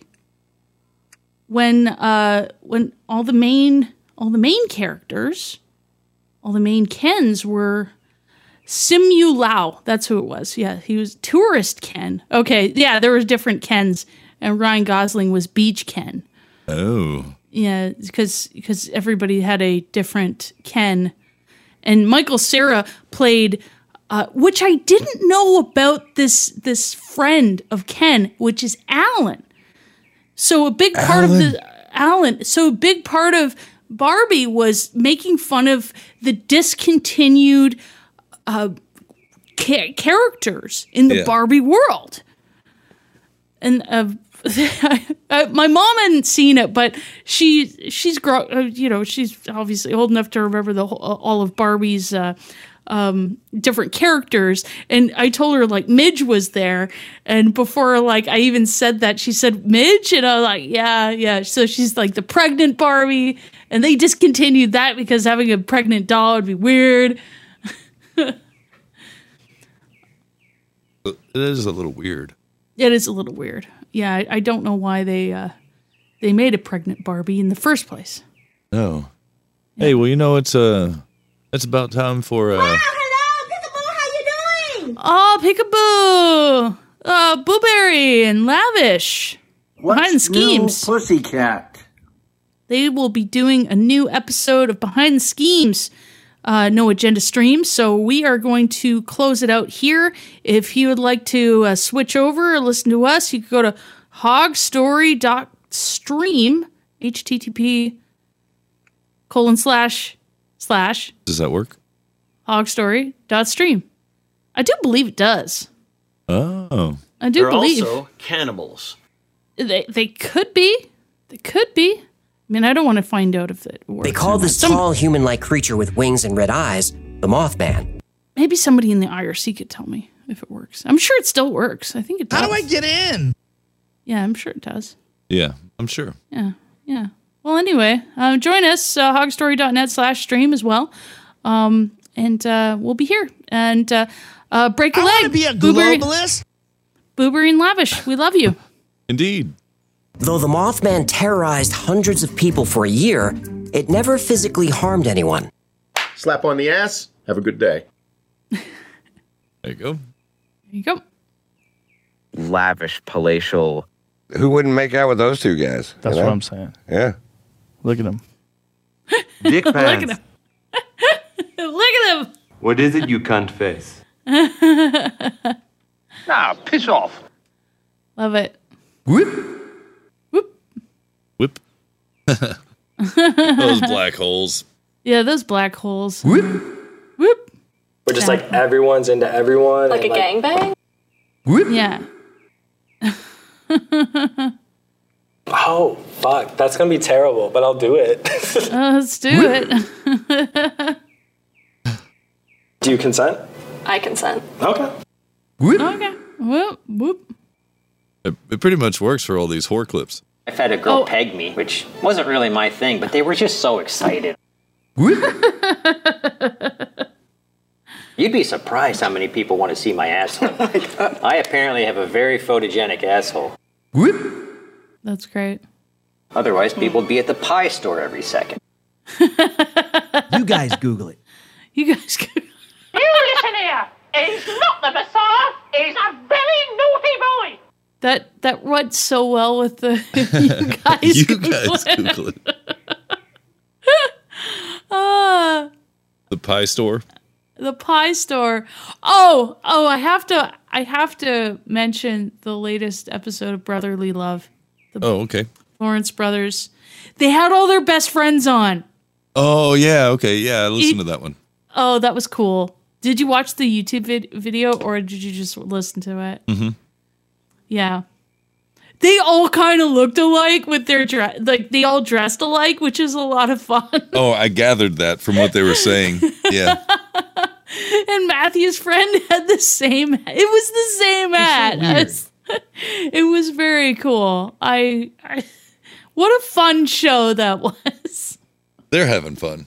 Speaker 4: when uh, when all the main all the main characters, all the main Kens were Simu Lau. That's who it was. Yeah, he was tourist Ken. Okay, yeah, there was different Kens, and Ryan Gosling was beach Ken.
Speaker 3: Oh.
Speaker 4: Yeah, because because everybody had a different Ken, and Michael Sarah played, uh, which I didn't know about this this friend of Ken, which is Alan. So a big part of the Alan. So a big part of Barbie was making fun of the discontinued uh, ca- characters in the
Speaker 7: Yeah.
Speaker 4: Barbie world and uh, uh, my mom hadn't seen it, but she she's grow uh, you know she's obviously old enough to remember the whole, all of Barbie's uh, um, different characters. And I told her like Midge was there, and before like I even said that, she said Midge, and I was like, yeah, yeah. So she's like the pregnant Barbie, and they discontinued that because having a pregnant doll would be weird.
Speaker 3: It is a little weird.
Speaker 4: It is a little weird. Yeah, I, I don't know why they uh, they made a pregnant Barbie in the first place.
Speaker 3: No. Hey, well, you know, it's uh, it's about time for uh,
Speaker 4: Oh, Peekaboo! Uh, Booberry and Lavish. Behind the Schemes.
Speaker 17: Pussycat.
Speaker 4: They will be doing a new episode of Behind the Schemes. Uh, no agenda stream, so we are going to close it out here. If you would like to uh, switch over or listen to us, you can go to hogstory.stream, http colon slash slash
Speaker 3: does that work?
Speaker 4: hogstory.stream. I do believe it does.
Speaker 3: Oh.
Speaker 4: I do
Speaker 17: They're
Speaker 4: believe.
Speaker 17: also cannibals.
Speaker 4: They they could be. They could be. I mean, I don't want to find out if it works.
Speaker 25: They call this tall human like creature with wings and red eyes the Mothman.
Speaker 4: Maybe somebody in the IRC could tell me if it works. I'm sure it still works. I think it does. How do I
Speaker 17: get in?
Speaker 4: Yeah, I'm sure it does.
Speaker 3: Yeah, I'm sure.
Speaker 4: Yeah, yeah. Well, anyway, um, join us, uh, hogstory.net slash stream as well. Um, and uh, we'll be here. And uh, uh, break a leg. be a globalist. Boobery and Lavish, we love you.
Speaker 3: Indeed.
Speaker 25: Though the Mothman terrorized hundreds of people for a year, it never physically harmed anyone.
Speaker 17: Slap on the ass. Have a good day.
Speaker 3: there you go.
Speaker 4: There you go.
Speaker 26: Lavish, palatial. Who wouldn't make out with those two guys?
Speaker 27: That's what I'm saying.
Speaker 26: Yeah.
Speaker 27: Look at him.
Speaker 26: Dick
Speaker 4: Look at
Speaker 26: pants.
Speaker 4: him. Look
Speaker 26: What is it you cunt face?
Speaker 4: at him.
Speaker 26: Nah, piss off.
Speaker 4: love it.
Speaker 3: Those black holes.
Speaker 4: Yeah, those black holes.
Speaker 8: We're just like everyone's into everyone. and,
Speaker 4: gangbang? Yeah.
Speaker 8: Oh fuck, that's gonna be terrible, but I'll do it.
Speaker 4: Uh, let's do it.
Speaker 8: do you consent?
Speaker 5: I consent.
Speaker 8: Okay.
Speaker 4: Okay. Whoop, whoop.
Speaker 3: It, it pretty much works for all these whore clips.
Speaker 22: I've had a girl peg me, which wasn't really my thing, but they were just so excited. You'd be surprised how many people want to see my asshole. I apparently have a very photogenic asshole.
Speaker 4: That's great.
Speaker 22: Otherwise, people would be at the pie store every second.
Speaker 10: You guys Google it.
Speaker 4: You guys go.
Speaker 11: You listen here. He's not the Messiah. He's a very naughty boy.
Speaker 4: That that went so well with the you guys.
Speaker 3: You guys Google it.
Speaker 4: Ah,
Speaker 3: The pie store.
Speaker 4: the pie store. Oh, oh, I have to I have to mention the latest episode of Brotherly Love.
Speaker 3: Oh, okay.
Speaker 4: Lawrence Brothers. They had all their best friends on.
Speaker 3: Oh, yeah. Okay. Yeah. I listened to that one.
Speaker 4: Oh, that was cool. Did you watch the YouTube vid- video or did you just listen to it?
Speaker 3: Mm-hmm.
Speaker 4: Yeah. They all kind of looked alike with their dress. Like they all dressed alike, which is a lot of fun.
Speaker 3: Oh, I gathered that from what they were saying. Yeah.
Speaker 4: and Matthew's friend had the same. It was the same hat.
Speaker 3: weird.
Speaker 4: It's- it was very cool. I, I. What a fun show that was.
Speaker 3: They're having fun.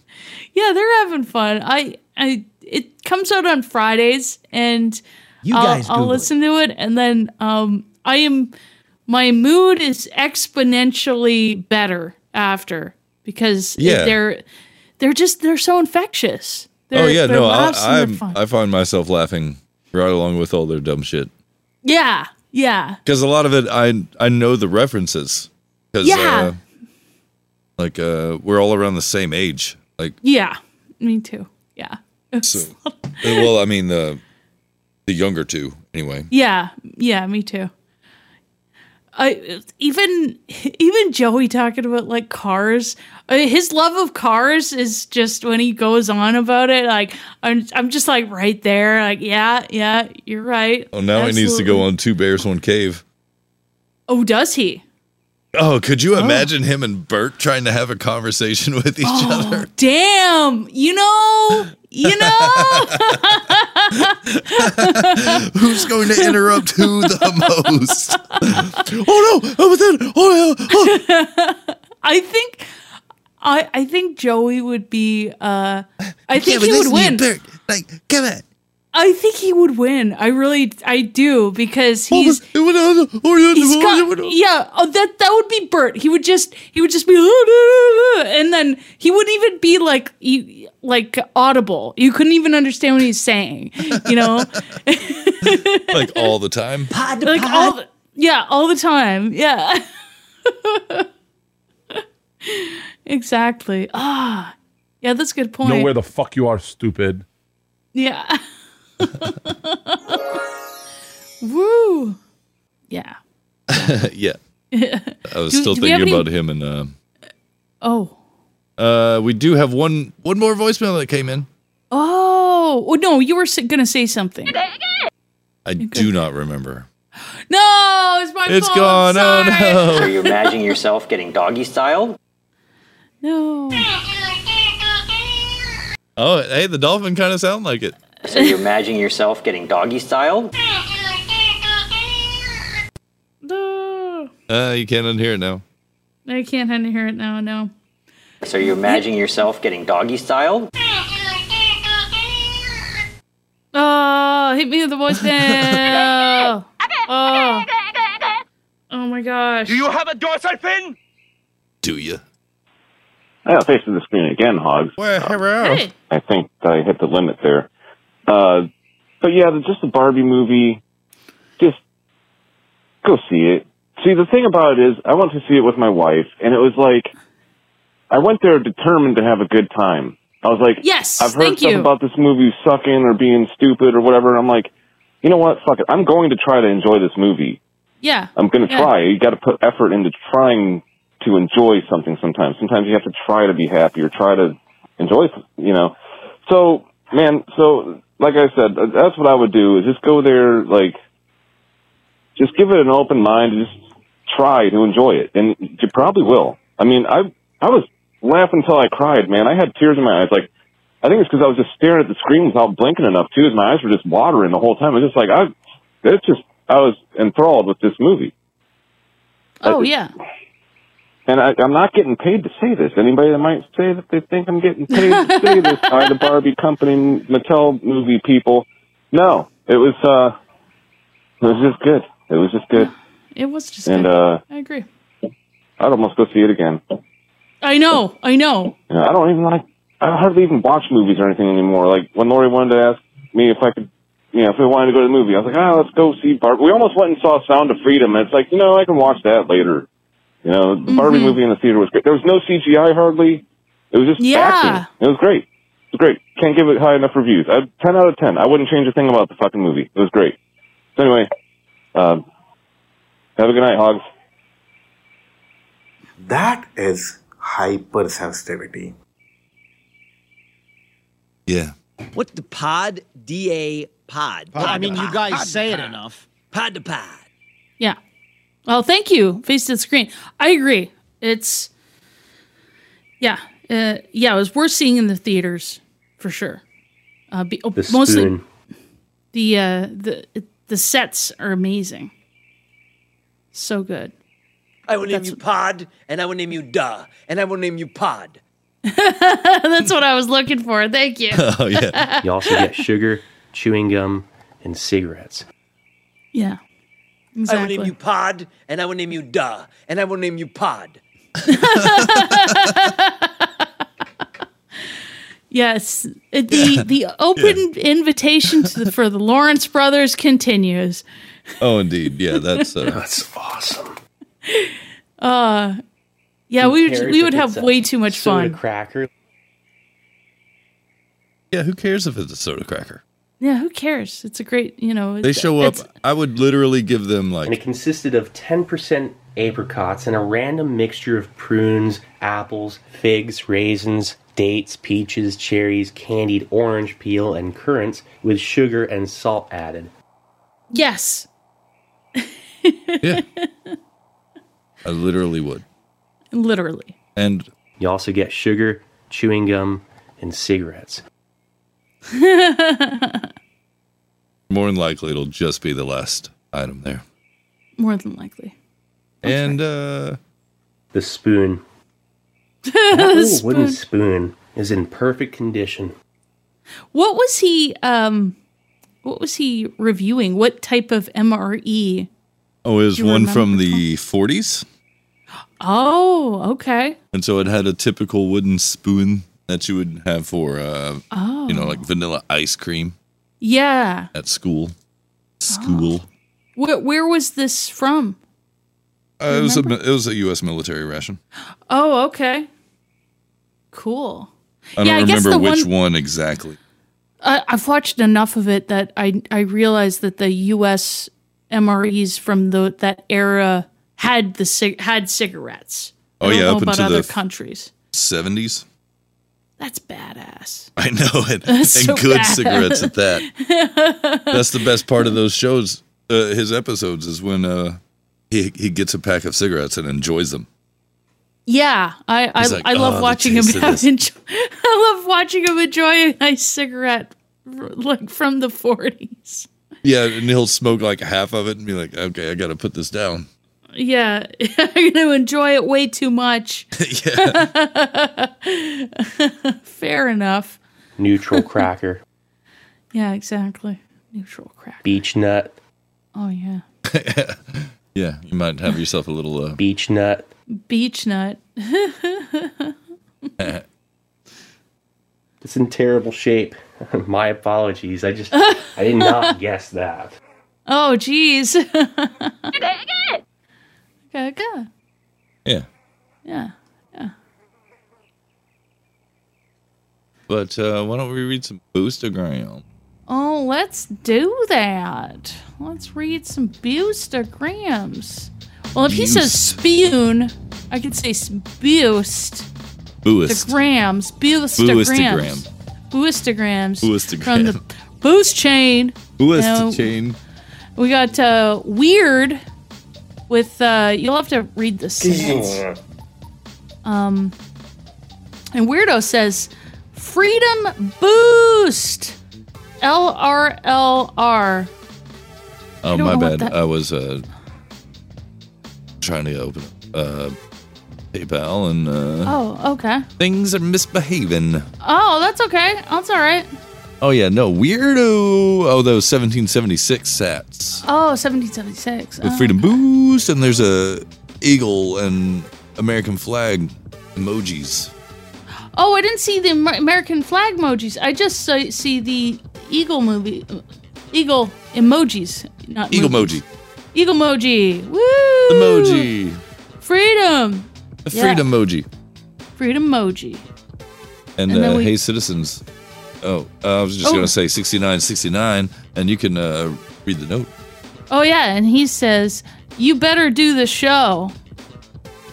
Speaker 4: Yeah, they're having fun. I. I. It comes out on Fridays, and
Speaker 3: You
Speaker 4: I'll,
Speaker 3: guys
Speaker 4: I'll
Speaker 3: Google it.
Speaker 4: listen to it, and then um, I am. My mood is exponentially better after because
Speaker 3: Yeah.
Speaker 4: they're they're just they're so infectious. They're,
Speaker 3: oh, yeah.
Speaker 4: they're
Speaker 3: No,
Speaker 4: laughs and
Speaker 3: I,
Speaker 4: they're
Speaker 3: I'm,
Speaker 4: fun.
Speaker 3: I find myself laughing right along with all their dumb shit.
Speaker 4: Yeah, yeah,
Speaker 3: Because a lot of it, I I know the references. 'Cause, Uh,
Speaker 4: Yeah.
Speaker 3: like, uh, we're all around the same age. Like,
Speaker 4: yeah. Me too. Yeah.
Speaker 3: so, uh, well, I mean, the, the younger two, anyway.
Speaker 4: Yeah, yeah, me too. I even even Joey talking about like cars. uh, His love of cars is just when he goes on about it. Like I'm, I'm just like right there. Like yeah, yeah, you're right.
Speaker 3: Oh, now it needs to
Speaker 4: Absolutely.
Speaker 3: go on Two Bears, One Cave.
Speaker 4: Oh, does he?
Speaker 3: Oh, could you imagine him and Bert trying to have a conversation with each other?
Speaker 4: Oh, Damn, you know, you know.
Speaker 3: Who's going to interrupt who the most?
Speaker 4: oh no! Oh, then, oh, I think, I I think Joey would be. uh I think he would win.
Speaker 3: Like, come on.
Speaker 4: I think he would win. I really, I do
Speaker 3: Oh,
Speaker 4: because he's. he's got, yeah, oh, that that would be Bert. He would just he would just be, and then he wouldn't even be like you like audible. You couldn't even understand what he's saying. You know,
Speaker 3: Like all the time.
Speaker 4: like all
Speaker 3: oh.
Speaker 4: the, yeah, all the time. Yeah. exactly. Ah. Yeah, that's a good point.
Speaker 19: Know where the fuck you are, stupid.
Speaker 4: yeah. Woo. Yeah.
Speaker 3: yeah. I was
Speaker 4: Do-
Speaker 3: still
Speaker 4: do we have
Speaker 3: thinking
Speaker 4: any-
Speaker 3: about him and uh,
Speaker 4: Oh.
Speaker 3: uh we do have one one more voicemail that came in.
Speaker 4: Oh. Oh no, you were s- going to say something.
Speaker 3: I do not remember.
Speaker 4: No, it's my
Speaker 3: It's
Speaker 4: fault.
Speaker 3: gone.
Speaker 4: I'm sorry.
Speaker 3: Oh
Speaker 22: Are you imagining yourself getting doggy styled?
Speaker 4: No.
Speaker 3: no. Oh, hey, the dolphin kind of sound like it.
Speaker 22: So you're imagining yourself getting doggy styled?
Speaker 4: No.
Speaker 3: Uh you can't unhear it now.
Speaker 4: I can't hear it now. No.
Speaker 22: So you're imagining yourself getting doggy styled?
Speaker 4: Oh, hit me with the voicemail. oh. oh my gosh. Do you have a dorsal fin?
Speaker 3: Do you?
Speaker 12: Yeah, face of the screen again, Hogs.
Speaker 3: Well, hello.
Speaker 4: Hey.
Speaker 12: I think I hit the limit there. Uh, but yeah, the- just the Barbie movie. Just go see it. See, the thing about it is, I went to see it with my wife, and it was like I went there determined to have a good time. I was like,
Speaker 4: Yes,
Speaker 12: I've heard
Speaker 4: thank
Speaker 12: stuff
Speaker 4: you.
Speaker 12: about this movie sucking or being stupid or whatever, and I'm like, you know what? Fuck it. I'm going to try to enjoy this movie.
Speaker 4: Yeah.
Speaker 12: I'm going to
Speaker 4: Yeah.
Speaker 12: try. You got to put effort into trying to enjoy something sometimes. Sometimes you have to try to be happy or try to enjoy, you know. So, man, so like I said, uh, that's what I would do is just go there, like, just give it an open mind and just try to enjoy it. And you probably will. I mean, I, I was laughing until I cried, man. I had tears in my eyes. Like, I think it's because I was just staring at the screen without blinking enough too. and My eyes were just watering the whole time. I was just like, I, it's just, I was enthralled with this movie.
Speaker 4: Oh yeah.
Speaker 12: And I, I'm not getting paid to say this. Anybody that might say that they think I'm getting paid to say this by the Barbie company, Mattel movie people. No, it was, uh, it was just good. It was just good.
Speaker 4: It was just.
Speaker 12: And,
Speaker 4: good.
Speaker 12: uh,
Speaker 4: I agree.
Speaker 12: I'd almost go see it again.
Speaker 4: I know. I know.
Speaker 12: Yeah, I don't even like I hardly even watch movies or anything anymore. Like when Lori wanted to ask me if I could, you know, if we wanted to go to the movie, I was like, ah, let's go see Barbie. We almost went and saw Sound of Freedom, and it's like, you know, I can watch that later. You know, the Barbie movie in the theater was great. There was no CGI hardly. It was just
Speaker 4: Yeah.
Speaker 12: action. It was great. It was great. Can't give it high enough reviews. I, ten out of ten. I wouldn't change a thing about the fucking movie. It was great. So anyway, um, have a good night, Hogs.
Speaker 1: That is hypersensitivity.
Speaker 3: Yeah.
Speaker 7: What the pod? D A pod.
Speaker 20: Well, I mean, you guys say it
Speaker 7: enough. Pod to pod.
Speaker 4: Yeah. Well, thank you. Face to the screen. I agree. It's yeah, uh, yeah. It was worth seeing in the theaters for sure. Uh, be, oh,
Speaker 6: The
Speaker 4: mostly
Speaker 6: spoon.
Speaker 4: the uh, the the sets are amazing. So good.
Speaker 20: I will name you Pod, and I will name you Duh, and I will name you Pod.
Speaker 4: That's what I was looking for. Thank you.
Speaker 3: Oh,
Speaker 6: you also get sugar, chewing gum, and cigarettes.
Speaker 4: yeah.
Speaker 20: I will
Speaker 4: Exactly.
Speaker 20: name you Pod, and I will name you Duh, and I will name you Pod.
Speaker 4: Yes, It- the the open invitation to the, for the Lawrence brothers continues.
Speaker 3: Oh, indeed. Yeah, that's uh,
Speaker 6: that's awesome.
Speaker 4: Uh yeah, we would,
Speaker 6: Compared
Speaker 4: we
Speaker 6: to
Speaker 4: would have
Speaker 6: pizza.
Speaker 4: way too much
Speaker 6: Soda
Speaker 4: fun.
Speaker 6: Cracker.
Speaker 3: Yeah, who cares if it's a soda cracker?
Speaker 4: Yeah, who cares? It's a great, you know.
Speaker 3: They
Speaker 4: it's-
Speaker 3: show up.
Speaker 4: it's-
Speaker 3: I would literally give them
Speaker 6: And it
Speaker 3: like
Speaker 6: consisted of 10% apricots and a random mixture of prunes, apples, figs, raisins, dates, peaches, cherries, candied orange peel, and currants with sugar and salt added.
Speaker 4: Yes,
Speaker 3: I literally would.
Speaker 4: literally.
Speaker 3: And
Speaker 6: you also get sugar, chewing gum, and cigarettes.
Speaker 3: More than likely, it'll just be the last item there.
Speaker 4: More than likely.
Speaker 3: And uh
Speaker 6: the spoon. That
Speaker 4: The
Speaker 6: little wooden
Speaker 4: spoon.
Speaker 6: spoon is in perfect condition.
Speaker 4: What was he um what was he reviewing? What type of E? MRE?
Speaker 3: Oh, it was
Speaker 4: Do you
Speaker 3: one
Speaker 4: remember
Speaker 3: from the 40s.
Speaker 4: Oh, okay.
Speaker 3: And so it had a typical wooden spoon that you would have for, uh, you know, like vanilla ice cream
Speaker 4: Oh. Yeah.
Speaker 3: at school. School.
Speaker 4: Where where was this from?
Speaker 3: Uh, it was a mi- it was a U.S. military ration.
Speaker 4: Oh, okay. Cool.
Speaker 3: I don't
Speaker 4: yeah, I guess
Speaker 3: remember
Speaker 4: the
Speaker 3: which
Speaker 4: one
Speaker 3: one, exactly.
Speaker 4: I, I've watched enough of it that I I realized that the U.S. MREs from the that era had the cig- had cigarettes. I
Speaker 3: Oh,
Speaker 4: don't
Speaker 3: yeah,
Speaker 4: know
Speaker 3: up
Speaker 4: about
Speaker 3: until
Speaker 4: other
Speaker 3: the-
Speaker 4: countries.
Speaker 3: Seventies.
Speaker 4: That's badass.
Speaker 3: I know it.
Speaker 4: That's
Speaker 3: and
Speaker 4: so
Speaker 3: good
Speaker 4: bad.
Speaker 3: cigarettes at that. That's the best part of those shows. Uh, his episodes is when uh, he he gets a pack of cigarettes and enjoys them.
Speaker 4: Yeah, I I,
Speaker 3: He's like,
Speaker 4: I
Speaker 3: "Oh,
Speaker 4: love
Speaker 3: the
Speaker 4: watching him
Speaker 3: taste of
Speaker 4: have
Speaker 3: this."
Speaker 4: enjoy, I love watching him enjoy a nice cigarette r- like from the forties.
Speaker 3: Yeah, and he'll smoke like half of it and be like, "Okay, I got to put this down."
Speaker 4: Yeah, I'm gonna enjoy it way too much. Fair enough.
Speaker 6: Neutral cracker,
Speaker 4: Yeah, exactly. Neutral crack.
Speaker 6: beech nut,
Speaker 4: Oh yeah.
Speaker 3: Yeah, you might have yourself a little uh,
Speaker 6: beech nut.
Speaker 4: Beach nut.
Speaker 6: It's in terrible shape. My apologies. I just I did not guess that.
Speaker 4: oh, geez. okay, okay.
Speaker 3: Yeah.
Speaker 4: Yeah.
Speaker 3: But uh, why don't we read some boostagram?
Speaker 4: Oh, let's do that. Let's read some boostagrams. Well, if he says spoon, I could say s- boost.
Speaker 3: Boost.
Speaker 4: The grams. Boostagrams.
Speaker 3: Boostagram.
Speaker 4: Boostagrams.
Speaker 3: Boostagram.
Speaker 4: From the boost chain.
Speaker 3: Boost
Speaker 4: Now,
Speaker 3: chain.
Speaker 4: We got uh, weird with, uh, you'll have to read the sentence. Um, and Weirdo says, Freedom Boost!
Speaker 3: Oh
Speaker 4: LRLR. don't
Speaker 3: my
Speaker 4: know what
Speaker 3: bad.
Speaker 4: that-
Speaker 3: I was uh, trying to open up uh, PayPal and uh,
Speaker 4: Oh, okay.
Speaker 3: things are misbehaving.
Speaker 4: Oh, that's okay. That's all right.
Speaker 3: Oh yeah, no weirdo. Oh, those 1776 sats
Speaker 4: Oh, 1776.
Speaker 3: with
Speaker 4: Oh.
Speaker 3: freedom boost, and there's a eagle and American flag emojis.
Speaker 4: Oh, I didn't see the Amer- American flag emojis. I just saw, see the eagle movie, uh, eagle emojis, not
Speaker 3: Eagle emoji.
Speaker 4: mo- eagle emoji. Woo!
Speaker 3: Emoji.
Speaker 4: Freedom.
Speaker 3: The
Speaker 4: Yeah,
Speaker 3: freedom emoji.
Speaker 4: freedom emoji.
Speaker 3: And,
Speaker 4: And then
Speaker 3: uh,
Speaker 4: we-
Speaker 3: hey, citizens. Oh, uh, I was just
Speaker 4: Oh.
Speaker 3: going to say 6969, and you can uh, read the note.
Speaker 4: Oh yeah, and he says, "You better do the show."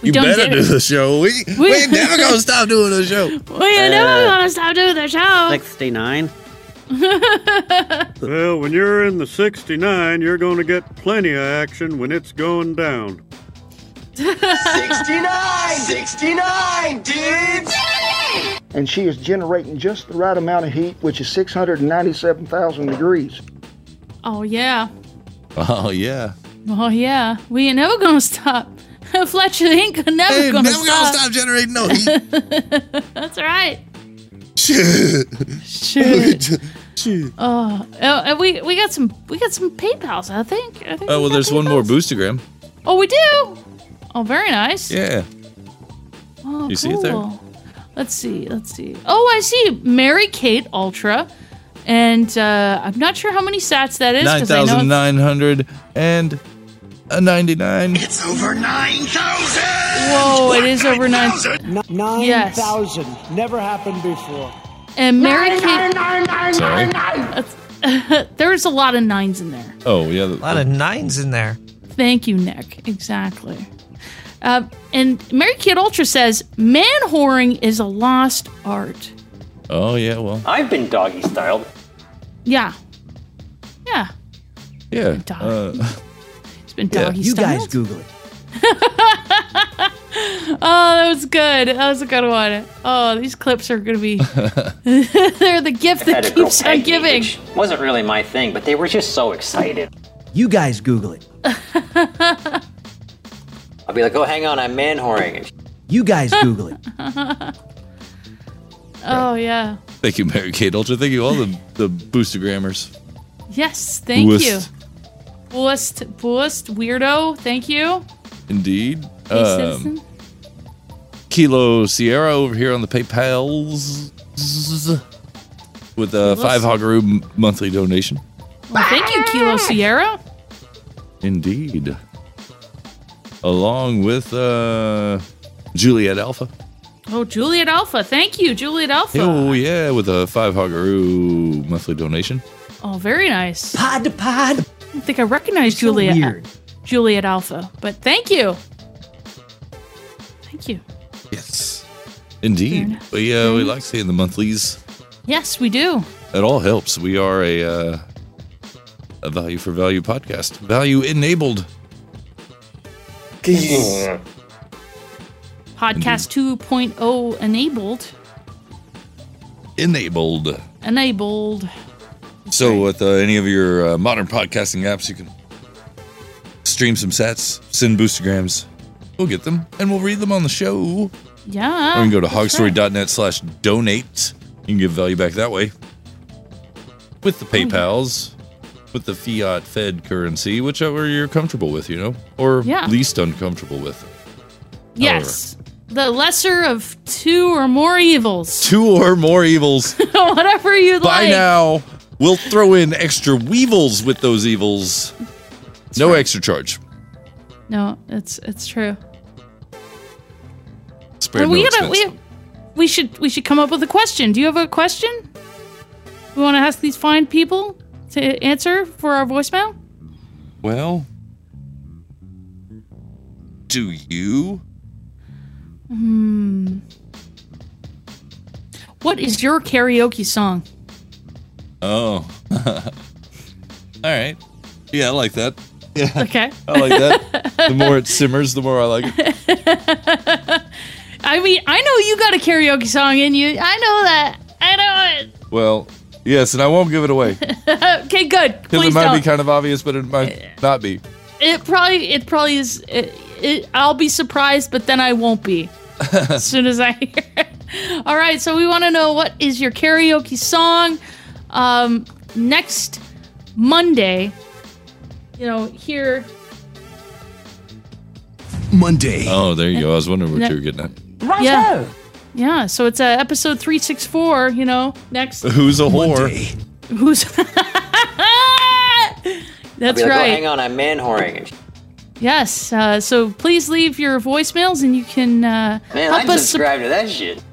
Speaker 4: We
Speaker 3: you
Speaker 4: don't
Speaker 3: better
Speaker 4: get
Speaker 3: do
Speaker 4: it.
Speaker 3: the show. We, we, ain't never going to stop doing the show.
Speaker 4: We are never
Speaker 10: Uh,
Speaker 4: gonna stop doing the show.
Speaker 10: 69?
Speaker 2: well, when you're in the 69, you're going to get plenty of action when it's going down.
Speaker 7: 69! 69, dudes!
Speaker 13: and she is generating just the right amount of heat, which is 697,000 degrees.
Speaker 4: oh yeah,
Speaker 3: Oh, yeah.
Speaker 4: oh yeah. We ain't never gonna stop. Fletcher ain't gonna- never
Speaker 7: Ain't
Speaker 4: gonna
Speaker 7: never
Speaker 4: stop.
Speaker 7: gonna
Speaker 3: stop generating no heat.
Speaker 4: That's right.
Speaker 3: Shit.
Speaker 4: Shit. Oh, uh, and we we got some we got some PayPal's. I think. I think
Speaker 3: Oh,
Speaker 4: we
Speaker 3: well,
Speaker 4: got
Speaker 3: there's one
Speaker 4: PayPals.
Speaker 3: more boostergram.
Speaker 4: Oh, we do. Oh, very nice.
Speaker 3: Yeah.
Speaker 4: Oh,
Speaker 3: You see it there?
Speaker 4: cool. Let's see. Let's see. Oh, I see. Mary Kate Ultra, and uh, I'm not sure how many sats that is. 'cause I know it's-
Speaker 3: 9,999.
Speaker 7: It's over 9,000!
Speaker 4: Whoa, it is over nine. Yes.
Speaker 7: 9,000. Never happened before.
Speaker 4: And Mary
Speaker 7: Nine,
Speaker 4: Kate.
Speaker 7: nine, nine,
Speaker 3: Sorry?
Speaker 4: That's- There's a lot of nines in there.
Speaker 3: Oh, yeah. A
Speaker 18: lot of nines in there.
Speaker 4: Thank you, Nick. Exactly. Uh, and Mary Kate Ultra says, "Man whoring is a lost art."
Speaker 3: Oh, yeah, well.
Speaker 22: I've been doggy styled.
Speaker 4: Yeah. Yeah.
Speaker 3: Yeah.
Speaker 4: It's been doggy
Speaker 18: uh, You
Speaker 4: style.
Speaker 18: guys Google it.
Speaker 4: Oh, that was good. That was a good one. Oh, these clips are gonna be. They're the gift that
Speaker 22: Hypothetical
Speaker 4: keeps on
Speaker 22: technique,
Speaker 4: giving.
Speaker 22: which wasn't really my thing, but they were just so excited.
Speaker 18: You guys Google it.
Speaker 22: I'll be like, oh, hang on, I'm man whoring.
Speaker 18: You guys Google it.
Speaker 4: oh yeah.
Speaker 3: Thank you, Mary Kate Ultra. Thank you, all the, the boostergrammers.
Speaker 4: Yes. Thank
Speaker 3: Boost.
Speaker 4: you. Boost, boost, weirdo. Thank you.
Speaker 3: Indeed.
Speaker 4: Hey,
Speaker 3: Um,
Speaker 4: citizen.
Speaker 3: Kilo Sierra over here on the PayPal's with a
Speaker 4: Kilo
Speaker 3: five
Speaker 4: Sierra.
Speaker 3: hoggeroo monthly donation.
Speaker 4: Well, Oh, thank you, Kilo Sierra.
Speaker 3: Indeed. Along with uh, Juliet Alpha.
Speaker 4: Oh, Juliet Alpha. Thank you, Juliet Alpha.
Speaker 3: Oh, yeah, with a five hoggeroo monthly donation.
Speaker 4: Oh, very nice. Pod to pod. I don't think I recognize Juliet.
Speaker 3: weird.
Speaker 4: Juliet Alpha, but thank you. Thank you.
Speaker 3: Yes. Indeed. We, uh, we like seeing the monthlies.
Speaker 4: Yes, we do.
Speaker 3: It all helps. We are a, uh, a value for value podcast, value enabled.
Speaker 4: Podcast 2.0 enabled.
Speaker 3: Enabled.
Speaker 4: Enabled.
Speaker 3: So, with uh, any of your uh, modern podcasting apps, you can stream some sets, send boostergrams. We'll get them and we'll read them on the show.
Speaker 4: Yeah.
Speaker 3: or you can go to
Speaker 4: Ah, that's right.
Speaker 3: hogstory.net slash donate. You can give value back that way with the
Speaker 4: Hmm.
Speaker 3: PayPals, with the fiat Fed currency, whichever you're comfortable with, you know, or
Speaker 4: Yeah.
Speaker 3: least uncomfortable with.
Speaker 4: Yes. The lesser of two or more evils.
Speaker 3: Two or more evils.
Speaker 4: Whatever you
Speaker 3: By
Speaker 4: like.
Speaker 3: now, we'll throw in extra weevils with those evils. no extra charge.
Speaker 4: No, it's it's true.
Speaker 3: Spare
Speaker 4: And
Speaker 3: no
Speaker 4: we
Speaker 3: expense.
Speaker 4: we we should we should come up with a question. Do you have a question? We want to ask these fine people to answer for our voicemail.
Speaker 3: Well, do you?
Speaker 4: Hmm. What is your karaoke song?
Speaker 3: Oh. All right. Yeah, I like that. Yeah.
Speaker 4: Okay.
Speaker 3: I like that. the more it simmers, the more I like it.
Speaker 4: I mean, I know you got a karaoke song in you. I know that. I
Speaker 3: Well, yes, and I won't give it away
Speaker 4: know it. okay, good.
Speaker 3: because it
Speaker 4: Please
Speaker 3: might
Speaker 4: don't.
Speaker 3: be kind of obvious, but it might not be.
Speaker 4: it probably it probably is. It, it, I'll be surprised, but then I won't be. as soon as I hear it. All right, so we want to know what is your karaoke song um, next Monday. You know, here
Speaker 3: Monday. Oh, there you go. I was wondering what you were getting at.
Speaker 4: yeah. Yeah, so it's uh, episode 364, you know, next.
Speaker 3: Who's a whore?
Speaker 4: Who's.
Speaker 22: I'll
Speaker 4: That's
Speaker 22: be like,
Speaker 4: right.
Speaker 22: Oh, hang on, I'm man whoring. And
Speaker 4: Yes. Uh, so please leave your voicemails and you can uh,
Speaker 22: Man,
Speaker 4: help
Speaker 22: I'm
Speaker 4: us sup-
Speaker 22: subscribed to that shit.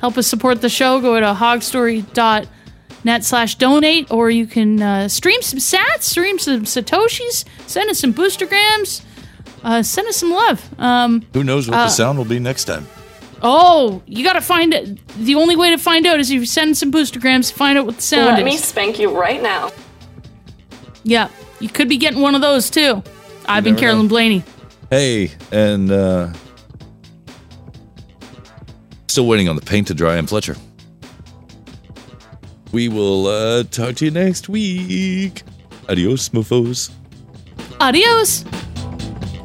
Speaker 4: help us support the show. Go to hogstory.net slash donate or you can uh, stream some sats, stream some satoshis, send us some boostergrams, uh, send us some love. Um,
Speaker 3: Who knows what
Speaker 4: uh,
Speaker 3: the sound will be next time?
Speaker 4: Oh, you got to find it. The only way to find out is if you send some boostergrams to find out what the sound
Speaker 5: Let
Speaker 4: is.
Speaker 5: me spank you right now.
Speaker 4: yeah. You could be getting one of those too. I've been
Speaker 3: never know.
Speaker 4: Carolyn Blaney.
Speaker 3: Hey, and uh still waiting on the paint to dry and Fletcher. We will uh talk to you next week. Adios, mofos.
Speaker 4: Adios.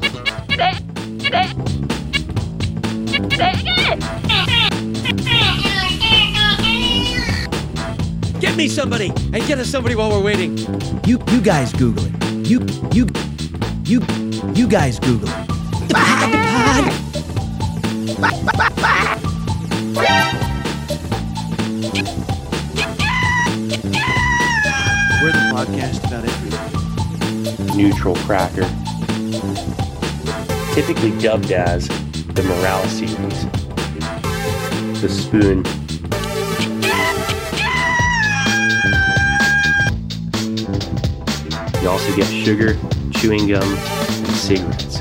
Speaker 20: Get me somebody and get us somebody while we're waiting.
Speaker 18: You you guys Google it. You you you you guys Google it.
Speaker 20: We're the podcast about everything.
Speaker 6: neutral cracker. Typically dubbed as the Morale series. The Spoon. You also get sugar, chewing gum, and cigarettes.